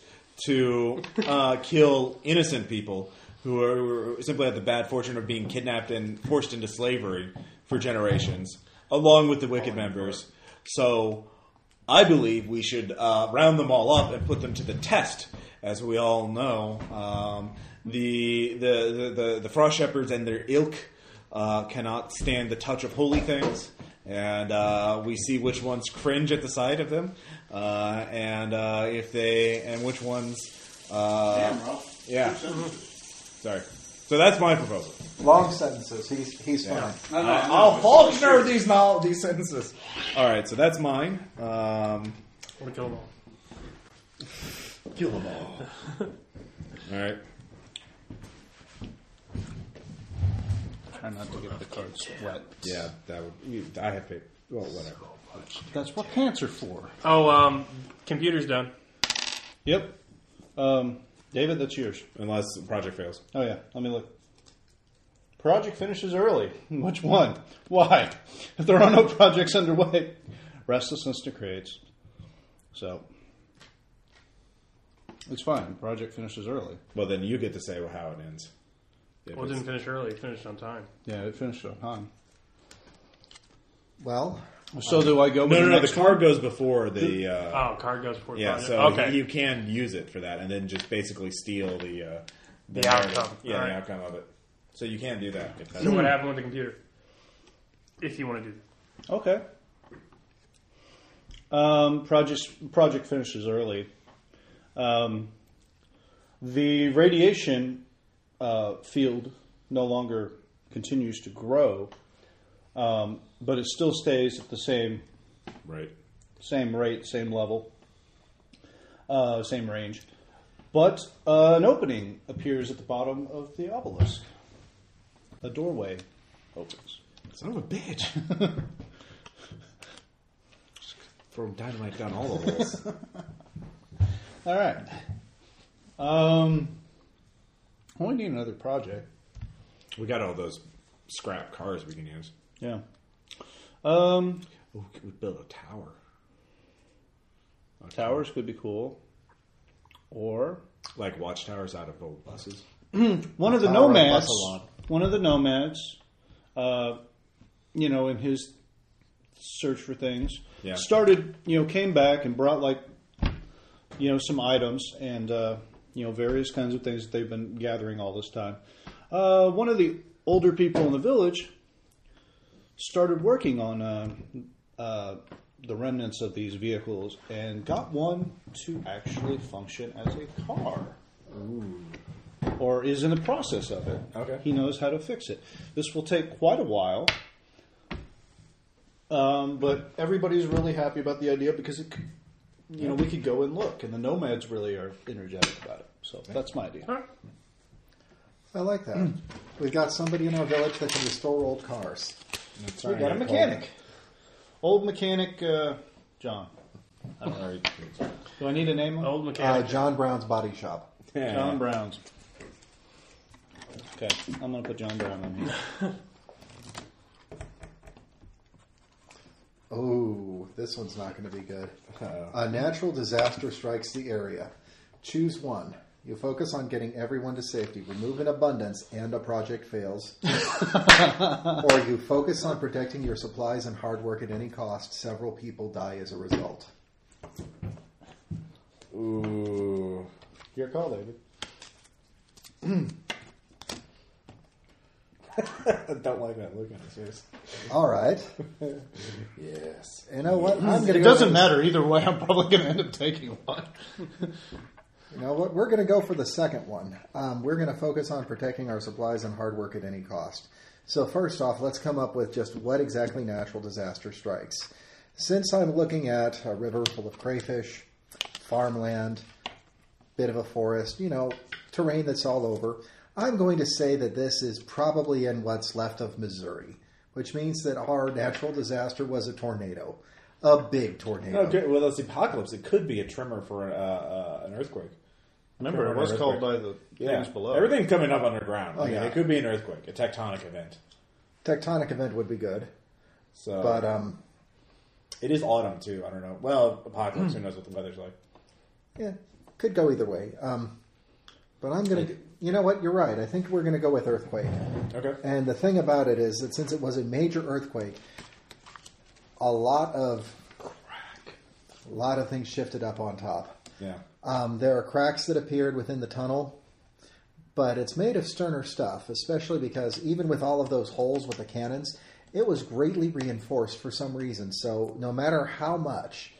H: to uh, kill innocent people who are who are- simply have the bad fortune of being kidnapped and forced into slavery for generations, along with the wicked members. So. I believe we should uh, round them all up and put them to the test. As we all know, um, the, the, the, the, the Frost Shepherds and their ilk uh, cannot stand the touch of holy things. And uh, we see which ones cringe at the sight of them, uh, and uh, if they, and which ones, uh, yeah. Sorry. So that's my proposal.
C: Long sentences. He's he's fine.
H: I'll Faulkner these no- these sentences. All right, so that's mine.
B: want
H: Um,
B: to kill them all.
H: Kill them all. all right.
A: Try not to get the cards wet.
H: Yeah, that would. You, I have paid. Well, whatever.
A: That's what pants are for.
B: Oh, um, computer's done.
A: Yep. Um, David, that's yours.
H: Unless the project fails.
A: Oh yeah, let me look. Project finishes early. *laughs* Which one? Why? If there are no projects underway, restlessness decreates. So it's fine. Project finishes early.
H: Well, then you get to say how it ends. If
B: Well, it
H: it's-
B: didn't finish early. It finished on time.
A: Yeah, it finished on time.
C: Well,
A: So do I go? With
H: No, no,
A: the
H: no. The
A: next
H: card goes before the. Uh,
B: Oh, card goes for
H: yeah,
B: project.
H: so
B: okay.
H: you can use it for that, and then just basically steal the uh,
B: The
H: narrative.
B: outcome.
H: Yeah,
B: Alright.
H: the outcome of it. So you can do that. If that's
B: so what happened with the computer? If you want to do that.
A: Okay.
F: Um, project project finishes early. Um, the radiation uh, field no longer continues to grow, um, but it still stays at the same
H: right.
F: same rate, same level, uh, same range. But uh, an opening appears at the bottom of the obelisk. A doorway opens.
H: Son of a bitch. *laughs* Just Throw dynamite down all of us.
F: All right. Um, well, we need another project.
H: *laughs* we got all those scrap cars we can use.
F: Yeah. Um,
H: Oh, we could build a tower.
F: towers could be cool. Or
H: Like watchtowers out of old buses.
F: one of the
C: Tower of
F: nomads.
C: Bucalon.
F: One of the nomads. Uh, you know, in his search for things,
H: Yeah.
F: started. You know, came back and brought like, you know, some items and uh, you know various kinds of things that they've been gathering all this time. Uh, one of the older people in the village started working on uh, uh, the remnants of these vehicles and got one to actually function as a car. Or is in the process of it.
H: Okay.
F: He knows how to fix it. This will take quite a while. Um, but everybody's really happy about the idea because it, could- you know, we could go and look, and the nomads really are energetic about it. So that's my idea.
B: All right.
C: I like that. We've got somebody in our village that can restore old cars.
H: That's
F: We got a mechanic, old mechanic uh, John. Do I need a name?
B: Old
C: Uh,
B: mechanic.
C: John Brown's Body Shop.
F: John Brown's. Okay, I'm gonna put John Brown on here.
C: Oh, this one's not going to be good. A natural disaster strikes the area. Choose one. You focus on getting everyone to safety, remove an abundance, and a project fails. *laughs* or you focus on protecting your supplies and hard work at any cost. Several people die as a result.
H: Ooh.
F: Your call,
C: *clears throat*
F: David.
H: I don't like that look on his face.
C: All
H: *laughs*
C: right.
H: Yes.
C: You know what? *laughs* I'm
F: It
C: gonna go
F: doesn't
C: with-
F: matter either way. I'm probably gonna end up taking one.
C: You know what? We're going to go for the second one. Um, we're going to focus on protecting our supplies and hard work at any cost. So, first off, let's come up with just what exactly natural disaster strikes. Since I'm looking at a river full of crayfish, farmland, bit of a forest, you know, terrain that's all over, I'm going to say that this is probably in what's left of Missouri, which means that our natural disaster was a tornado, a big tornado.
H: Okay, well, that's the apocalypse. It could be a tremor for uh, uh, an earthquake.
F: Remember, it was called by the things below.
H: Everything coming up underground. I mean,
C: yeah.
H: It could be an earthquake, a tectonic event.
C: Tectonic event would be good,
H: So,
C: but um,
H: it is autumn too. I don't know. Well, apocalypse. who knows what the weather's like?
C: Yeah, could go either way. Um, but I'm going to. You know what? You're right. I think we're going to go with earthquake.
H: Okay.
C: And the thing about it is that since it was a major earthquake, a lot of a lot of things shifted up on top.
H: Yeah.
C: Um, there are cracks that appeared within the tunnel, but it's made of sterner stuff, especially because even with all of those holes with the cannons, it was greatly reinforced for some reason. So no matter how much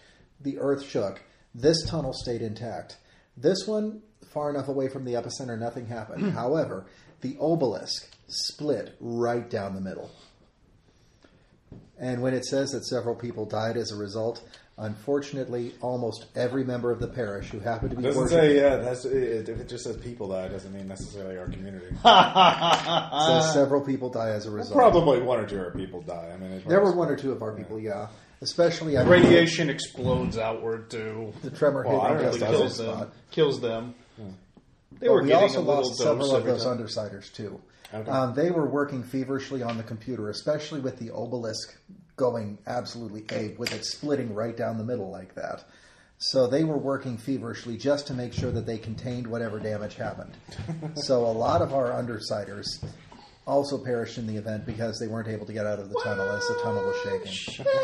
C: the earth shook, this tunnel stayed intact. This one, far enough away from the epicenter, nothing happened. However, the obelisk split right down the middle. And when it says that several people died as a result, unfortunately, almost every member of the parish who happened to be
H: Doesn't
C: worshiping
H: say yeah. That's it, if it just says people die, it doesn't mean necessarily our community. *laughs*
C: says several people die as a result.
H: Probably one or two of our people die. I mean, it
C: There were one or two of our people, yeah. Especially after
F: Radiation explodes outward too.
C: the tremor
H: Well, I
C: hit
H: don't
C: just
H: think
C: on this
H: it
F: kills
H: does
F: them.
C: spot.
F: Kills them.
B: Hmm.
F: They
C: But
F: were
C: we
F: getting
C: also
F: a little
C: lost several
F: dose
C: of
F: every
C: those
F: time.
C: undersiders too.
H: Okay.
C: Um, they were working feverishly on the computer, especially with the obelisk going absolutely ape, with it splitting right down the middle like that. So they were working feverishly just to make sure that they contained whatever damage
F: *laughs*
C: happened. so a lot of our undersiders also perished in the event because they weren't able to get out of the tunnel as the tunnel was shaking.
F: *laughs*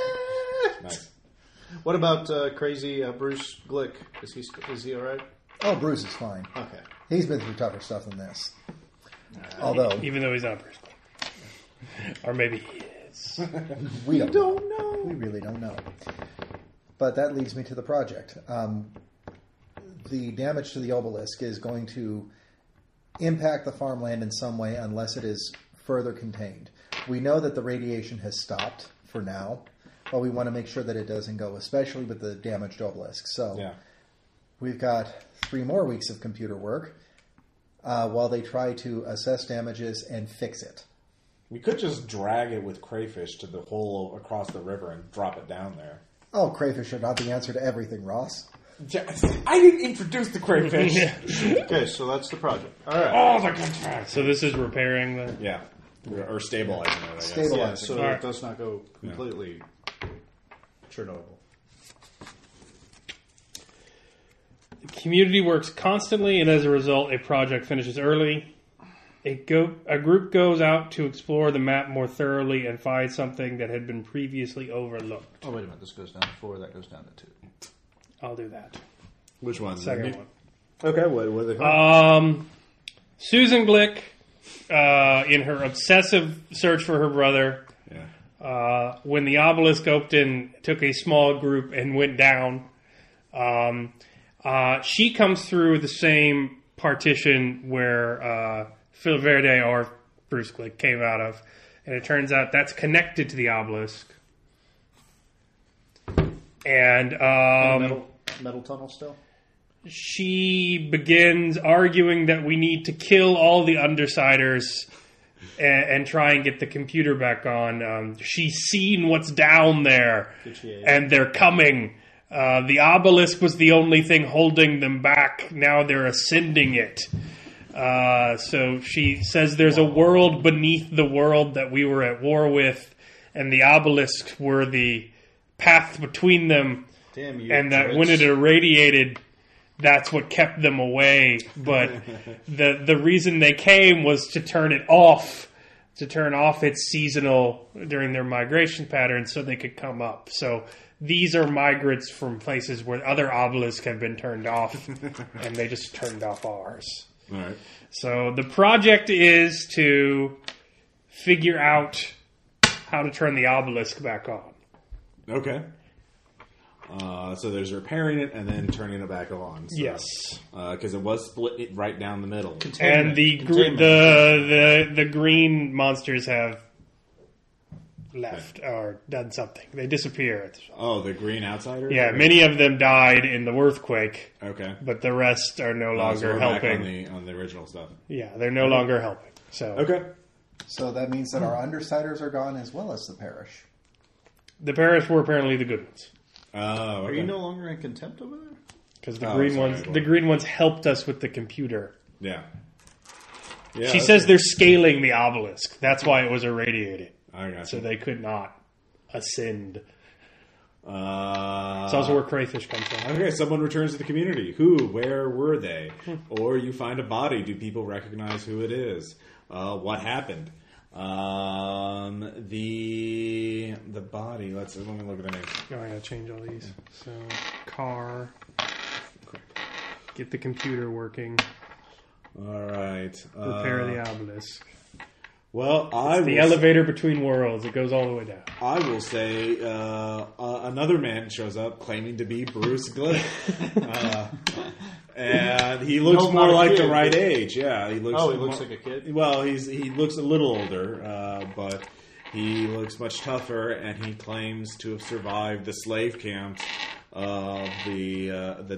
F: What about uh, crazy uh, Bruce Glick? Is he st- is he all right?
C: Oh, Bruce is fine.
F: Okay.
C: He's been through tougher stuff than this. Although
B: even though he's not Bruce Wayne. Uh, Or maybe he is.
C: we don't,
F: Don't know.
C: we really don't know. But that leads me to the project. Um, the damage to the obelisk is going to impact the farmland in some way unless it is further contained. We know that the radiation has stopped for now, but we want to make sure that it doesn't go, especially with the damaged obelisk. So
H: Yeah.
C: we've got three more weeks of computer work uh, while they try to assess damages and fix it.
H: We could just drag it with crayfish to the hole across the river and drop it down there.
C: Oh, crayfish are not the answer to everything, Ross.
H: I didn't introduce the crayfish.
F: Okay, so that's the project. All right.
B: All the contracts. So this is repairing the.
H: yeah. Or or stabilizing it, I guess.
C: Stable-
B: Oh.
F: Yeah, so
B: All right.
F: it does not go completely Chernobyl.
B: community works constantly, and as a result, a project finishes early. A, go, a group goes out to explore the map more thoroughly and find something that had been previously overlooked.
F: Oh wait a minute, this goes down to four. That goes down to two.
B: I'll do that.
H: Which one?
B: Second one.
H: Okay, what, what are they called?
B: Um, Susan Glick, uh, in her obsessive search for her brother,
H: yeah.
B: uh, when the obelisk Oakton took a small group and went down, um, uh, she comes through the same partition where uh, Phil Verde or Bruce Glick came out of, and it turns out that's connected to the obelisk. And um,
F: metal, metal tunnel still.
B: she begins arguing that we need to kill all the undersiders and, and try and get the computer back on. Um, she's seen what's down there,
F: she?
B: and they're coming. Uh, the obelisk was the only thing holding them back. Now they're ascending it. Uh, so she says there's a world beneath the world that we were at war with, and the obelisks were the path between them
F: Damn you!
B: and that
F: Brits.
B: when it irradiated, that's what kept them away. But the the reason they came was to turn it off, to turn off its seasonal during their migration pattern, so they could come up. So these are migrants from places where other obelisks have been turned off, and they just turned off ours.
H: All right.
B: So the project is to figure out how to turn the obelisk back on.
H: Okay. Uh, so there's repairing it and then turning it back on. So,
B: Yes.
H: Because it was split it right down the middle.
B: and the gr-
F: Containment.
B: the the the green monsters have left or done something. They disappeared.
H: Oh, the green outsider?
B: Yeah, many of them died in the earthquake,
H: Okay.
B: but the rest are no
H: Uh, so
B: longer
H: we're back
B: helping.
H: on the, on the original stuff.
B: yeah, they're no longer helping. So
H: Okay.
C: So that means that our undersiders are gone as well as the parish.
B: the Paris were apparently the good ones
H: Oh,
F: Are
H: okay.
F: you no longer in contempt over there?
B: because the
H: Oh,
B: green
H: sorry,
B: ones
H: well-
B: the green ones helped us with the computer.
H: yeah.
B: she
H: Yeah. that's-
B: says they're scaling the obelisk. That's why it was irradiated,
H: I got
B: so
H: you.
B: they could not ascend.
H: Uh,
B: That's
H: Ah.
B: also where crayfish comes from.
H: Okay, someone returns to the community. Who? Where were they?
F: Hmm.
H: or you find a body. Do people recognize who it is? Uh, what happened? Um, the the body. Let's let me look at the name.
B: Oh, I gotta change all these. So, car. Get the computer working.
H: All right. Uh,
B: Repair the obelisk.
H: Well, I
B: The
H: will,
B: elevator between worlds. It goes all the way down.
H: I will say uh, uh, another man shows up claiming to be Bruce
F: *laughs*
H: Glick, uh, and he looks
F: No, not
H: more
F: a
H: like the
F: kid.
H: right age. Yeah, he looks.
F: Oh, he looks
H: more-
F: like a kid.
H: Well, he's he looks a little older, uh, but he looks much tougher, and he claims to have survived the slave camps of the uh, the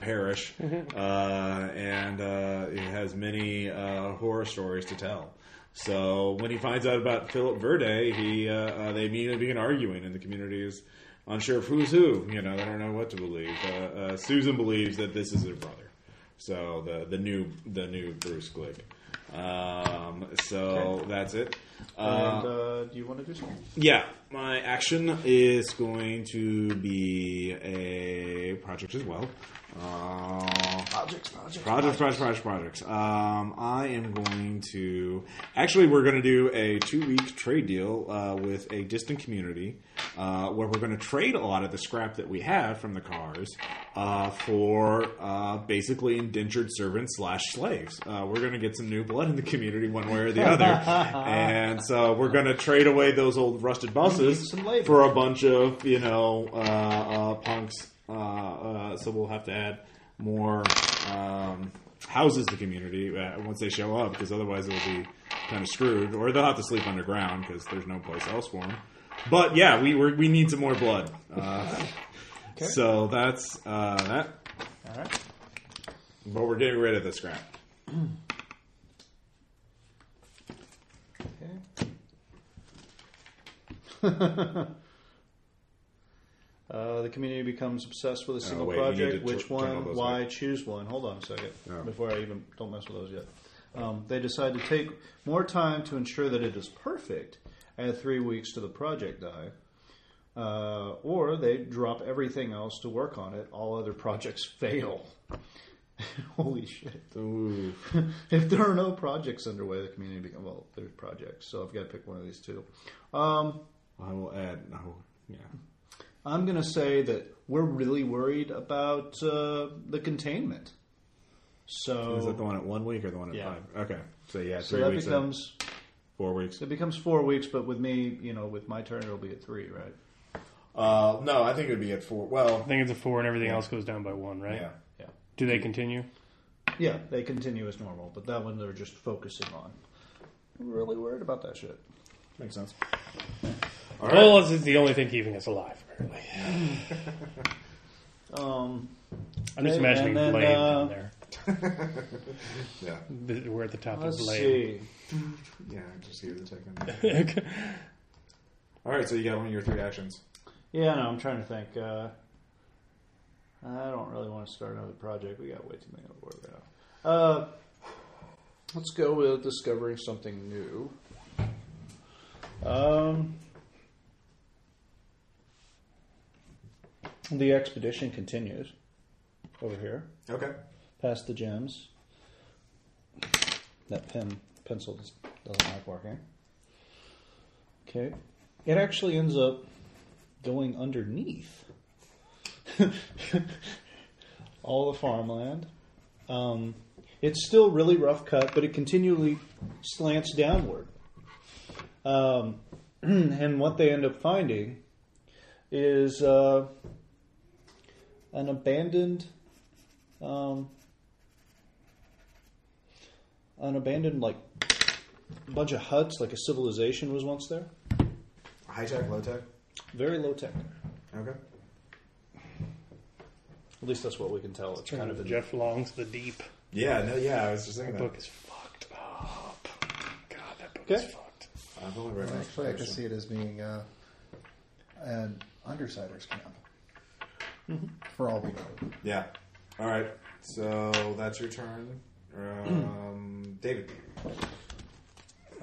F: *laughs*
H: Parish,
F: Mm-hmm.
H: uh, and uh, he has many uh, horror stories to tell. So when he finds out about Philip Verde, he uh, uh, they immediately begin arguing, and the community is unsure of who's who. You know, they don't know what to believe. Uh, uh, Susan believes that this is her brother. So the the new the new Bruce Glick. Um, so that's it.
F: and uh, do you want to do something?
H: Yeah, my action is going to be a project as well. Uh, projects, projects, projects, projects, projects. Um, I am going to actually we're going to do a two-week trade deal uh, with a distant community uh, where we're going to trade a lot of the scrap that we have from the cars uh, for uh, basically indentured servants slash slaves. Uh, we're going to get some new blood in the community one way or
F: *laughs*
H: the other, and so we're going to trade away those old rusted buses
F: some labor.
H: for a bunch of you know uh, uh, punks. Uh, uh, so we'll have to add more um, houses to the community uh, once they show up, because otherwise they'll be kind of screwed, or they'll have to sleep underground because there's no place else for them. But yeah, we we're, we need some more blood.
F: *laughs*
H: Uh, So that's uh, that.
F: All right.
H: But we're getting rid of the scrap.
F: Okay. *laughs* uh, the community becomes obsessed with a single
H: Uh, wait, we need
F: project.
H: to tur-
F: Which
H: turn all
F: one?
H: those
F: Why
H: back.
F: choose one? Hold on a second.
H: Oh.
F: Before I even don't mess with those yet. Um, they decide to take more time to ensure that it is perfect. Add three weeks to the project die, uh, or they drop everything else to work on it. All other *laughs* projects fail. *laughs* Holy shit!
H: Ooh.
F: *laughs* if there are no projects underway, the community become well. There's projects, so I've got to pick one of these two. Um,
H: I will add. No, yeah.
F: I'm going to say that we're really worried about uh, the containment. So,
H: Is that the one at one week or the one at
F: Yeah.
H: five? Okay. So yeah,
F: so
H: three
F: that
H: weeks. in,
F: becomes
H: four weeks.
F: it becomes four weeks. But with me, you know, with my turn, it'll be at three, right?
H: Uh, no, I think it would be at four. Well,
B: I think it's a four, and everything else goes down by one, right?
H: yeah.
F: Yeah,
B: Do they continue?
F: yeah. They continue as normal, but that one they're just focusing on. We're really worried about that shit.
H: Makes sense.
B: Right. is the only thing keeping us alive, apparently.
F: *laughs* Um,
B: I'm just
F: Okay,
B: imagining
F: and then,
B: Blade
F: uh,
B: down
F: *laughs*
B: there.
H: Yeah.
B: The- We're at the top
F: let's
B: of Blade.
F: see.
H: Yeah, just here the
F: *laughs*
H: second.
B: *laughs*
H: All right, so you got one of your three actions.
F: Yeah, no, I'm trying to think. Uh, I don't really want to start another project. We got way too many to work out. Uh, let's go with discovering something new. Um, the expedition continues over here,
H: Okay.
F: past the gems. That pen pencil just doesn't like working. Okay, it actually ends up going underneath *laughs* all the farmland. Um, it's still really rough cut, but it continually slants downward. Um, *clears throat* and what they end up finding is uh, an abandoned, um, an abandoned like bunch of huts, like a civilization was once there.
H: High tech, low tech.
F: Very low tech.
H: Okay.
F: At least that's what we can tell. It's kind of in
B: Jeff Long's The Deep.
H: Yeah. No. Yeah. I was just thinking
B: That
H: that.
B: book is fucked up. God, that book
F: Okay.
B: is fucked.
H: I've only read my
C: Actually, I could
H: first
C: see it as being uh, an undersiders camp. For all we know.
H: one. Yeah. All right. So that's your turn, um, *clears throat* David.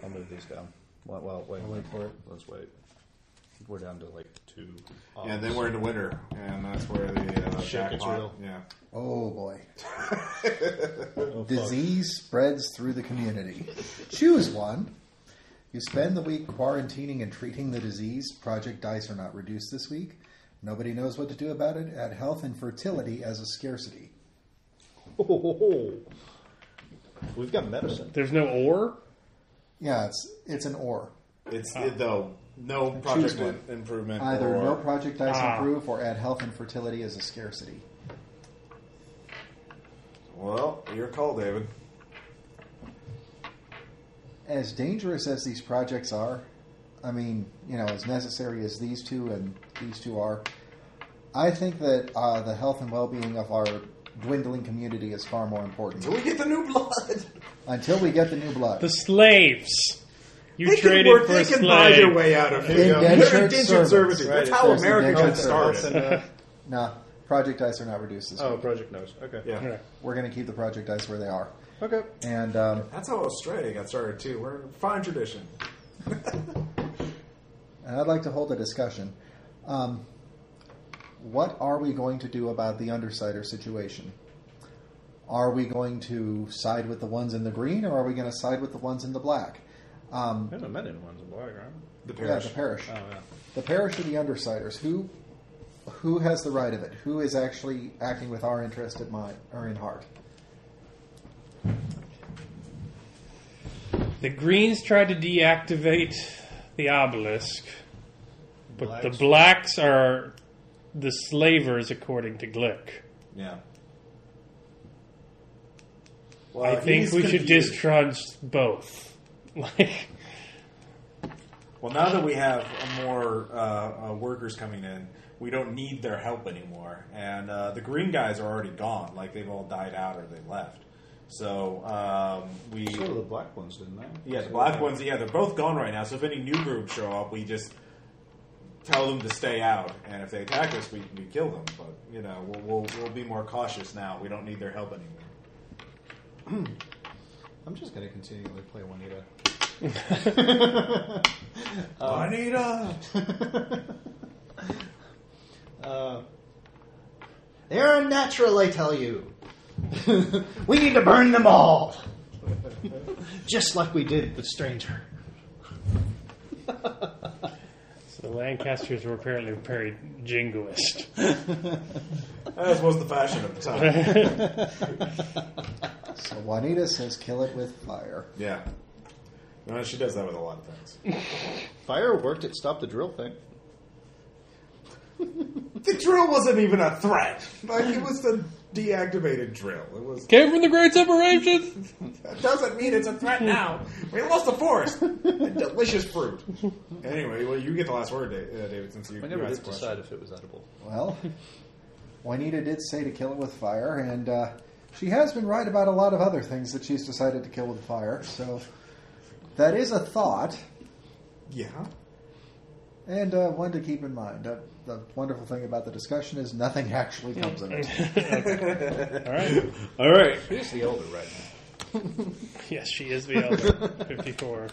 F: I'll move these down. Well, well wait, wait for it. Let's wait. We're down to like two. Um,
H: Yeah, and then we're into winter, and that's where the uh,
F: Oh, Shit gets
H: jackpot-
F: real.
H: Yeah.
C: Oh *laughs* boy.
F: Oh, fuck.
C: Disease spreads through the community. Choose one. You spend the week quarantining and treating the disease. Project dice are not reduced this week. Nobody knows what to do about it. Add health and fertility as a scarcity.
F: Ho, ho, ho, *laughs* ho. We've got medicine.
B: There's no or?
C: Yeah, it's it's an or.
H: It's it, though no project
C: one.
H: im- improvement.
C: Either
H: or,
C: no project dice
B: Ah.
C: improve or add health and fertility as a scarcity.
H: Well, your call, David.
C: As dangerous as these projects are, I mean, you know, as necessary as these two and these two are, I think that uh, the health and well-being of our dwindling community is far more important.
H: Do we get the new blood? *laughs*
C: Until we get the new blood.
B: The slaves. You
H: They can,
B: traded
H: work,
B: for
H: they
B: a
H: can buy their
B: slave.
H: way out of
C: Indentured
H: You're indentured
C: servants.
H: servitude.
C: Right,
H: That's
C: if
H: how
C: there's
H: America got
C: indentured
H: started.
C: Nah, Project dice are not reduced this
F: Oh,
C: week.
F: Project Nose. Okay.
H: Yeah.
B: All right.
C: We're going to keep the project dice where they are.
F: Okay.
C: And um,
H: That's how Australia got started too. We're fine tradition.
C: and I'd like to hold a discussion. Um, what are we going to do about the undersider situation? Are we going to side with the ones in the green, or are we going to side with the ones in the black? Um,
F: I haven't met anyone's in black, right?
H: The
C: yeah,
H: parish.
C: the parish.
F: Oh, yeah.
C: The parish or the undersiders? Who, who has the right of it? Who is actually acting with our interest at mind or in heart?
B: The Greens tried to deactivate the obelisk, but the
F: Blacks.
B: blacks are the slavers, according to Glick.
H: yeah.
B: I
H: Well,
B: think
H: he's
B: we should
H: Uh, confused.
B: distrust both. *laughs* Like,
H: Well, now that we have a more uh, uh, workers coming in, we don't need their help anymore. And uh, the green guys are already gone; like they've all died out or they left. So um, we,
F: So were the black ones, didn't they?
H: yeah, the black ones, yeah, they're both gone right now. So if any new group show up, we just tell them to stay out, and if they attack us, we, we kill them. But you know, we'll, we'll we'll be more cautious now. We don't need their help anymore.
F: I'm just going to continually play Juanita.
H: Anita,
F: Uh, they're unnatural, I tell you. *laughs* we need to burn them all. Just like we did the stranger.
B: so the Lancasters were apparently very jingoist.
H: that was the fashion at the time.
C: So Juanita says, "Kill it with fire."
H: Yeah, Well, she does that with a lot of things.
F: Fire worked, it stopped the drill thing.
H: The drill wasn't even a threat. Like it was the deactivated drill. It was.
B: Came from the Great Separation!
H: That doesn't mean it's a threat now. We lost the forest. And delicious fruit. Anyway, well, you get the last word, Da- uh, David, since you,
F: I
H: you
F: never
H: asked
F: did
H: the question.
F: decide if it was edible.
C: Well, Juanita did say to kill it with fire, and uh, she has been right about a lot of other things that she's decided to kill with fire. So that is a thought
H: Yeah.
C: and uh, one to keep in mind. Uh, the wonderful thing about the discussion is nothing actually comes of it.
B: Alright.
J: All right.
F: Who's the elder right
B: Yes, she is the *laughs* elder. 54.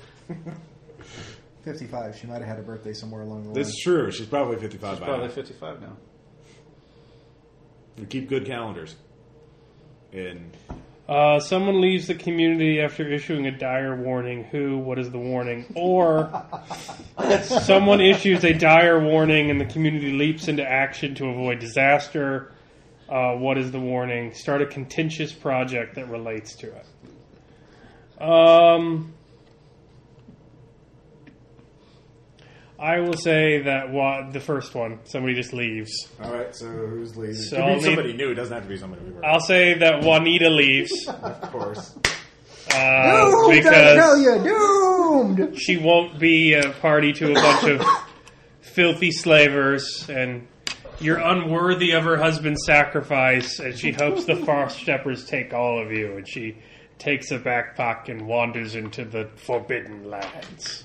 C: Fifty-five. She might have had a birthday somewhere along the line.
F: *laughs*
J: That's true. She's probably 55
F: now?
J: by
F: Probably
J: now.
F: 55 Oh, now.
J: We keep good calendars. And
B: Uh, someone leaves the community after issuing a dire warning. Who? What is the warning? Or someone issues a dire warning and the community leaps into action to avoid disaster. Uh, what is the warning? Start a contentious project that relates to it. Um, I will say that wa- the first one, somebody just leaves.
H: All right. So who's leading?
B: So
H: Could
B: I'll
H: be
B: lead-
H: somebody new. It doesn't have to be somebody we were.
B: I'll say that Juanita leaves.
H: Of course.
B: Uh,
C: Doomed, I
B: because
C: tell you, doomed.
B: she won't be a party to a bunch of filthy slavers and you're unworthy of her husband's sacrifice and she hopes the far steppers take all of you and she takes a backpack and wanders into the forbidden lands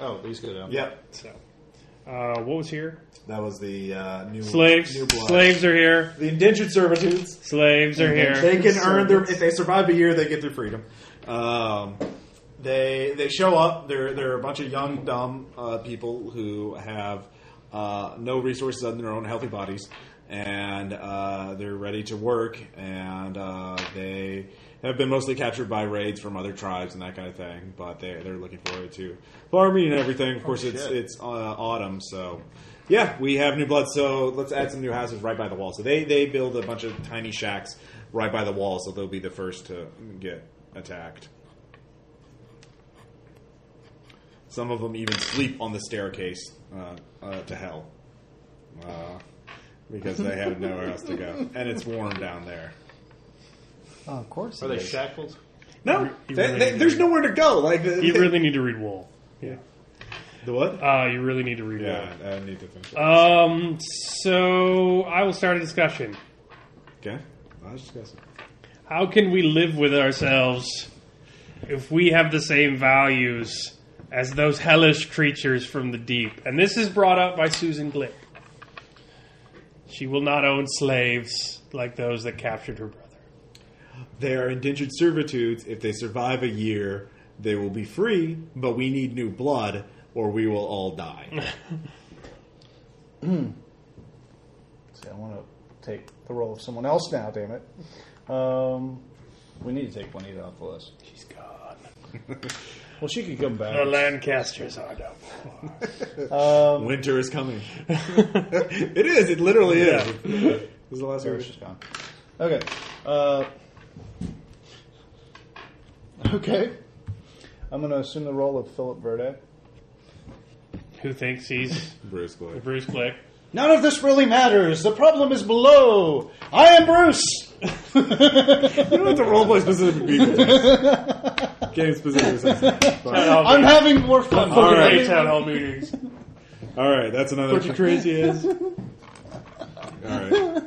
F: Oh, these go down.
H: Yep.
B: so uh, what was here
H: That was the uh, new
B: slaves
H: New blood.
B: slaves are here
H: The indentured servitudes.
B: slaves are here
H: They can earn their if they survive a year, they get their freedom. Um, they they show up. They're they're a bunch of young dumb uh, people who have uh, no resources other than their own healthy bodies, and uh, they're ready to work. And uh, they have been mostly captured by raids from other tribes and that kind of thing. But they they're looking forward to farming and everything. Of course, it's
F: shit.
H: it's uh, autumn, so. Yeah, we have new blood, so let's add some new houses right by the wall. So they, they build a bunch of tiny shacks right by the wall, so they'll be the first to get attacked. Some of them even sleep on the staircase uh, uh, to hell uh, because they have nowhere else to go, and it's warm down there.
C: of course.
F: Are
C: it
F: they
C: is.
F: shackled?
H: No,
B: You
H: they-
B: really-
H: they- there's nowhere to go. Like the,
B: you really need to read wool
H: the what?
B: uh, you really need to read
H: Yeah, I need to finish.
B: wool um, so i will start a discussion
H: okay, I was discussing.
B: How can we live with ourselves if we have the same values as those hellish creatures from the deep? And this is brought up by Susan Glick. She will not own slaves like those that captured her brother.
H: They are indentured servitudes. If they survive a year, they will be free, but we need new blood or we will all die.
F: See, I want to take the role of someone else now. Damn it. Um, we need to take Juanita off the list.
B: She's gone.
F: *laughs* Well, she could come back.
B: The Lancasters are no more.
H: Winter is coming. *laughs* it is. It literally is. This is the last
F: Sorry,
H: word.
F: she's gone. Okay. Uh, okay. I'm going to assume the role of Philip Verde.
B: Who thinks he's
H: Bruce Blair.
B: Bruce Blair?
F: None of this really matters. The problem is below. I am Bruce.
H: You don't have to roleplay specific
F: *laughs*
H: people. Game specific.
B: Town hall
F: I'm having more fun.
H: All
B: meetings.
H: right.
B: Town hall meetings.
H: All right. That's another.
B: What you crazy is.
H: All right.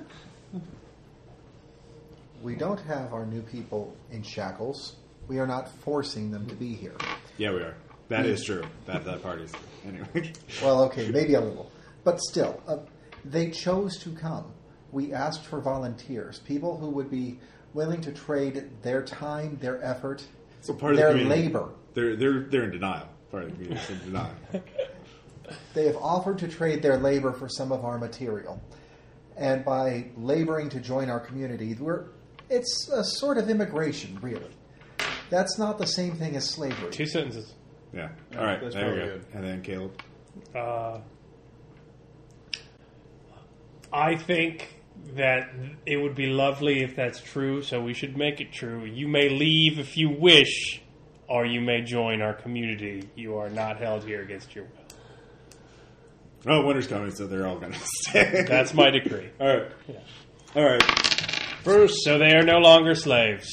C: We don't have our new people in shackles. We are not forcing them to be here.
H: Yeah, we are. That is true. That that part is anyway. *laughs*
C: Well, okay, maybe a little. But still, uh, they chose to come. We asked for volunteers, people who would be willing to trade their time, their effort,
H: So part of
C: their
H: the community-
C: labor.
H: They're they're they're in denial. Part of the community is
F: *laughs*
H: in denial.
C: They have offered to trade their labor for some of our material. And by laboring to join our community, we're, it's a sort of immigration, really. That's not the same thing as slavery.
B: Two sentences.
H: Yeah. All right.
F: That's
H: There we go.
F: probably good.
H: And then Caleb.
B: Uh, I think that it would be lovely if that's true, so we should make it true. You may leave if you wish, or you may join our community. You are not held here against your will.
H: Oh, winter's coming, so they're all gonna *laughs* stay.
B: That's my decree.
H: all right. All right.
B: Bruce, so they are no longer slaves.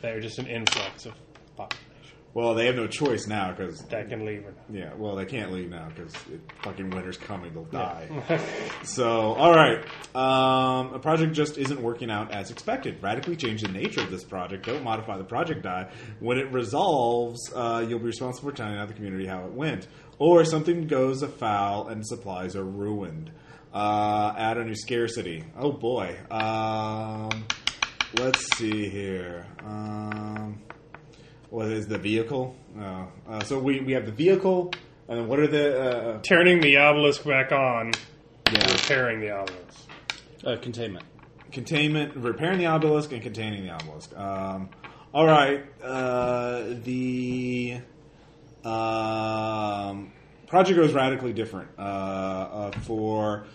B: They are just an influx of population
H: Well, they have no choice now because
B: that can leave or not.
H: yeah. Well, they can't leave now because fucking winter's coming. They'll die. *laughs* so all right. Um, a project just isn't working out as expected. Radically change the nature of this project. Don't modify the project die. When it resolves, uh, you'll be responsible for telling out the community how it went, or something goes afoul and supplies are ruined. Uh, add a new scarcity. Oh boy. Um, let's see here. Um, what is the vehicle? Oh. Uh, so we, we have the vehicle, and then what are the uh,
B: Turning the obelisk back on,
H: yeah,
B: repairing the obelisk.
F: Uh, containment.
H: containment, repairing the obelisk, and containing the obelisk. Um, all right, uh, the um, project goes radically different uh, uh, for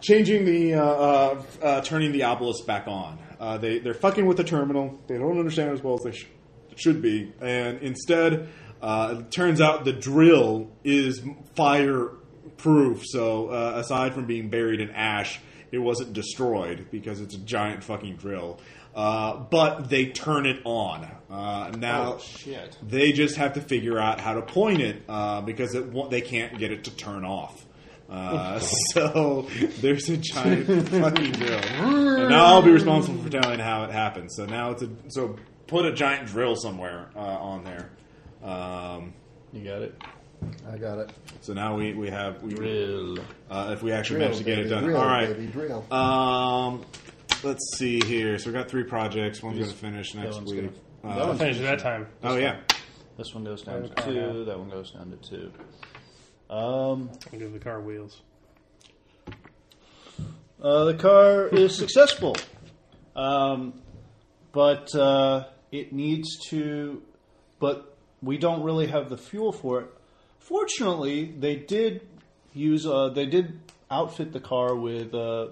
H: changing the uh, uh, uh, turning the obelisk back on. Uh, they they're fucking with the terminal. They don't understand it as well as they sh- should be, and instead, uh, it turns out the drill is fire proof. So uh, aside from being buried in ash, it wasn't destroyed because it's a giant fucking drill. Uh, but they turn it on uh, now.
F: Oh, shit.
H: They just have to figure out how to point it uh, because it won't, they can't get it to turn off.
F: *laughs*
H: Uh, *laughs* so there's a giant fucking drill. And now I'll be responsible for telling how it happened. So now it's a so put a giant drill somewhere uh, on there. Um,
F: You got it.
C: I got it.
H: so now we, we have we
F: Drill.
H: uh, if we actually
C: Drill,
H: manage to get
C: baby,
H: it done.
C: drill,
H: All right.
C: baby, drill.
H: Um, let's see here. So we got three projects. One's going to finish next
F: one's
H: week.
F: gonna-
H: Uh,
F: that one's-
B: Finish that time.
H: oh yeah.
F: This one goes down to
B: car
F: two. That one goes down to two. Um,
B: I'll give the car wheels.
F: Uh, the car is successful, um, but uh, it needs to. But we don't really have the fuel for it. Fortunately, they did use. Uh, they did outfit the car with uh,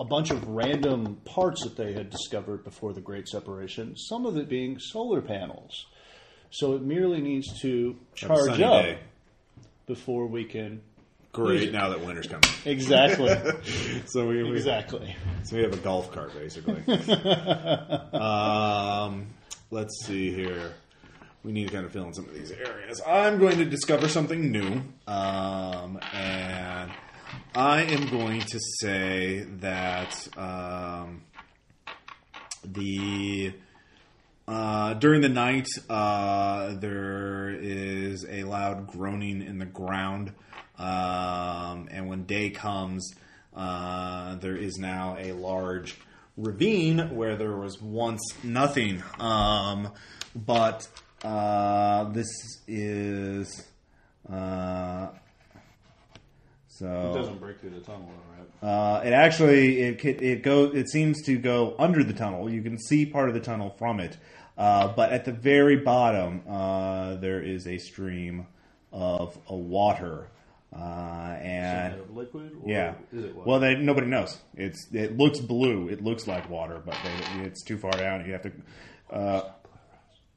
F: a bunch of random parts that they had discovered before the Great Separation. Some of it being solar panels. So it merely needs to
H: Have a
F: charge
H: sunny
F: up
H: day.
F: before we can.
H: Great. Now that winter's coming. *laughs*
F: Exactly.
H: So we, we
F: exactly.
H: So we have a golf cart, basically. um, let's see here. We need to kind of fill in some of these areas. I'm going to discover something new, um, and I am going to say that um, the uh, during the night, uh, there is a loud groaning in the ground, um, and when day comes, Uh, there is now a large ravine where there was once nothing. Um, but uh, this is. Uh, so
F: It doesn't break through the tunnel, all right?
H: uh, it actually it could- it go it seems to go under the tunnel. You can see part of the tunnel from it, uh, but at the very bottom uh, there is a stream of a water, uh, and
F: Out of liquid? Or
H: yeah,
F: Is it what?
H: well they, nobody knows. It's it looks blue. It looks like water, but they, it's too far down. You have to. Uh,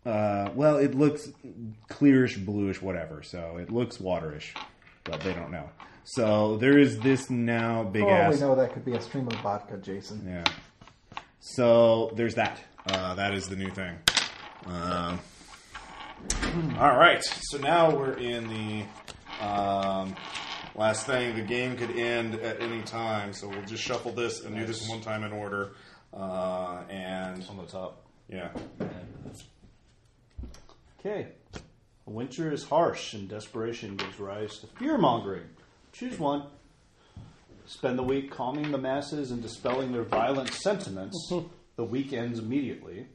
H: uh, well, it looks clearish, bluish, whatever. So it looks waterish, but they don't know. So there is this now big
C: For all
H: ass.
C: Oh, we know, that could be a stream of vodka, Jason.
H: Yeah. So there's that. Uh, that is the new thing. Um, all right. So now we're in the um, last thing. The game could end at any time, so we'll just shuffle this and do this one time in order. Uh, and
F: On the top.
H: yeah,
F: Okay. Winter is harsh and desperation gives rise to fear mongering. Choose one. Spend the week calming the masses and dispelling their violent sentiments. the week ends immediately.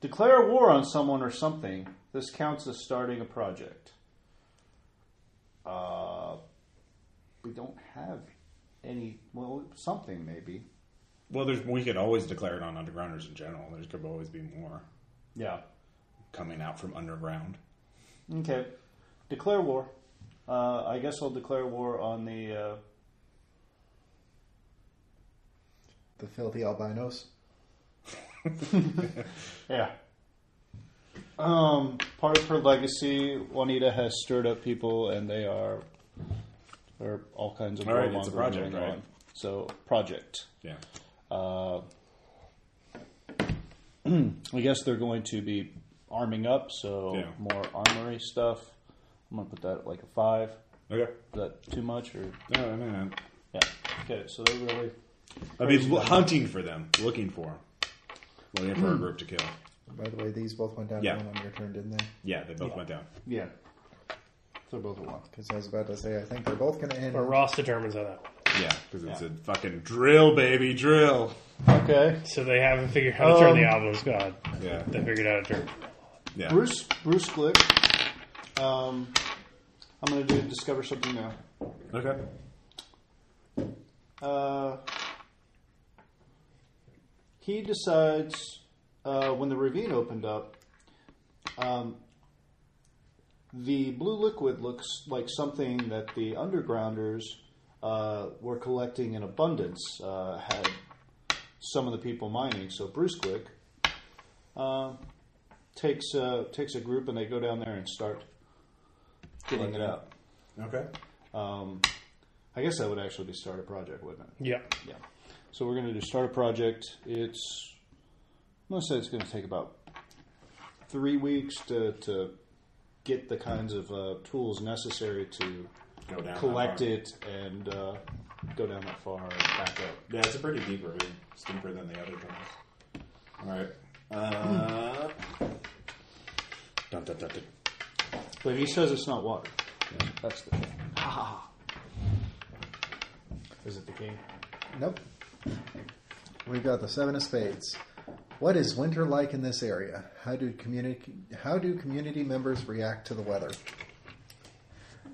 F: Declare war on someone or something. This counts as starting a project. Uh, we don't have any. Well, something maybe.
H: well, there's we could always declare it on undergrounders in general. There could always be more
F: Yeah.
H: coming out from underground.
F: Okay. Declare war. Uh, I guess I'll declare war on the. Uh,
C: The filthy albinos.
F: Yeah. Um, part of her legacy, Juanita has stirred up people, and they are there are all kinds of
H: All right,
F: warmongering
H: it's a project,
F: going
H: right?
F: on. So project.
H: Yeah.
F: Uh, I guess they're going to be arming up, so
H: Yeah.
F: more armory stuff. I'm gonna put that at like a five.
H: Okay.
F: Is that too much or
H: No, I mean,
F: yeah? Okay, so they're really
H: I mean, hunting for them, looking for them, looking for a group to kill.
C: By the way, these both went down
H: Yeah.
C: to one on your turn, didn't they?
H: Yeah, they both went down.
F: yeah. They're both at one.
C: Because I was about to say, I think they're both going to end.
K: But Ross determines on that one.
H: Yeah, because it's a fucking drill, baby, drill.
F: Okay.
K: So they haven't figured how to turn the albums. God,
H: Yeah,
K: they figured out how to turn.
H: yeah.
F: Bruce Bruce Glick. Um, I'm gonna do discover something now.
H: Okay.
F: Uh, he decides uh, when the ravine opened up. Um, the blue liquid looks like something that the undergrounders uh, were collecting in abundance. Uh, had some of the people mining, so Bruce Glick uh, takes uh, takes a group and they go down there and start getting it out.
H: Okay.
F: Um, I guess that would actually be start a project, wouldn't it?
K: Yeah.
F: Yeah. So we're going to do start a project. It's I'm going to say it's going to take about three weeks to, to get the kinds of uh, tools necessary to
H: Go down. that
F: collect
H: far.
F: it and uh, go down that far and back up.
H: Yeah, it's a pretty deep ravine. It's deeper than the other tunnels. All right. Uh, dun, dun, dun, dun.
F: But he says it's not water. That's the thing. Is it the key?
C: Nope. We've got the seven of spades. What is winter like in this area? How do community how do community members react to the weather?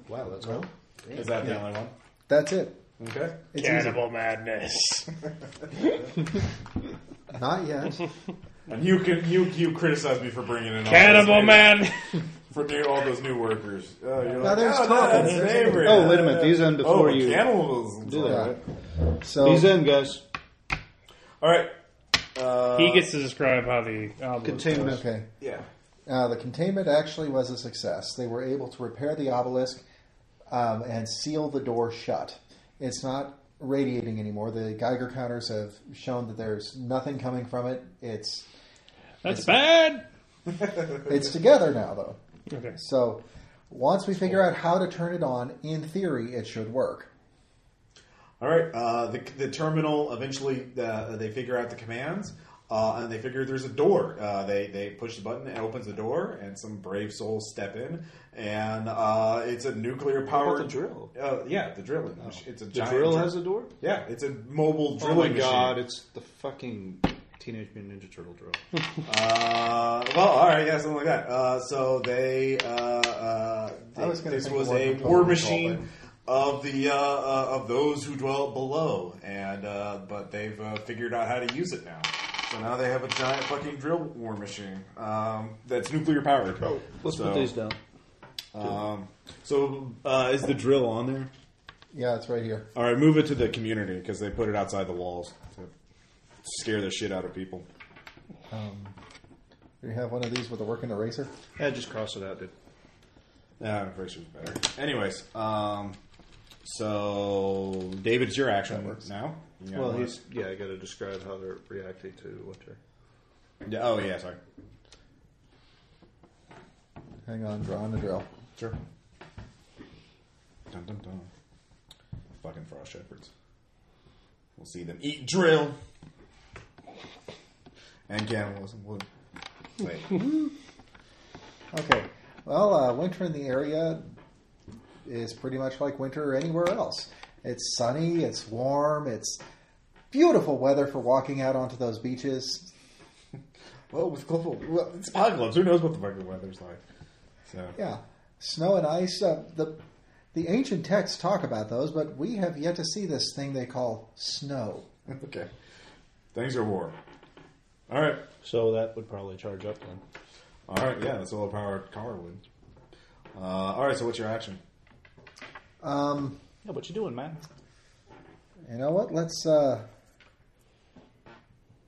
F: Wow, that's all.
H: Is that the only one?
C: That's it.
H: Okay.
C: It's easy.
K: Cannibal madness.
C: *laughs* Not
F: *laughs*
C: yet.
H: And you can you you criticize me for bringing in all
K: Cannibal
H: those
B: *laughs*
H: new-
K: man.
H: for new, all those new workers. Oh, you're
C: Now
H: like,
C: there's
H: oh, no,
C: comments.
H: that's
C: There's-
H: favorite.
F: Oh, wait a minute. These end
H: Oh,
F: before you.
H: cannibalism.
F: Do that, right?
C: So
F: These end, guys.
H: All right. Uh,
K: he gets to describe how the album.
F: Containment.
C: okay.
H: yeah.
C: Uh, the containment actually was a success. They were able to repair the obelisk um, and seal the door shut. It's not radiating anymore. The Geiger counters have shown that there's nothing coming from it. It's
K: That's bad.
C: it's together now though.
K: Okay.
C: So once we figure out how to turn it on, in theory, it should work.
H: All right. Uh, the, the terminal eventually uh, they figure out the commands. Uh, and they figure there's a door. Uh, they they push the button, it opens the door, and some brave souls step in, and uh, it's a nuclear powered
F: the drill? Oh.
H: Uh, yeah, the drilling. mach- It's a
F: The
H: giant
F: drill has a door.
H: yeah, it's a mobile
F: Oh
H: drilling
F: my
H: machine.
F: god! It's the fucking Teenage Mutant Ninja Turtle drill.
H: Uh, well, all right, yeah, something like that. Uh, so they, uh, uh,
C: I was gonna
H: this
C: think
H: was
C: war
H: a
C: control
H: war
C: control,
H: machine of the uh, uh, of those who dwell below, and uh, but they've uh, figured out how to use it now. So now they have a giant fucking drill war machine um, that's nuclear powered.
F: *laughs* Oh, Let's
H: So,
F: put these down.
H: Um, so uh, is the drill on there?
C: Yeah, it's right here.
H: All right, move it to the community because they put it outside the walls to scare the shit out of people.
C: Um, do you have one of these with a working eraser?
F: Yeah, just cross it out, dude.
H: Yeah, Briggs was better. Anyways, um, so David, it's your action now. You got
F: well,
H: one.
F: he's yeah. I got to describe how they're reacting to what they're.
H: Yeah, oh yeah, sorry.
C: Hang on, drawing the drill.
H: Sure. Dun dun dun. Fucking frost shepherds. We'll see them eat drill and cannibalism. Would wait.
F: *laughs*
C: Okay. Well, uh, winter in the area is pretty much like winter anywhere else. It's sunny, it's warm, it's beautiful weather for walking out onto those beaches.
H: well, with global, well, it's apocalypse. Who knows what the fucking weather's like? So
C: Yeah, snow and ice. Uh, the the ancient texts talk about those, but we have yet to see this thing they call snow.
H: *laughs* okay, things are warm. All right.
F: So that would probably charge up then.
H: All right, yeah, the solar powered car would. Uh, all right, so what's your action?
C: Um,
F: Yeah, what you doing, man?
C: you know what? Let's. Uh,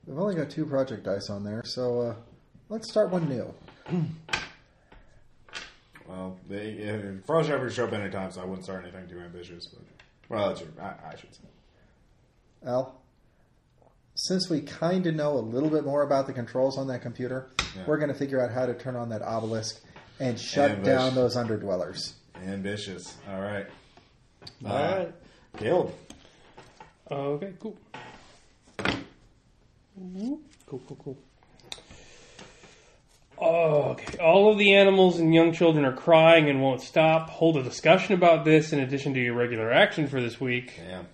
C: we've only got two project dice on there, so uh, let's start one new.
H: Well, they uh, Frost Shepherd show up anytime, so I wouldn't start anything too ambitious. But well, that's your, I, I should say.
C: Al, since we kind of know a little bit more about the controls on that computer,
H: Yeah.
C: we're going to figure out how to turn on that obelisk and shut
H: Ambush.
C: down those underdwellers.
H: ambitious. All right, Uh,
F: All right.
H: Caleb.
B: Okay, cool. Cool, cool, cool. Okay. All of the animals and young children are crying and won't stop. Hold a discussion about this in addition to your regular action for this week.
H: Damn.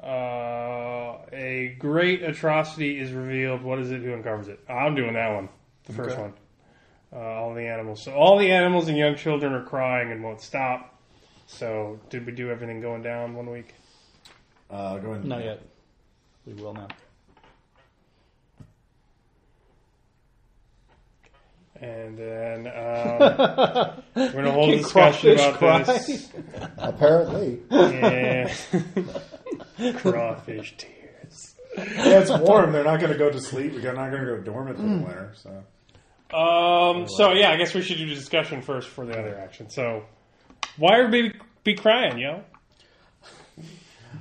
B: Uh, a great atrocity is revealed. What is it? Who uncovers it? I'm doing that one. The first one. Uh, all the animals. So all the animals and young children are crying and won't stop. So did we do everything going down one week?
H: Uh, go ahead.
F: Not yet. We will now.
B: And then um, we're gonna hold a
F: *laughs* Can
B: discussion about
F: crawfish
B: this.
C: Apparently,
B: Yeah. *laughs* crawfish tears.
H: Yeah, it's warm. They're not going to go to sleep. We're not going to go dormant for the
F: Mm.
H: winter. So
B: Um. So yeah, I guess we should do the discussion first for the other action. So why are baby be crying, yo?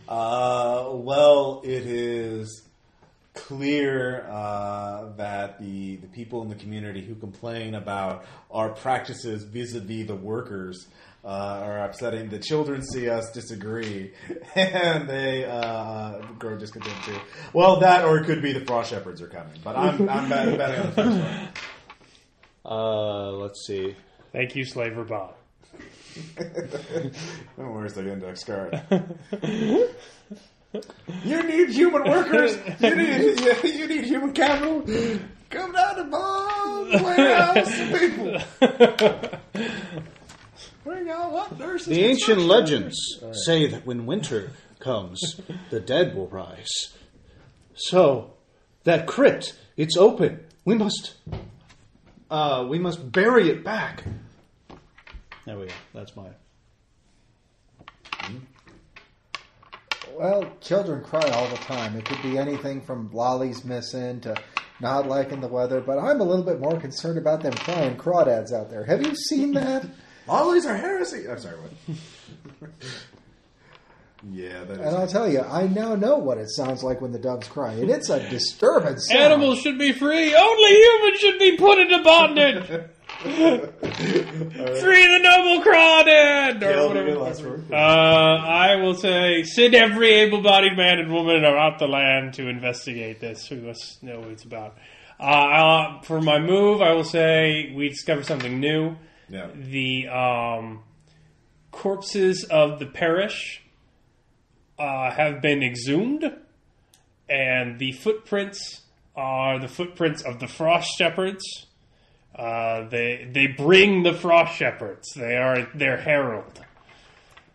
H: Uh, well, it is clear uh, that the, the people in the community who complain about our practices vis-a-vis the workers uh, are upsetting. The children see us disagree, *laughs* and they uh, grow discontent too. Well, that or it could be the frost shepherds are coming, but I'm, I'm bet- betting on the first one.
F: *laughs* Uh, let's see.
B: Thank you, Slaver Bob.
H: Oh, where's the index card? you need human workers. You need you, you need human capital. Come down to Bob's warehouse, people. Bring all up nurses.
F: The ancient legends say that when winter comes, the dead will rise. So, that crypt, it's open. We must, uh, we must bury it back. There we go. That's my.
C: well, children cry all the time. It could be anything from lollies missing to not liking the weather, but I'm a little bit more concerned about them crying crawdads out there. Have you seen that?
H: *laughs* Lollies are heresy. I'm sorry. What? yeah, that
C: And
H: is.
C: I'll tell you, I now know what it sounds like when the doves cry, and it's a disturbance.
B: Animals should be free. Only humans should be put into bondage. Free the noble crawdad! Or
L: Dale,
B: whatever.
L: your last word.
B: *laughs* Uh, I will say, send every able-bodied man and woman about the land to investigate this. We must know what it's about. Uh, uh, for my move, I will say we discovered something new.
H: Yeah.
B: The um, corpses of the parish uh, have been exhumed, and the footprints are the footprints of the frost shepherds. Uh, they they bring the frost shepherds. They are their herald.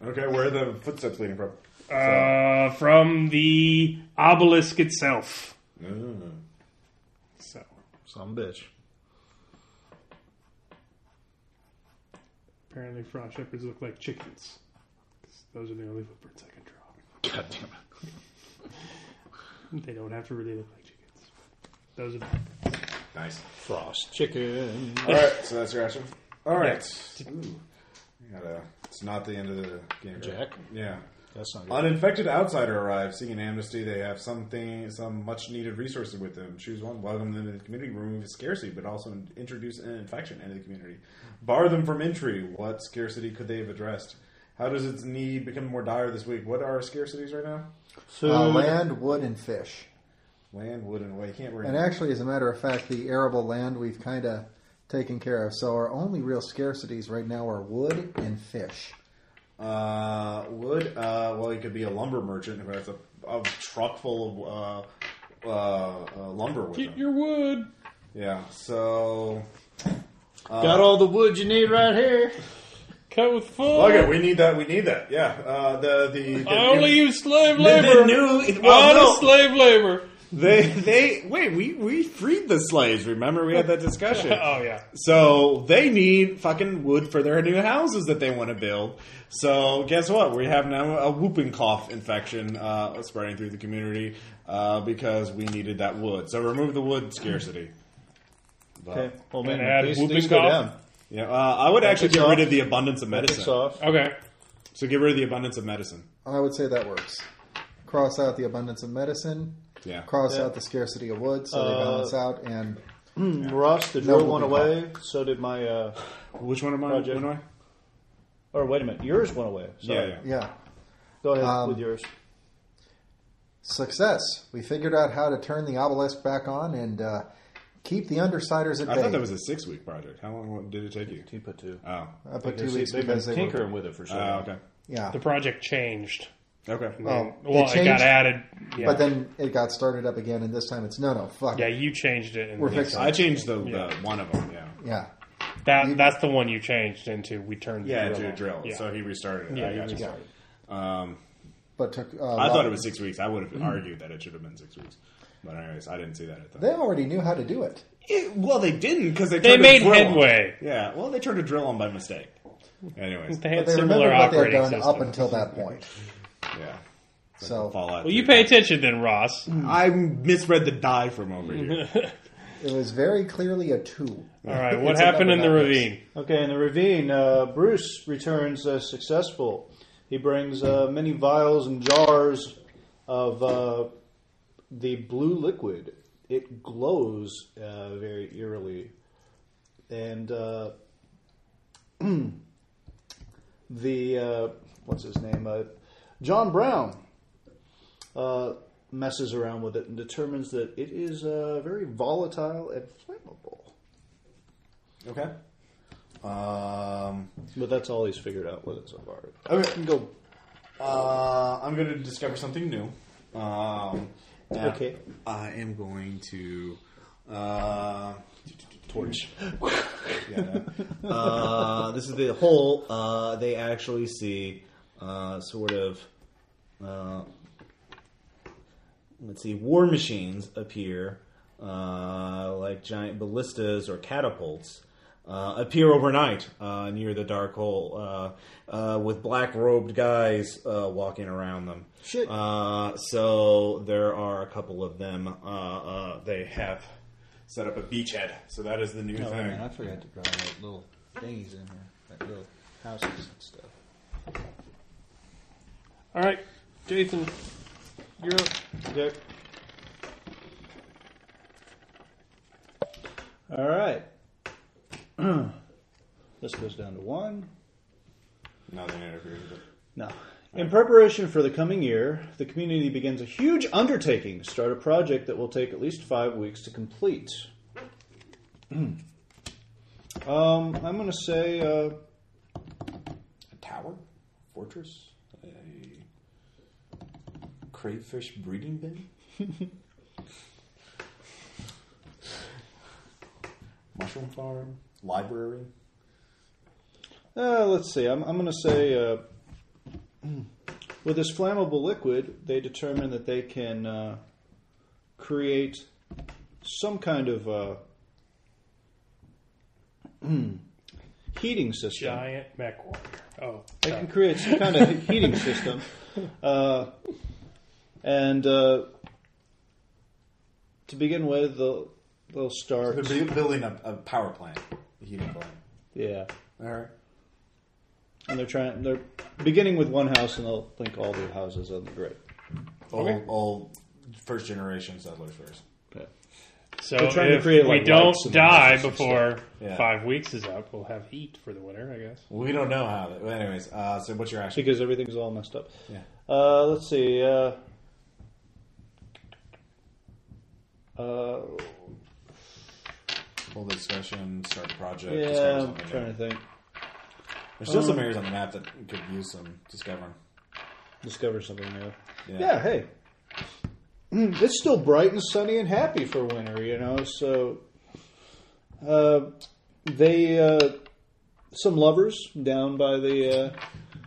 H: Okay, where are the footsteps leading from?
B: Uh, from the obelisk itself. So
F: Some bitch.
B: apparently, frost shepherds look like chickens. 'Cause Those are the only footprints I can draw.
F: God damn it.
B: *laughs* They don't have to really look like chickens. Those are
H: Nice.
F: Frost chicken.
H: All right, so that's your action. All right. Ooh. You gotta- it's not the end of the game. right?
F: Jack.
H: Yeah.
F: That's not good.
H: An infected outsider arrives seeking amnesty. They have something, some much-needed resources with them. Choose one. Welcome them to the community. Remove scarcity, but also introduce an infection into the community. Bar them from entry. What scarcity could they have addressed? How does its need become more dire this week? What are scarcities right now?
C: Uh, land, wood, and fish.
H: Land, wood, and away. Can't worry.
C: And actually, as a matter of fact, the arable land we've kind of taken care of. So our only real scarcities right now are wood and fish.
H: Uh, wood. Uh, well, he could be a lumber merchant who has a, a truck full of uh, uh, uh, lumber with him.
B: your wood.
H: Yeah. So
F: Got all the wood you need right here.
B: Cut with full.
H: okay, we need that. We need that. Yeah. Uh, the the, the
B: I only use slave
H: the,
B: labor.
H: the new.
B: Honest
H: Well, no,
B: slave labor.
H: they they wait. We we freed the slaves. Remember, we had that
B: *laughs*
H: discussion.
B: Oh yeah.
H: So they need fucking wood for their new houses that they want to build. So guess what? We have now a whooping cough infection uh, spreading through the community uh, because we needed that wood. So remove the wood scarcity. But,
F: Okay. Well,
B: And
F: man,
B: add
F: these
B: whooping
F: things go
B: cough.
F: down.
H: Yeah, uh, I would actually
F: That's
H: get rid
F: off.
H: of the abundance of
F: It's
H: medicine.
F: off.
B: Okay.
H: So get rid of the abundance of medicine.
C: I would say that works. Cross out the abundance of medicine.
H: Yeah.
C: Cross out the scarcity of wood, so they
F: Uh,
C: balance out. And
F: Ross, the
C: No
F: drill went
C: whooping
F: away. So did my. Uh,
H: Which one am I?
F: Project.
H: When am I?
F: or wait a minute, yours went away. Sorry.
H: Yeah, yeah.
C: yeah,
F: Go ahead
C: Um,
F: with yours.
C: success. We figured out how to turn the obelisk back on and uh, keep the undersiders at
H: I
C: bay.
H: thought that was a six-week project. How long did it take you?
F: He put two.
H: Oh,
C: I put uh, two
F: See,
C: weeks
F: they've been
C: because they were-
F: tinkering with it for so
H: Ah,
F: long.
H: okay,
C: yeah.
B: The project changed.
H: okay.
C: Well, Um,
B: Well,
C: it
B: it got
C: changed,
B: added. Yeah.
C: but then it got started up again, and this time it's no, no, fuck.
B: yeah,
C: it.
B: you changed it. And
C: We're fixing
H: I changed the, the
B: Yeah.
H: one of them. Yeah.
C: Yeah,
B: That that's the one you changed into. We turned.
H: Yeah,
B: the
H: to
B: drill.
H: a drill.
B: Yeah.
H: So he restarted it. I got you.
C: yeah.
H: Um,
C: But took. Uh,
H: I
C: Rob-
H: thought it was six weeks. I would have argued that it should have been six weeks. But anyways, I didn't see that at the
C: They already knew how to do it.
H: It, well, they didn't because they
B: They
H: turned a
B: made
H: drill on.
B: headway.
H: Yeah, well, they turned a drill on by mistake.
B: *laughs*
H: Anyways,
B: They
C: But
B: had
C: they remembered
B: similar
C: what they had
B: operating
C: done
B: systems.
C: up until that point.
H: yeah.
C: So
H: Fallout.
B: well, you pay attention then, Ross.
H: I misread the die from over here.
C: it was very clearly a two.
B: All right, what
C: It's
B: happened in
C: another
B: the
C: Netflix.
B: ravine?
F: Okay, in the ravine, uh, Bruce returns uh, successful. He brings uh, many vials and jars of uh, the blue liquid. It glows uh, very eerily. And uh, *clears throat* the, uh, what's his name? Uh, John Brown uh, messes around with it and determines that it is uh, very volatile and flammable.
B: Mm-hmm.
H: *laughs* okay. Um,
F: But that's all he's figured out with it so far.
H: Okay.
F: You can go.
H: uh, I'm going to discover something new. Um, uh,
F: Okay.
H: I am going to uh, torch. yeah. Uh, this is the whole. Uh, they actually see uh, sort of. Uh, let's see, war machines appear, uh, like giant ballistas or catapults, uh, appear overnight uh, near the dark hole, uh, uh, with black robed guys uh, walking around them.
F: Shit.
H: Uh, so there are a couple of them. Uh, uh, they have set up a beachhead, so that is the new thing.
F: I forgot to draw like little thingies in here, like little houses and stuff.
B: All right, Jason, you're up.
F: Okay. All right. *clears throat* This goes down to one.
M: Nothing interferes with it.
F: No. In preparation for the coming year, the community begins a huge undertaking to start a project that will take at least five weeks to complete. *clears throat* um, I'm going to say uh,
H: A tower? Fortress? A crayfish breeding bin? *laughs* Mushroom farm? Library?
F: Uh, let's see. I'm, I'm going to say uh, *clears throat* with this flammable liquid, they determine that they can uh, create some kind of uh, *clears throat* heating system.
N: Giant mech warrior. Oh,
F: They can create some kind of heating system, uh, and uh, to begin with, they'll, they'll start.
H: They're bu- building a, a power plant, a heating plant.
F: Yeah.
H: All right.
F: and they're trying they're beginning with one house and they'll link all the houses on the grid
H: All, all first generation settlers first.
B: So
F: They're trying to
B: if
F: create,
B: we
F: like,
B: don't
F: lights and
B: die
F: lights and
B: before
H: Yeah.
B: five weeks is up, we'll have heat for the winter, I guess.
H: We don't know how. That, well, anyways, uh, so what's your action?
F: because everything's all messed up.
H: Yeah.
F: Uh, let's see. Uh, uh,
H: Full discussion, start the project, discover
F: yeah, I'm
H: something.
F: trying to
H: new.
F: think.
H: There's still some areas on the map that could use some discovering.
F: Discover something new.
H: Yeah.
F: Yeah. Hey, Mm, it's still bright and sunny and happy for winter, you know. So, uh, they uh, some lovers down by the. Uh,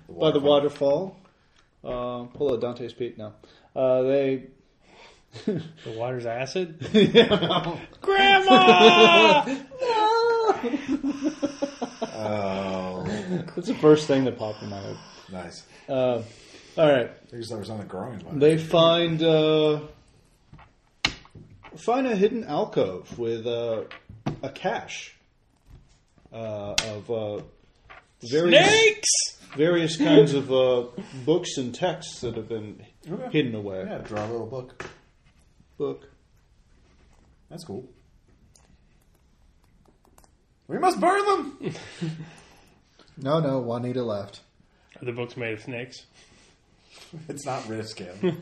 F: by the waterfall. Uh, pull out Dante's Peak now. Uh, they.
B: The water's acid.
H: Oh,
F: That's the first thing that popped in my head.
H: nice.
F: Uh, all right.
H: There's there was on the growing one.
F: They find uh, find a hidden alcove with uh, a cache uh, of uh, various various kinds of uh, books and texts that have been hidden away.
H: yeah, draw a little book.
F: Book.
H: That's cool. We must burn them. *laughs*
C: No, no, Juanita left.
B: Are the book's made of snakes?
H: it's not risk, Kim. *laughs*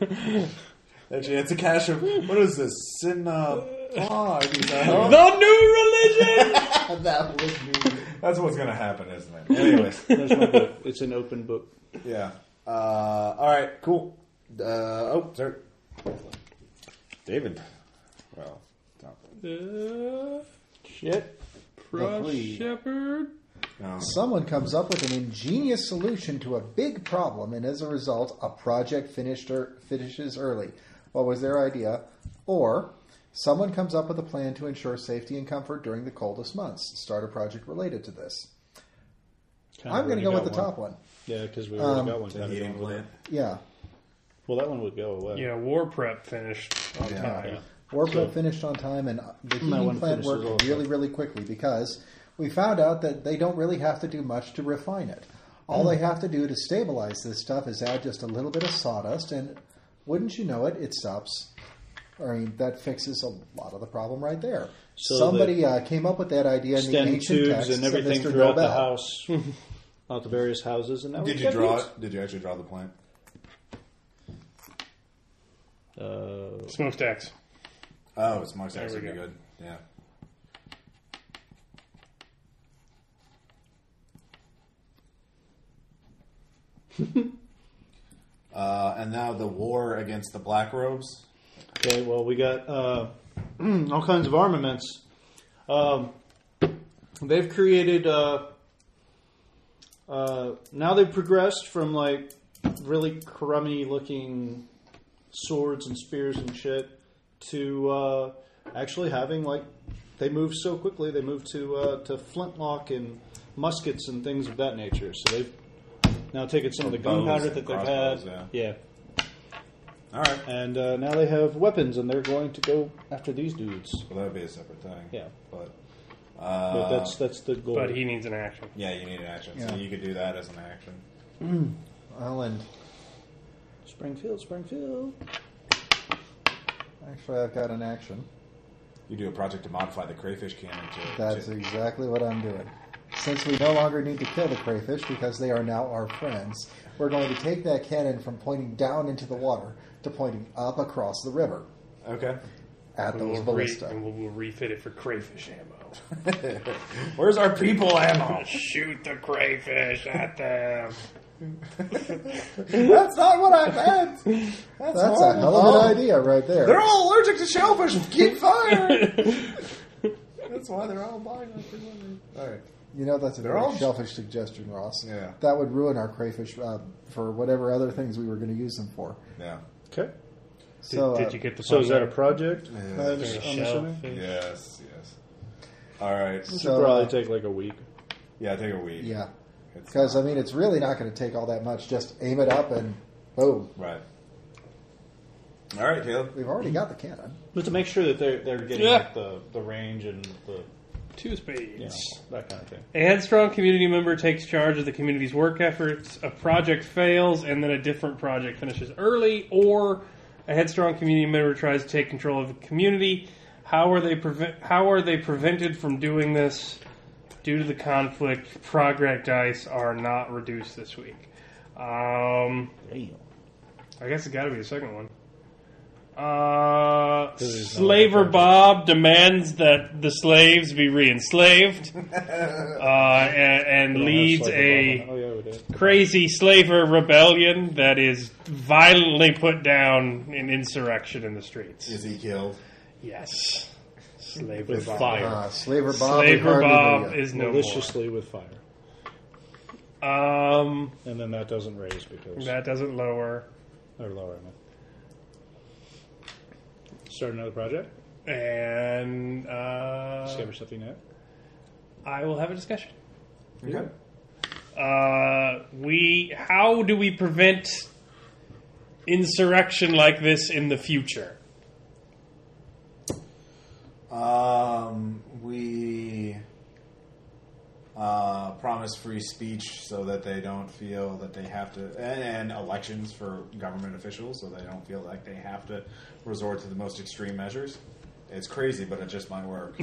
H: Actually, it's a cache of what is this? Sin. *laughs* Uh, ah, is that-
B: The new religion.
C: That was new.
H: *laughs* That's what's gonna happen, isn't it? Anyways,
F: There's my book. *laughs* It's an open book.
H: *laughs* yeah. Uh, all right, cool. Uh, oh, sir, David. Well, not-
N: the
F: Shit.
N: Prush
C: Lovely.
N: Shepherd.
H: no.
C: Someone comes up with an ingenious solution to a big problem, and as a result, a project finished er, finishes early. What was their idea? Or someone comes up with a plan to ensure safety and comfort during the coldest months. Start a project related to this. I'm going to go with the top one.
F: Yeah, because we already got one.
H: The heating plant.
C: Yeah.
F: Well, that one would go away.
B: Yeah, war prep finished on
H: Yeah.
B: time.
C: Warp finished on time, and the
F: one
C: heating plant
F: finishes
C: worked
F: also.
C: really, really quickly because we found out that they don't really have to do much to refine it. All they have to do to stabilize this stuff is add just a little bit of sawdust, and wouldn't you know it, it stops. I mean, that fixes a lot of the problem right there.
F: So
C: Somebody uh, came up with that idea in the
F: Stem
C: ancient
F: tubes
C: texts
F: and
C: of
F: everything
C: Mr.
F: throughout the
C: Nobel.
F: house, *laughs* out the various houses, and that
H: Did
F: was
H: you
F: good
H: draw
F: news.
H: it? Did you actually draw the plant?
F: Uh,
B: Smokestacks.
H: Oh, it's Mark's
B: There we
H: actually
B: go.
H: good.
B: *laughs*
H: Yeah. uh, and now the war against the Black Robes.
F: okay, well, we got uh, *clears throat* all kinds of armaments. Um, they've created. Uh, uh, now they've progressed from like really crummy looking swords and spears and shit to uh, actually having like they move so quickly they move to uh, to flintlock and muskets and things of that nature. So they've now taken some of the
H: Bows
F: gunpowder
H: and
F: that they've had,
H: crossbows,
F: yeah,
H: All right.
F: and uh, now they have weapons and they're going to go after these dudes.
H: Well, that would be a separate thing.
F: Yeah.
H: But,
F: But
H: uh,
F: that's that's the goal.
B: But he needs an action.
H: yeah, you need an action. So
C: Yeah.
H: you could do that as an action.
C: Well, and
F: Springfield, Springfield.
C: actually, I've got an action.
H: you do a project to modify the crayfish cannon to.
C: That's
H: to-
C: exactly what I'm doing. Since we no longer need to kill the crayfish because they are now our friends, we're going to take that cannon from pointing down into the water to pointing up across the river
H: okay.
C: at
B: We'll
C: those
B: re-
C: ballista.
B: and we'll, we'll refit it for crayfish ammo.
H: Where's our people
C: *laughs*
H: ammo?
B: Shoot the crayfish at them.
H: That's not what I
C: *laughs*
H: meant. That's,
C: That's a
H: horrible.
C: hell of an idea right
H: Oh. They're
C: there.
H: all allergic to shellfish. Keep firing. *laughs* That's why they're all buying up All right.
C: You know, that's a very
H: all-
C: shellfish suggestion, Ross.
H: Yeah.
C: That would ruin our crayfish uh, for whatever other things we were going to use them for.
H: Yeah.
F: Okay.
C: So,
B: did,
C: uh,
B: did you get the
F: So is that a
B: pun?
F: project? I'm
H: Yes.
F: assuming.
H: Uh, Yes. Yes. All right.
F: This
C: So,
F: would probably
C: uh,
F: take like a week.
H: Yeah. Take a week.
C: yeah.
H: It's-
C: Because, I mean, it's really not going to take all that much. Just aim it up and boom.
H: Right. All right, Caleb.
C: We've already got the cannon.
F: But to make sure that they're they're getting
B: Yeah.
F: like, the the range and the
B: Two spades.
F: you know that kind of thing.
B: A headstrong community member takes charge of the community's work efforts, a project fails, and then a different project finishes early, or a headstrong community member tries to take control of the community. How are they prevent? How are they prevented from doing this? Due to the conflict, progress dice are not reduced this week. Um, I guess it's got to be the second one. Uh, Slaver Bob demands that the slaves be re-enslaved, uh, and, and leads a
F: Oh yeah, we did.
B: crazy slaver rebellion that is violently put down in insurrection in the streets.
H: Is he killed?
B: Yes, Slaver Bob.
C: Uh, Slaver Bob. we hardly knew
B: Slaver Bob
C: you.
B: is no
F: Maliciously with fire,
B: more. Um,
F: and then that doesn't raise because
B: that doesn't lower.
F: they're lower. I mean. Start another project.
B: And uh,
F: Discover something new.
B: I will have a discussion.
H: Okay.
B: uh, we how do we prevent insurrection like this in the future?
H: Um, we uh, promise free speech so that they don't feel that they have to, and elections for government officials so they don't feel like they have to resort to the most extreme measures. It's crazy, but it's just my work.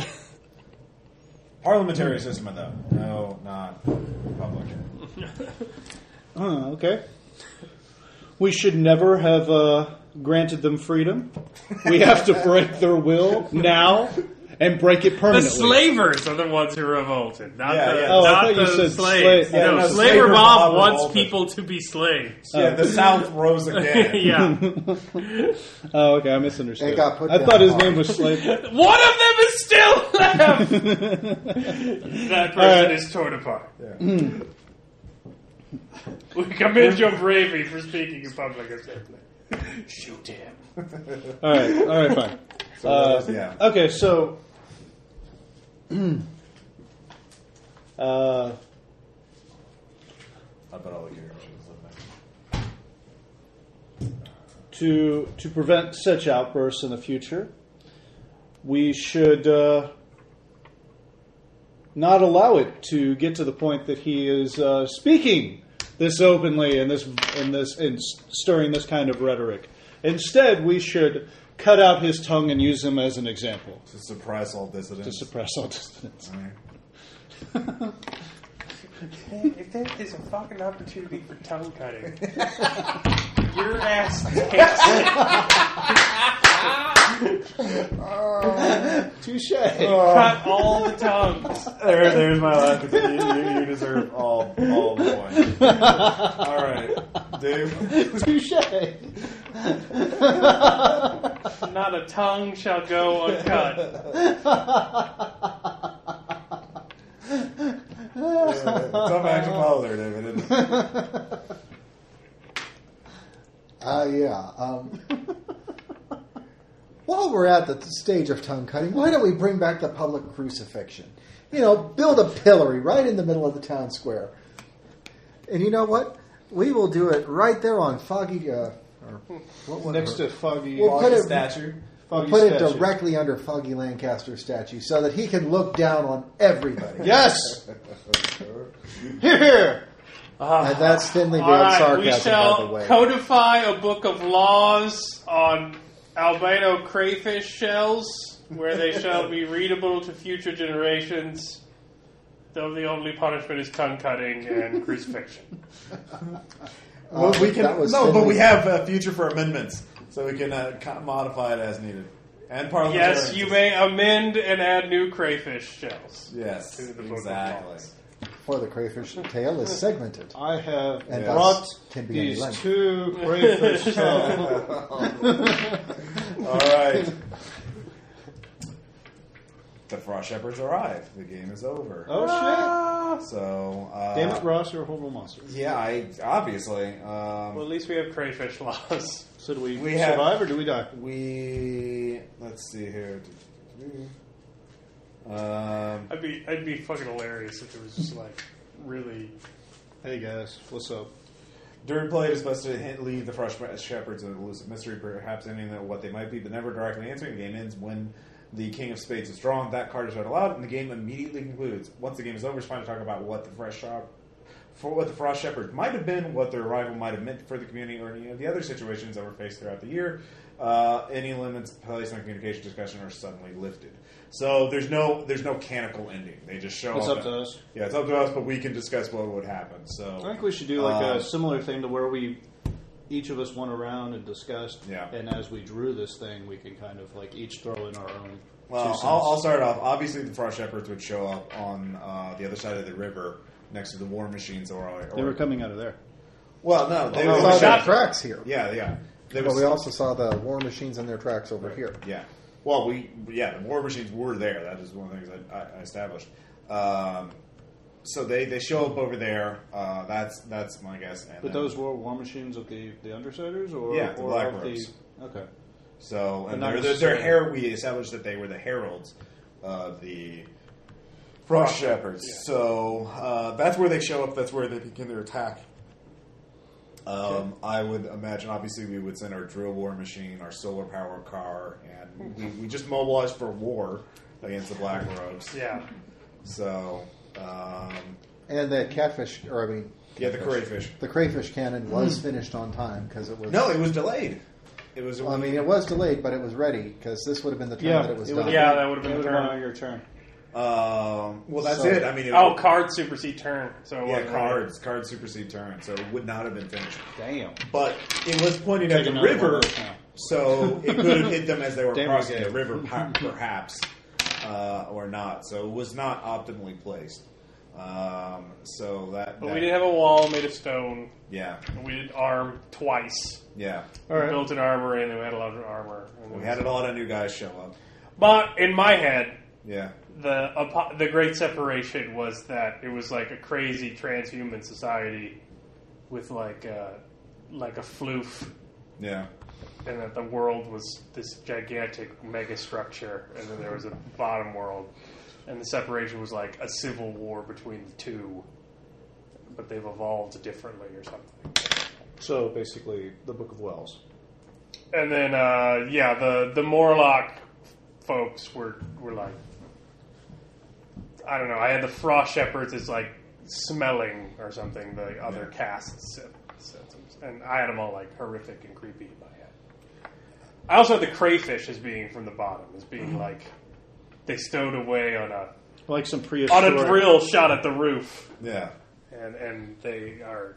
H: Parliamentary system, though. No, not public.
F: Oh, okay. We should never have uh, granted them freedom.
C: *laughs*
F: We have to break their will now and break it
B: The
F: permanently.
B: slavers are the ones who revolted, not
H: Yeah,
B: the,
H: yeah.
F: Oh,
B: not
F: I thought you
B: the
F: said
B: slaves.
F: slave- yeah,
B: no,
H: no,
B: slaver
H: slaver
B: Bob
H: Bob
B: wants
H: revolted.
B: people to be
F: *laughs*
B: slaves.
H: Yeah, the South rose again.
B: yeah,
F: Oh, okay, I misunderstood.
C: It got put
F: I
C: down
F: thought his
C: hard.
F: name was Slave.
B: one of them is still
F: *laughs*
B: left. that person
F: All right.
B: is torn apart.
H: Yeah.
B: *laughs* We commend your bravery for speaking in public assembly. Shoot him.
F: All right, all right, fine. Uh,
H: yeah.
F: Okay, so *clears throat* uh,
H: I bet all the gear machines live there.
F: to to prevent such outbursts in the future, we should uh, not allow it to get to the point that he is uh, speaking this openly and this and this and s- stirring this kind of rhetoric. Instead, we should cut out his tongue and use him as an example
H: To suppress all dissidents.
F: to suppress all *laughs* dissonance.
B: If there is a fucking opportunity for tongue cutting, *laughs* your *laughs* ass takes it.
F: Touche.
B: cut all the tongues.
H: There, there's my laugh. You, you, you deserve all, all the points. All right, Dave.
F: Touche.
B: Not a tongue shall go uncut.
H: uh, Tough act to follow there, David. Isn't it?
C: Uh, yeah. Um, *laughs* while we're at the t- stage of tongue cutting, why don't we bring back the public crucifixion? You know, build a pillory right in the middle of the town square. And you know what? We will do it right there on Foggy. Uh, or what was
F: Next
C: it?
F: to Foggy.
C: We'll put it-
F: statue.
C: We'll
F: Foggy
C: put it
F: statue.
C: directly under Foggy Lancaster statue so that he can look down on everybody. *laughs*
F: Yes. here, here.
C: And that's thinly veiled
B: All right,
C: sarcasm, by
B: we
C: the
B: shall
C: way.
B: codify a book of laws on albino crayfish shells. where they shall be readable to future generations, though the only punishment is tongue cutting and crucifixion.
C: *laughs*
H: Well, we can
C: Uh, that was
H: no, but
C: Finley.
H: we have a future for amendments, so we can uh, co- modify it as needed. And parliamentary.
B: yes, you may amend and add new crayfish shells.
H: Yes,
B: To the Book of
H: exactly.
B: Laws.
C: For the crayfish tail is segmented.
F: I have
C: And
H: Yeah.
F: brought
C: thus can be any
F: these
C: length.
F: two
C: *laughs*
F: crayfish tails.
H: All
B: *laughs*
H: right. the frost shepherds arrive. The game is over.
F: Oh
H: So uh,
F: shit! Damn it, Ross, you're a horrible monster.
H: Yeah, I obviously. Um,
B: Well, at least we have crayfish laws. *laughs*
F: So do we,
H: We have-
F: survive or do we die?
H: we let's see here. Um,
B: I'd be, I'd be fucking hilarious if it was just like really.
F: Hey guys, what's up?
H: During play, it is best to hint, leave the fresh shepherds an elusive mystery, perhaps ending that what they might be, but never directly answering. The game ends when the king of spades is drawn. That card is read aloud, and the game immediately concludes. Once the game is over, it's fine to talk about what the fresh shop. For what the Frost Shepherds might have been, what their arrival might have meant for the community, or any of the other situations that were faced throughout the year, uh, any limits placed on communication discussion are suddenly lifted. So there's no there's no canonical ending. They just show
F: It's
H: up.
F: up to us.
H: Yeah, it's up to us, but we can discuss what would happen. So
F: I think we should do like
H: Um,
F: a similar thing to where we each of us went around and discussed,
H: Yeah.
F: and as we drew this thing, we can kind of like each throw in our own. two
H: Well,
F: cents.
H: I'll, I'll start off. Obviously, the Frost Shepherds would show up on uh, the other side of the river next to the war machines, or, or
F: they were coming Oh, out of there.
H: well, no, they
C: We
H: would
C: saw their
H: Oh, shot.
C: tracks here.
H: Yeah, yeah. They
C: But
H: was-
C: we also saw the war machines and their tracks over here.
H: yeah. Well, we yeah, the war machines were there. That is one of the things I, I, I established. Um, so they, they show up over there. Uh, that's that's my guess. And
F: But
H: then-
F: those were war machines of the the undersiders, or
H: Yeah, the
F: or
H: Black
F: of
H: Ropes.
F: the okay.
H: So and
F: not
H: their, their,
F: necessarily-
H: their hair, we established that they were the heralds of the frost shepherds. So uh, that's where they show up. That's where they begin their attack. Um, I would imagine. Obviously, we would send our drill war machine, our solar power car, and we, we just mobilized for war against the black robes.
B: Yeah.
H: So um,
C: And the catfish, or I mean,
H: yeah, the crayfish.
C: the crayfish cannon was finished on time because it was.
H: No, it was delayed. It was. uh,
C: I mean, it was delayed, but it was ready because this would have been the time
F: Yeah,
C: that it was
F: it
C: done.
F: would've-
B: Yeah, that would have
F: It
B: been
F: would
B: the
F: have
B: turn.
F: been your turn.
H: um, well, that's
C: So-
H: it. I mean, it
B: Oh, card supersede turn. So it
H: Yeah,
B: wasn't really-
H: cards. Cards supersede turn, so it would not have been finished.
F: Damn.
H: But it was pointed at
F: Take
H: the
F: another one
H: river,
F: of those now.
H: so it could have hit them as they were
F: Damn
H: crossing
F: it.
H: the river, per- perhaps, uh, or not. So it was not optimally placed. Um, so that.
B: But
H: that-
B: we did have a wall made of stone.
H: yeah,
B: And we did arm twice.
H: yeah.
F: All
B: We
F: right.
B: built an armory and then we had a lot of armor. And
H: We
B: then-
H: had a lot of new guys show up.
B: But in my head,
H: Yeah,
B: the apo- the great separation was that it was like a crazy transhuman society with like a, like a floof,
H: yeah.
B: and that the world was this gigantic mega structure, and then there was a bottom world, and the separation was like a civil war between the two, but they've evolved differently or something.
F: So basically, the Book of Wells.
B: And then, uh, yeah, the the Morlock folks were were like, I don't know. I had the Frost Shepherds as like smelling or something. The other casts and- and I had them all like horrific and creepy in my head. I also had the crayfish as being from the bottom, as being like they stowed away on a
F: Like some
B: on
F: prehistoric.
B: a drill shot at the roof,
H: Yeah.
B: and and they are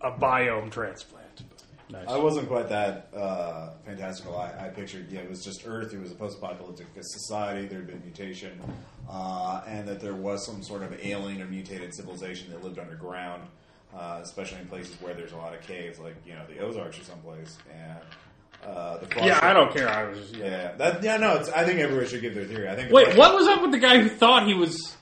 B: a biome transplant.
F: Nice.
H: I wasn't quite that uh, fantastical. I, I pictured, yeah, it was just Earth. It was a post-apocalyptic society. There had been mutation, uh, and that there was some sort of alien or mutated civilization that lived underground, uh, especially in places where there's a lot of caves, like you know the Ozarks or someplace. And uh, the
B: Yeah,
H: frost-
B: I don't care. I was just, yeah.
H: Yeah, that, yeah, no. It's, I think everyone should give their theory. I think.
O: Wait, what was up with the guy who thought he was?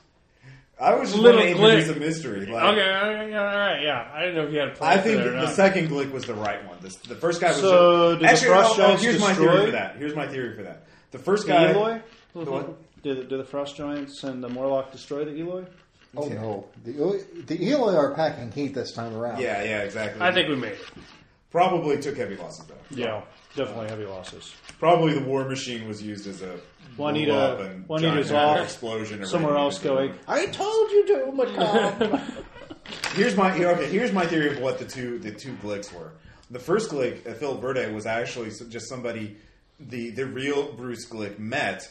H: I was just
O: Little
H: going to introduce
O: glick.
H: a mystery. Like,
O: Okay, okay, yeah, all right, yeah. I didn't know if you had a plan
H: I
O: for
H: think
O: that or
H: the
O: not.
H: second glick was the right one. The, the first guy was
F: So, did the
H: actually.
F: frost
H: no, no,
F: giants
H: here's my
F: destroy?
H: theory for that. Here's my theory for that. The first guy,
F: Eloy?
H: The what?
F: Did, the- did the Frost Giants and the Morlock destroy the Eloi?
C: Oh no, the the Eloi are packing heat this time around.
H: Yeah, yeah, exactly.
O: I think we made it.
H: probably took heavy losses though.
F: Yeah, Oh, definitely heavy losses.
H: Probably the war machine was used as a
F: Juanita-
H: blow-up and
F: Juanita's
H: giant
F: off.
H: explosion. or
F: Somewhere
H: radiation
F: else
H: or
F: going.
H: whatever.
F: I told you to, Macomb.
H: Here's my here, okay. Here's my theory of what the two the two glicks were. The first glick, uh, Phil Verde, was actually s- just somebody the the real Bruce Glick met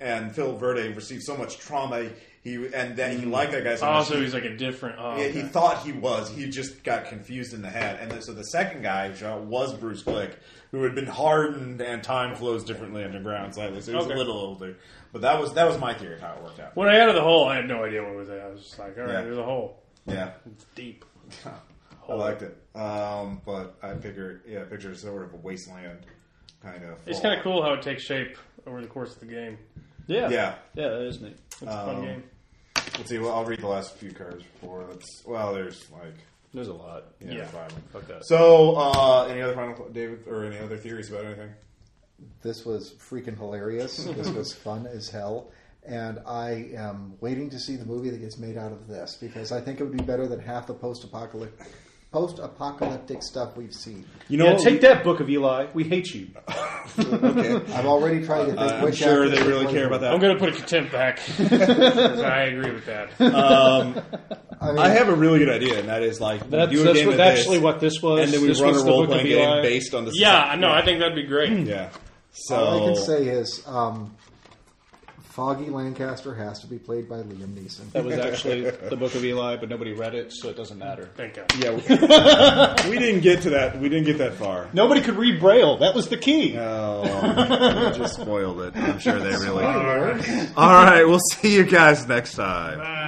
H: and Phil Verde received so much trauma, he and that
F: Mm.
H: he liked that guy
F: Oh,
H: so much.
B: Also, he's like a different. Oh,
H: Yeah,
B: okay.
H: he thought he was. He just got confused in the head. And then, so the second guy uh, was Bruce Glick, who had been hardened and time flows differently underground slightly, so he was
B: Okay.
H: a little older. But that was that was my theory of how it worked out.
B: when I added the hole, I had no idea what was there. I was just like, all right,
H: Yeah.
B: there's a hole.
H: Yeah,
B: It's deep.
H: I liked it. Um, but I figure, yeah, I picture sort of a wasteland kind of.
B: It's
H: fall.
B: kind of cool how it takes shape over the course of the game.
F: Yeah.
H: Yeah.
F: Yeah, that is neat.
B: It's a fun
H: Um,
B: game.
H: Let's see. Well, I'll read the last few cards before. That's well. There's like
F: There's a lot.
H: yeah.
B: Yeah.
H: five of them.
F: Fuck that.
H: So, uh, any other final David or any other theories about anything?
C: This was freaking hilarious. this
P: *laughs*
C: was fun as hell. And I am waiting to see the movie that gets made out of this because I think it would be better than half the post-apocalyptic post-apocalyptic stuff we've seen.
P: You know,
F: Yeah,
P: what
F: take that, Book of Eli. We
P: *laughs*
F: hate you.
H: *laughs*
C: I've already tried to think.
P: I'm
C: which
P: sure
C: actor
P: they
C: should
P: really
C: play
P: care
C: who.
P: about that.
B: I'm going to put a contempt back. *laughs* 'Cause I agree with that.
H: *laughs* Um,
C: I, mean,
P: I have a really good idea, and that is like
F: That's,
P: we do a
F: that's
P: game
F: what,
P: of this,
F: actually what this was.
P: and then we
F: this
P: run a
F: was the
P: role
F: Book
P: playing
F: of
P: game
F: Eli.
P: based on the
B: yeah, no, I think that'd be great.
P: yeah. So
H: Oh,
C: all I can say is um, Foggy Lancaster has to be played by Liam Neeson.
F: That was actually the Book of Eli, but nobody read it, so it doesn't matter.
B: Thank God.
P: *laughs* yeah, we- we didn't get to that. We didn't get that far.
F: *laughs* Nobody could read Braille. That was the key.
H: *laughs* Oh, you just spoiled it. I'm sure they really. All right, we'll see you guys next time.
B: Uh,